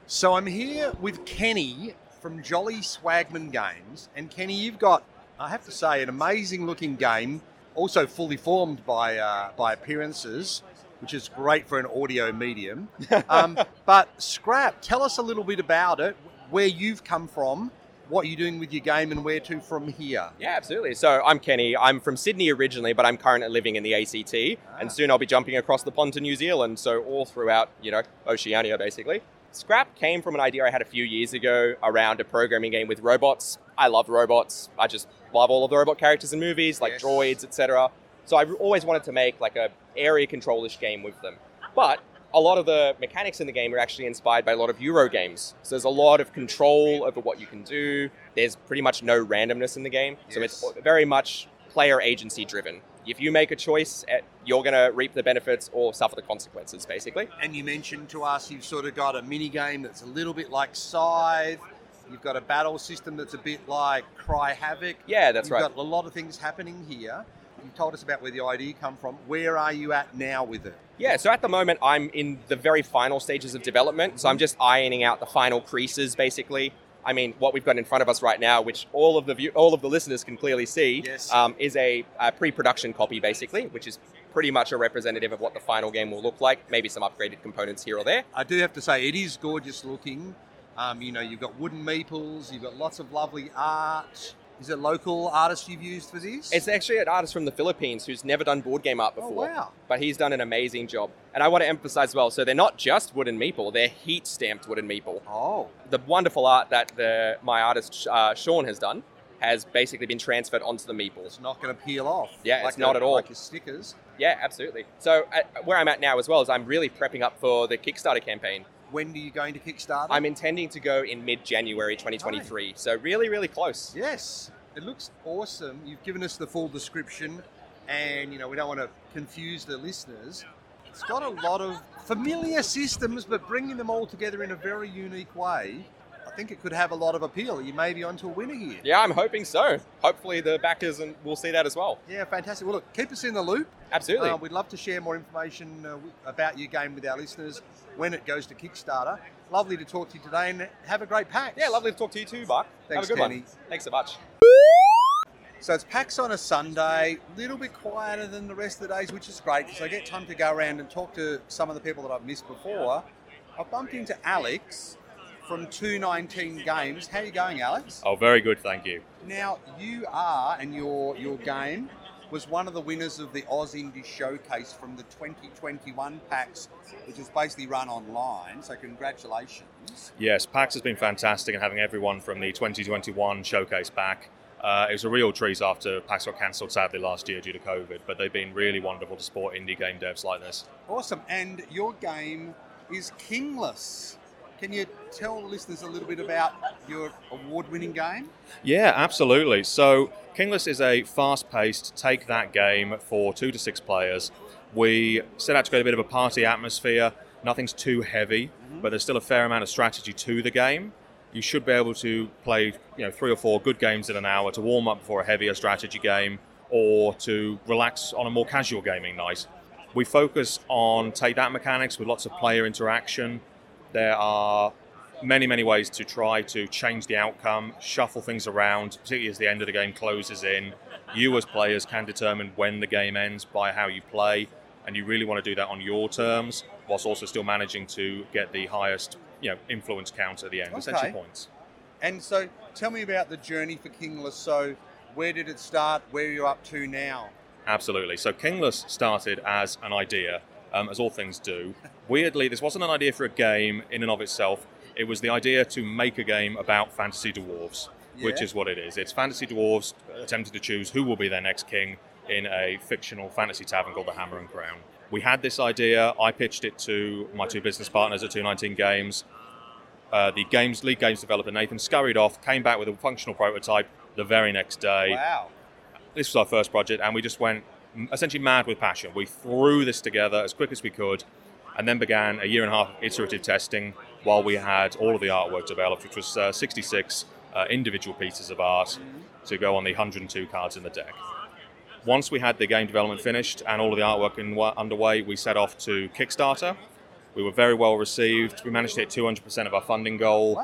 So I'm here with Kenny from Jolly Swagman Games, and Kenny, you've got, I have to say, an amazing-looking game, also fully formed by uh, by appearances, which is great for an audio medium. Um, but Scrap, tell us a little bit about it, where you've come from, what you're doing with your game, and where to from here.
Yeah, absolutely. So I'm Kenny. I'm from Sydney originally, but I'm currently living in the ACT, and soon I'll be jumping across the pond to New Zealand. So all throughout, you know, Oceania basically. Scrap came from an idea I had a few years ago around a programming game with robots. I love robots. I just love all of the robot characters in movies, like droids, etc. So I've always wanted to make like a area control-ish game with them. But a lot of the mechanics in the game are actually inspired by a lot of Euro games. So there's a lot of control over what you can do. There's pretty much no randomness in the game. So it's very much player agency driven. If you make a choice, eh, you're going to reap the benefits or suffer the consequences, basically.
And you mentioned to us you've sort of got a mini game that's a little bit like Scythe. You've got a battle system that's a bit like Cry Havoc.
Yeah, that's
You've
right.
got a lot of things happening here. You told us about where the idea come from. Where are you at now with it?
Yeah, so at the moment I'm in the very final stages of development, so I'm just ironing out the final creases basically. I mean, what we've got in front of us right now, which all of the view, all of the listeners can clearly see,
Yes.
um, is a, a pre-production copy basically, which is pretty much a representative of what the final game will look like. Maybe some upgraded components here or there.
I do have to say it is gorgeous looking. Um, you know, you've got wooden meeples. You've got lots of lovely art. Is it local artists you've used for this?
It's actually an artist from the Philippines who's never done board game art before.
Oh, wow.
But he's done an amazing job. And I want to emphasize as well, so they're not just wooden meeple, they're heat stamped wooden meeple.
Oh.
The wonderful art that the my artist uh, Sean has done has basically been transferred onto the meeple. It's
not going to peel off.
Yeah,
Like
it's not
a-
at all.
Like your stickers.
Yeah, absolutely. So uh where I'm at now as well is I'm really prepping up for the Kickstarter campaign.
When are you going to Kickstarter?
I'm intending to go in mid-January 2023. So really, really close.
Yes, it looks awesome. You've given us the full description, and you know we don't want to confuse the listeners. It's got a lot of familiar systems, but bringing them all together in a very unique way. I think it could have a lot of appeal. You may be onto a winner here.
Yeah, I'm hoping so. Hopefully, the backers and will see that as well.
Yeah, fantastic. Well, look, keep us in the loop.
Absolutely.
Uh, we'd love to share more information uh, w- about your game with our listeners when it goes to Kickstarter. Lovely to talk to you today and have a great PAX.
Yeah, lovely to talk to you too, Buck.
Thanks,
have a good
Kenny.
one. Thanks so much.
So it's PAX on a Sunday, a little bit quieter than the rest of the days, which is great because I get time to go around and talk to some of the people that I've missed before. I bumped into Alex from 219 Games. How are you going, Alex?
Oh, very good, thank you.
Now you are, and your your game was one of the winners of the Oz Indie Showcase from the 2021 PAX, which is basically run online. So congratulations.
Yes, PAX has been fantastic and having everyone from the 2021 showcase back. Uh, it was a real treat after PAX got cancelled sadly last year due to COVID, but they've been really wonderful to support indie game devs like this.
Awesome. And your game is Kingless. Can you tell the listeners a little bit about your award-winning game?
Yeah, absolutely. So, Kingless is a fast paced take that game for two to six players. We set out to create a bit of a party atmosphere. Nothing's too heavy, but there's still a fair amount of strategy to the game. You should be able to play you know, three or four good games in an hour to warm up for a heavier strategy game or to relax on a more casual gaming night. We focus on take that mechanics with lots of player interaction. There are many, many ways to try to change the outcome, shuffle things around, particularly as the end of the game closes in. You, as players, can determine when the game ends by how you play, and you really want to do that on your terms, whilst also still managing to get the highest you know, influence count at the end, essentially
Okay.
points.
And so, tell me about the journey for Kingless. So, where did it start? Where are you up to now?
Absolutely. So Kingless started as an idea, um, as all things do. Weirdly, this wasn't an idea for a game in and of itself. It was the idea to make a game about fantasy dwarves, which
Yeah.
is what it is. It's fantasy dwarves attempting to choose who will be their next king in a fictional fantasy tavern called the Hammer and Crown. We had this idea. I pitched it to my two business partners at 219 Games. Uh, the games lead games developer Nathan scurried off, came back with a functional prototype the very next day
Wow.
this was our first project, and we just went mm, essentially mad with passion. We threw this together as quick as we could, and then began a year and a half of iterative testing while we had all of the artwork developed, which was uh, 66 uh, individual pieces of art to go on the 102 cards in the deck. Once we had the game development finished and all of the artwork in, underway, we set off to Kickstarter. We were very well received. We managed to hit 200% of our funding goal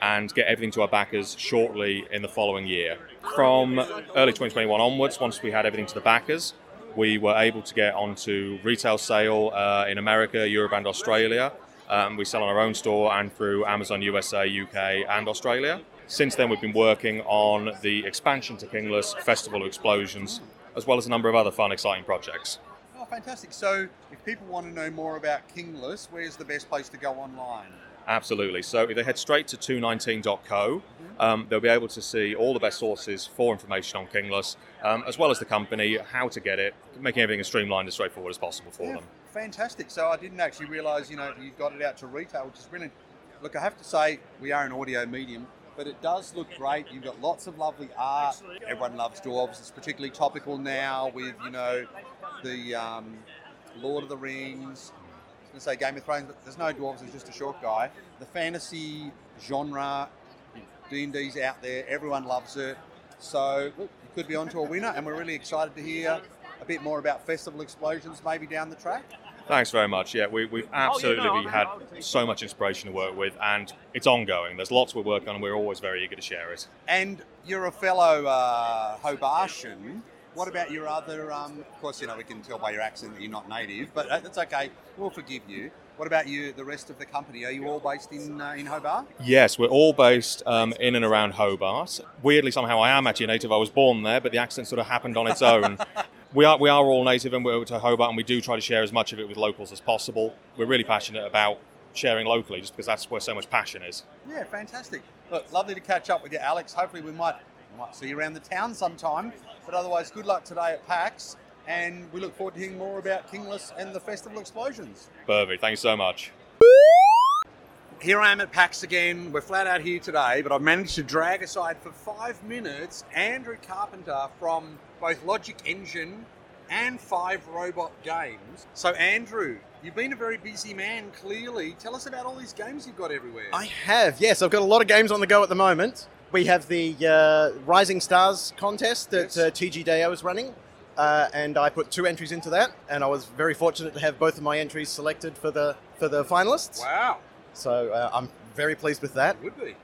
and get everything to our backers shortly in the following year. From early 2021 onwards, once we had everything to the backers, we were able to get onto retail sale uh, in America, Europe, and Australia. Um, we sell on our own store and through Amazon USA, UK, and Australia. Since then, we've been working on the expansion to Kingless, Festival of Explosions, as well as a number of other fun, exciting projects.
Oh, fantastic. So, if people want to know more about Kingless, where's the best place to go online?
Absolutely. So if they head straight to 219.co, um, they'll be able to see all the best sources for information on Kingless, um, as well as the company, how to get it, making everything as streamlined and straightforward as possible for
Yeah,
them.
Fantastic. So I didn't actually realise, you know, you got it out to retail, which is brilliant. Look, I have to say, we are an audio medium, but it does look great. You've got lots of lovely art. Everyone loves dwarves. It's particularly topical now with, you know, the um, Lord of the Rings. I was going to say Game of Thrones, but there's no dwarves. There's just a short guy. The fantasy genre, D&D's out there. Everyone loves it. So look, you could be onto a winner, and we're really excited to hear a bit more about festival explosions maybe down the track.
Thanks very much. Yeah, we, we've absolutely had so much inspiration to work with, and it's ongoing. There's lots we're working on, and we're always very eager to share it.
And you're a fellow uh, Hobartian. What about your other? Um, of course, you know we can tell by your accent that you're not native, but uh, that's okay. We'll forgive you. What about you? The rest of the company? Are you all based in uh, in Hobart?
Yes, we're all based um, in and around Hobart. Weirdly, somehow I am actually a native. I was born there, but the accent sort of happened on its own. we are we are all native and we're to Hobart, and we do try to share as much of it with locals as possible. We're really passionate about sharing locally, just because that's where so much passion is.
Yeah, fantastic. Look, lovely to catch up with you, Alex. Hopefully, we might might see you around the town sometime. But otherwise, good luck today at PAX, and we look forward to hearing more about Kingless and the festival explosions.
Perfect. Thank you so much.
Here I am at PAX again. We're flat out here today, but I've managed to drag aside for five minutes Andrew Carpenter from both Logic Engine and Five Robot Games. So, Andrew, you've been a very busy man, clearly. Tell us about all these games you've got everywhere.
I have, yes. I've got a lot of games on the go at the moment. We have the uh, Rising Stars contest that uh, TGDAO is running, uh, and I put two entries into that, and I was very fortunate to have both of my entries selected for the for the finalists.
Wow.
So uh, I'm very pleased with that.
Would be.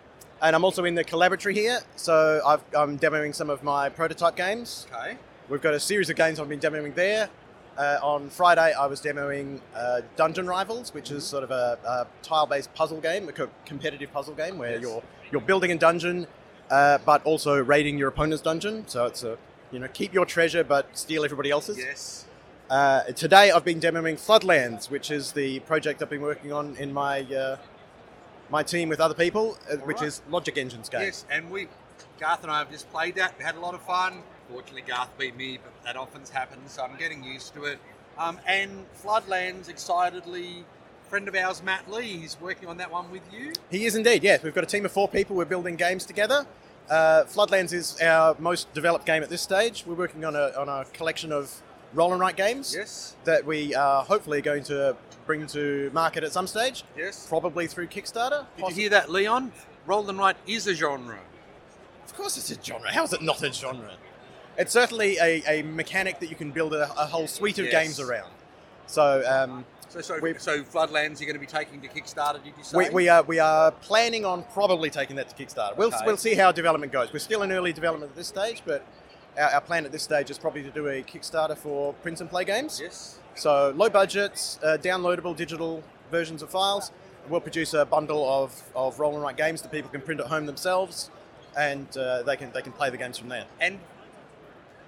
And I'm also in the collaboratory here, so I've, I'm demoing some of my prototype games.
Okay.
We've got a series of games I've been demoing there. Uh, on Friday, I was demoing uh, Dungeon Rivals, which is sort of a, a tile-based puzzle game, a co- competitive puzzle game where
Yes.
you're you're building a dungeon, uh, but also raiding your opponent's dungeon. So it's a you know keep your treasure but steal everybody else's.
Yes.
Uh, today, I've been demoing Floodlands, which is the project I've been working on in my uh, my team with other people, uh, which is Logic Engines game.
Yes, and we, Garth and I have just played that, had a lot of fun. Fortunately, Garth beat me, but that often happens, so I'm getting used to it. Um, and Floodlands, excitedly, friend of ours, Matt Lee, he's working on that one with you.
He is indeed, yes. We've got a team of four people. We're building games together. Uh, Floodlands is our most developed game at this stage. We're working on a, on a collection of roll and write games.
Yes.
That we are hopefully going to bring to market at some stage.
Yes.
Probably through Kickstarter.
Did you hear that, Leon? Roll and write is a genre.
Of course it's a genre. How is it not a genre? It's certainly a, a mechanic that you can build a, a whole suite of
Yes.
games around. So, um,
So, so, so Floodlands, you're going to be taking to Kickstarter, did you say?
We, we are we are planning on probably taking that to Kickstarter. We'll
Okay.
we'll see how development goes. We're still in early development at this stage, but our, our plan at this stage is probably to do a Kickstarter for print and play games.
Yes.
So low budgets, uh, downloadable digital versions of files. We'll produce a bundle of, of roll and write games that people can print at home themselves, and uh, they can they can play the games from there.
And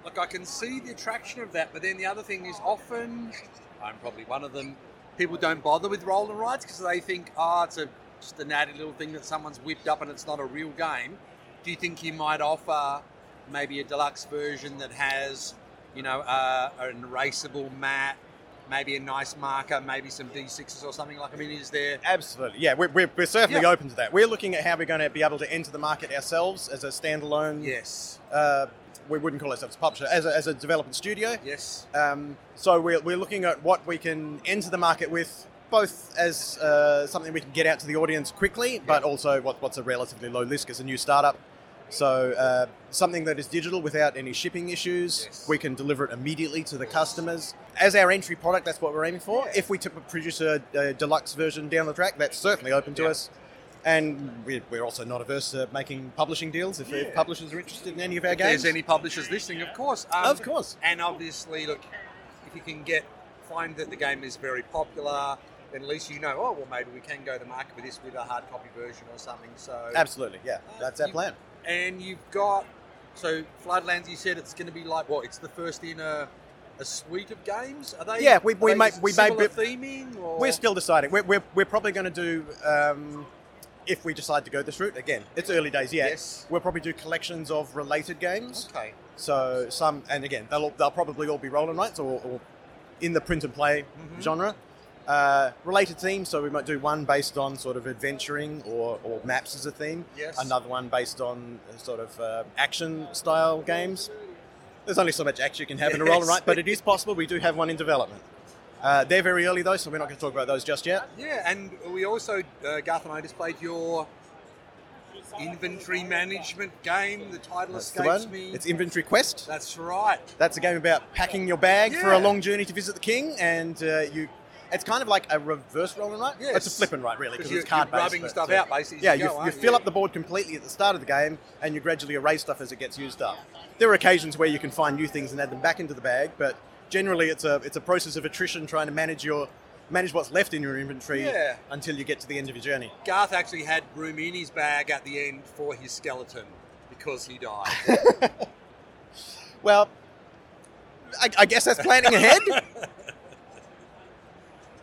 Look, I can see the attraction of that, but then the other thing is often, I'm probably one of them, people don't bother with roll and rides because they think, oh, it's a, just an added little thing that someone's whipped up and it's not a real game. Do you think you might offer maybe a deluxe version that has, you know, uh, an erasable mat, maybe a nice marker, maybe some D6s or something like I mean, is there.
Absolutely. Yeah, we're, we're, we're certainly
Yeah.
open to that. We're looking at how we're going to be able to enter the market ourselves as a standalone.
Yes.
Uh, we wouldn't call ourselves a publisher, as a, as a development studio.
Yes.
Um, so we're, we're looking at what we can enter the market with, both as uh, something we can get out to the audience quickly, but also what, what's a relatively low risk as a new startup. So uh, something that is digital without any shipping issues, we can deliver it immediately to the customers. As our entry product, that's what we're aiming for. If we t- produce a, a deluxe version down the track, that's certainly open to us. And we're, we're also not averse to making publishing deals if, if
Yeah.
publishers are interested in any of our
If
games.
there's any publishers listening, of course. of course. And obviously, look, if you can get find that the game is very popular, then at least you know, oh well, maybe we can go to market with this with a hard copy version or something. So
Absolutely, yeah, that's our
you-
plan.
And you've got so Floodlands. You said it's going to be like what? It's the first in a, a suite of games. Are they?
Yeah, we- we
are they
may- we may
similar
be-
theming or
We're still deciding. We're, we're, we're probably going to do, um, if we decide to go this route, again, it's early days yet.
Yes.
We'll probably do collections of related games.
Okay.
So some, and again, they'll, all- they'll probably all be roll and rights or, or in the print and play
Mhm.
genre. Uh, related themes, so we might do one based on sort of adventuring or, or maps as a theme.
Yes.
Another one based on uh, sort of uh, action style games. There's only so much action you can have in a roll and
Yes.
write, but it is possible. We do have one in development. Uh, they're very early though, so we're not going to talk about those just yet.
Yeah, and we also uh, Garth and I displayed your inventory management game. The title
That's the
escapes
one.
me.
It's Inventory Quest.
That's right.
That's a game about packing your bag for a
Yeah.
long journey to visit the king, and uh, you. It's kind of like a reverse roll and write.
Yes.
It's a flip and write, really,
'Cause
because
you-
it's card
you're
based.
rubbing stuff out, basically, as
Yeah,
you
you,
go,
you
aren't
fill
you?
up the board completely at the start of the game, and you gradually erase stuff as it gets used up. There are occasions where you can find new things and add them back into the bag, but generally, it's a it's a process of attrition, trying to manage your manage what's left in your inventory
Yeah.
until you get to the end of your journey.
Garth actually had room in his bag at the end for his skeleton because he died.
Well, I, I guess that's planning ahead.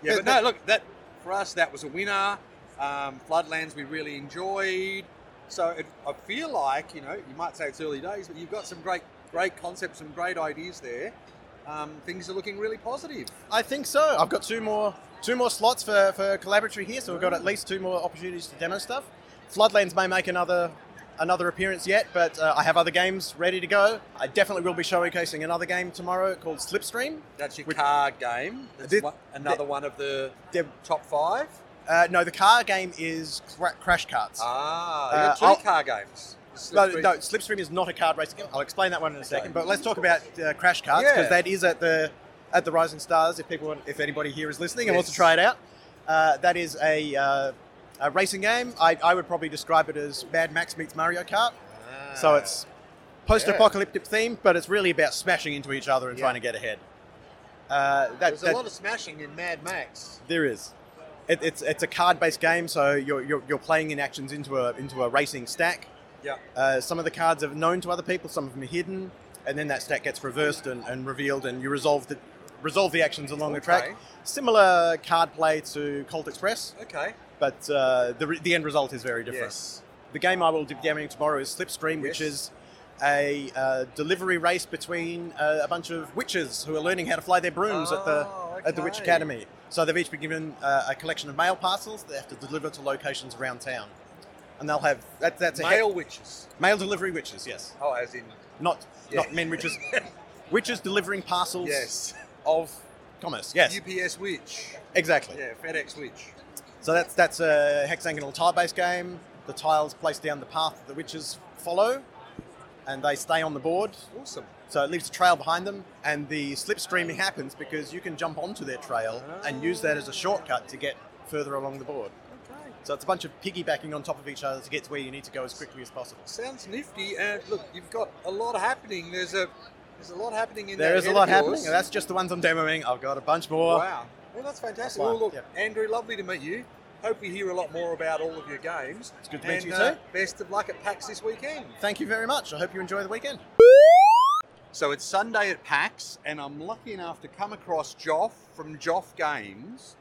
yeah, but no, look, that for us that was a winner. Um, Floodlands we really enjoyed. So it, I feel like you know you might say it's early days, but you've got some great great concepts, some great ideas there. Um, things are looking really positive.
I think so. I've got two more two more slots for, for collaboratory here, so we've got at least two more opportunities to demo stuff. Floodlands may make another another appearance yet, but uh, I have other games ready to go. I definitely will be showcasing another game tomorrow called Slipstream.
That's your card game. That's
Did-
one, another one of the top five.
Uh, no, the car game is cra- Crash Carts.
Ah,
Uh,
you've got 2
I'll-
car games.
No, no, Slipstream is not a card racing game. I'll explain that one in a second. But let's talk about uh, Crash Cards because
Yeah.
that is at the at the Rising Stars. If people, want, if anybody here is listening and wants to
Yes.
try it out, uh, that is a uh, a racing game. I, I would probably describe it as Mad Max meets Mario Kart.
Ah.
So it's post-apocalyptic theme, but it's really about smashing into each other and
Yeah.
trying to get ahead. Uh, that,
There's a
that-
lot of smashing in Mad Max.
there is. It, it's it's a card-based game, so you're, you're, you're playing in actions into a into a racing stack.
Yeah.
Uh, some of the cards are known to other people, some of them are hidden, and then that stack gets reversed and, and revealed, and you resolve the resolve the actions along the track.
Okay.
Similar card play to Colt Express.
Okay.
But uh, the, re- the end result is very different.
Yes.
The game I will be demoing tomorrow is Slipstream, which is a uh, delivery race between uh, a bunch of witches who are learning how to fly their brooms at the
Oh,
at the Witch
okay.
Academy. So they've each been given uh, a collection of mail parcels they have to deliver to locations around town, and they'll have that, that's a he-
Male witches.
mail delivery witches. Yes,
Oh, as in.
not
Yeah.
not men witches, witches delivering parcels.
Yes.
of commerce. Yes,
UPS witch.
Exactly.
Yeah, FedEx witch.
So that's that's a hexagonal tile-based game. The tiles place down the path that the witches follow, and they stay on the board.
Awesome.
So it leaves a trail behind them, and the slipstreaming happens because you can jump onto their trail and use that as a shortcut to get further along the board. Okay. So it's a bunch of piggybacking on top of each other to get to where you need to go as quickly as possible.
Sounds nifty. And look, you've got a lot happening. There's a there's a lot happening in
There
that
is a
head
lot
of yours.
happening, and that's just the ones I'm demoing. I've got a bunch more.
Wow. Well, that's fantastic.
Wow,
Well, look,
yeah.
Andrew, lovely to meet you. Hope we hear a lot more about all of your games. It's
good to meet
and,
you
uh,
too.
Best of luck at PAX this weekend.
Thank you very much. I hope you enjoy the weekend.
So it's Sunday at PAX, and I'm lucky enough to come across Joff from Joff Games,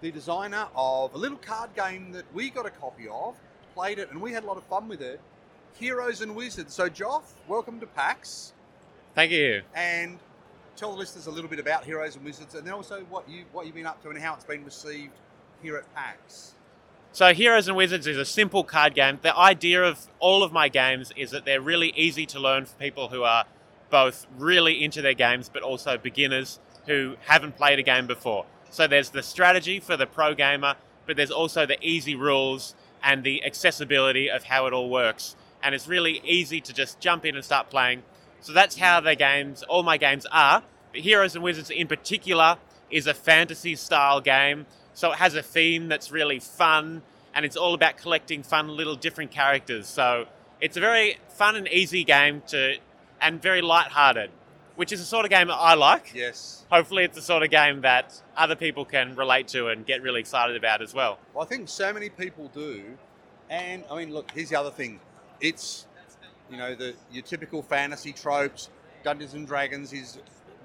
the designer of a little card game that we got a copy of, played it, and we had a lot of fun with it Heroes and Wizards. So, Joff, welcome to PAX,
Thank you.
and tell the listeners a little bit about Heroes and Wizards, and then also what, you, what you've been up to and how it's been received here at PAX.
So, Heroes and Wizards is a simple card game. The idea of all of my games is that they're really easy to learn for people who are both really into their games but also beginners who haven't played a game before. So, there's the strategy for the pro gamer, but there's also the easy rules and the accessibility of how it all works. And it's really easy to just jump in and start playing. So, that's how the games, all my games are. But Heroes and Wizards in particular is a fantasy style game. So it has a theme that's really fun and it's all about collecting fun little different characters. So it's a very fun and easy game to and very light-hearted, which is the sort of game that I like.
Yes.
Hopefully it's the sort of game that other people can relate to and get really excited about as well.
Well, I think so many people do, and I mean, look, here's the other thing: it's you know the your typical fantasy tropes. Dungeons and Dragons is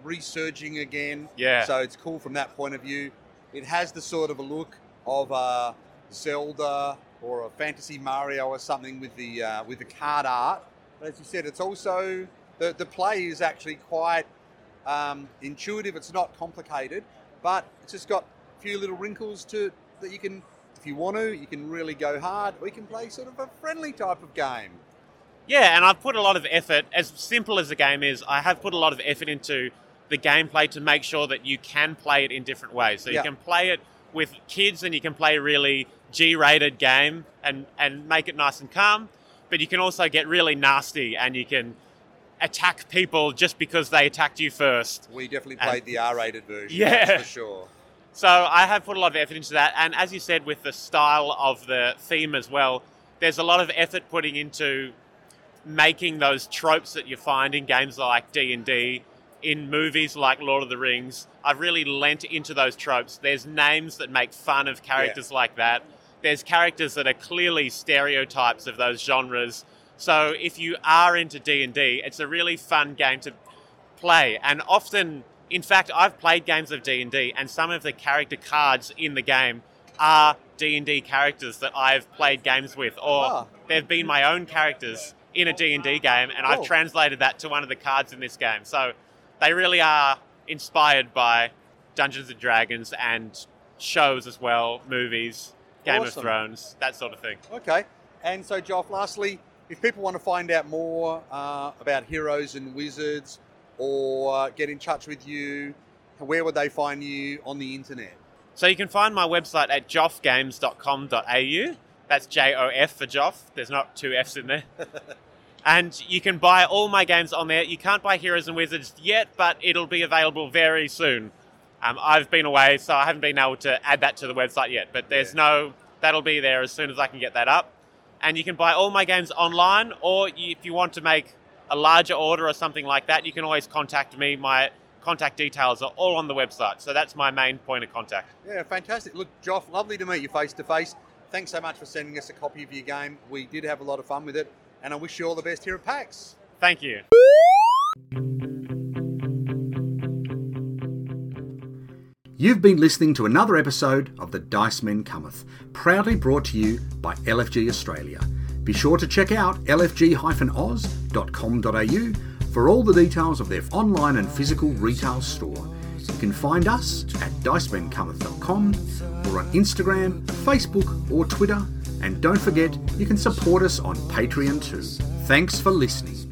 resurging again.
Yeah.
So it's cool from that point of view. It has the sort of a look of a Zelda or a fantasy Mario or something with the uh, with the card art. But as you said, it's also the the play is actually quite um, intuitive. It's not complicated, but it's just got a few little wrinkles to that you can, if you want to, you can really go hard. We can play sort of a friendly type of game.
Yeah, and I've put a lot of effort, as simple as the game is, I have put a lot of effort into the gameplay to make sure that you can play it in different ways. So
Yeah.
you can play it with kids and you can play a really G rated game and, and make it nice and calm, but you can also get really nasty and you can attack people just because they attacked you first.
We definitely
And-
played the R-rated version.
Yeah.
that's for sure.
so I have put a lot of effort into that, and as you said, with the style of the theme as well, there's a lot of effort putting into making those tropes that you find in games like D and D, in movies like Lord of the Rings. I've really lent into those tropes. There's names that make fun of characters like that. There's characters that are clearly stereotypes of those genres. So if you are into D and D, it's a really fun game to play and often in fact i've played games of d&d and some of the character cards in the game are d&d characters that i've played games with or
Ah.
they've been my own characters in a d&d game and i've
Cool.
translated that to one of the cards in this game so they really are inspired by dungeons and dragons and shows as well movies game
Awesome.
of thrones that sort of thing
Okay. And so, Joff, lastly, if people want to find out more uh, about Heroes and Wizards or uh, get in touch with you, where would they find you on the internet?
So you can find my website at joffgames.com.au. That's J O F for Joff. There's not two F's in there. and you can buy all my games on there. You can't buy Heroes and Wizards yet, but it'll be available very soon. Um, I've been away, so I haven't been able to add that to the website yet. But there's no That'll be there as soon as I can get that up. And you can buy all my games online, or you, if you want to make a larger order or something like that, you can always contact me. My contact details are all on the website. So that's my main point of contact.
Yeah, fantastic. Look, Joff, lovely to meet you face to face. Thanks so much for sending us a copy of your game. We did have a lot of fun with it, and I wish you all the best here at PAX.
Thank you.
Ah.
You've been listening to another episode of The Dice Men Cometh, proudly brought to you by LFG Australia. Be sure to check out lfg-oz.com.au for all the details of their online and physical retail store. You can find us at dicemencometh.com or on Instagram, Facebook, or Twitter. And don't forget, you can support us on Patreon too. Thanks for listening.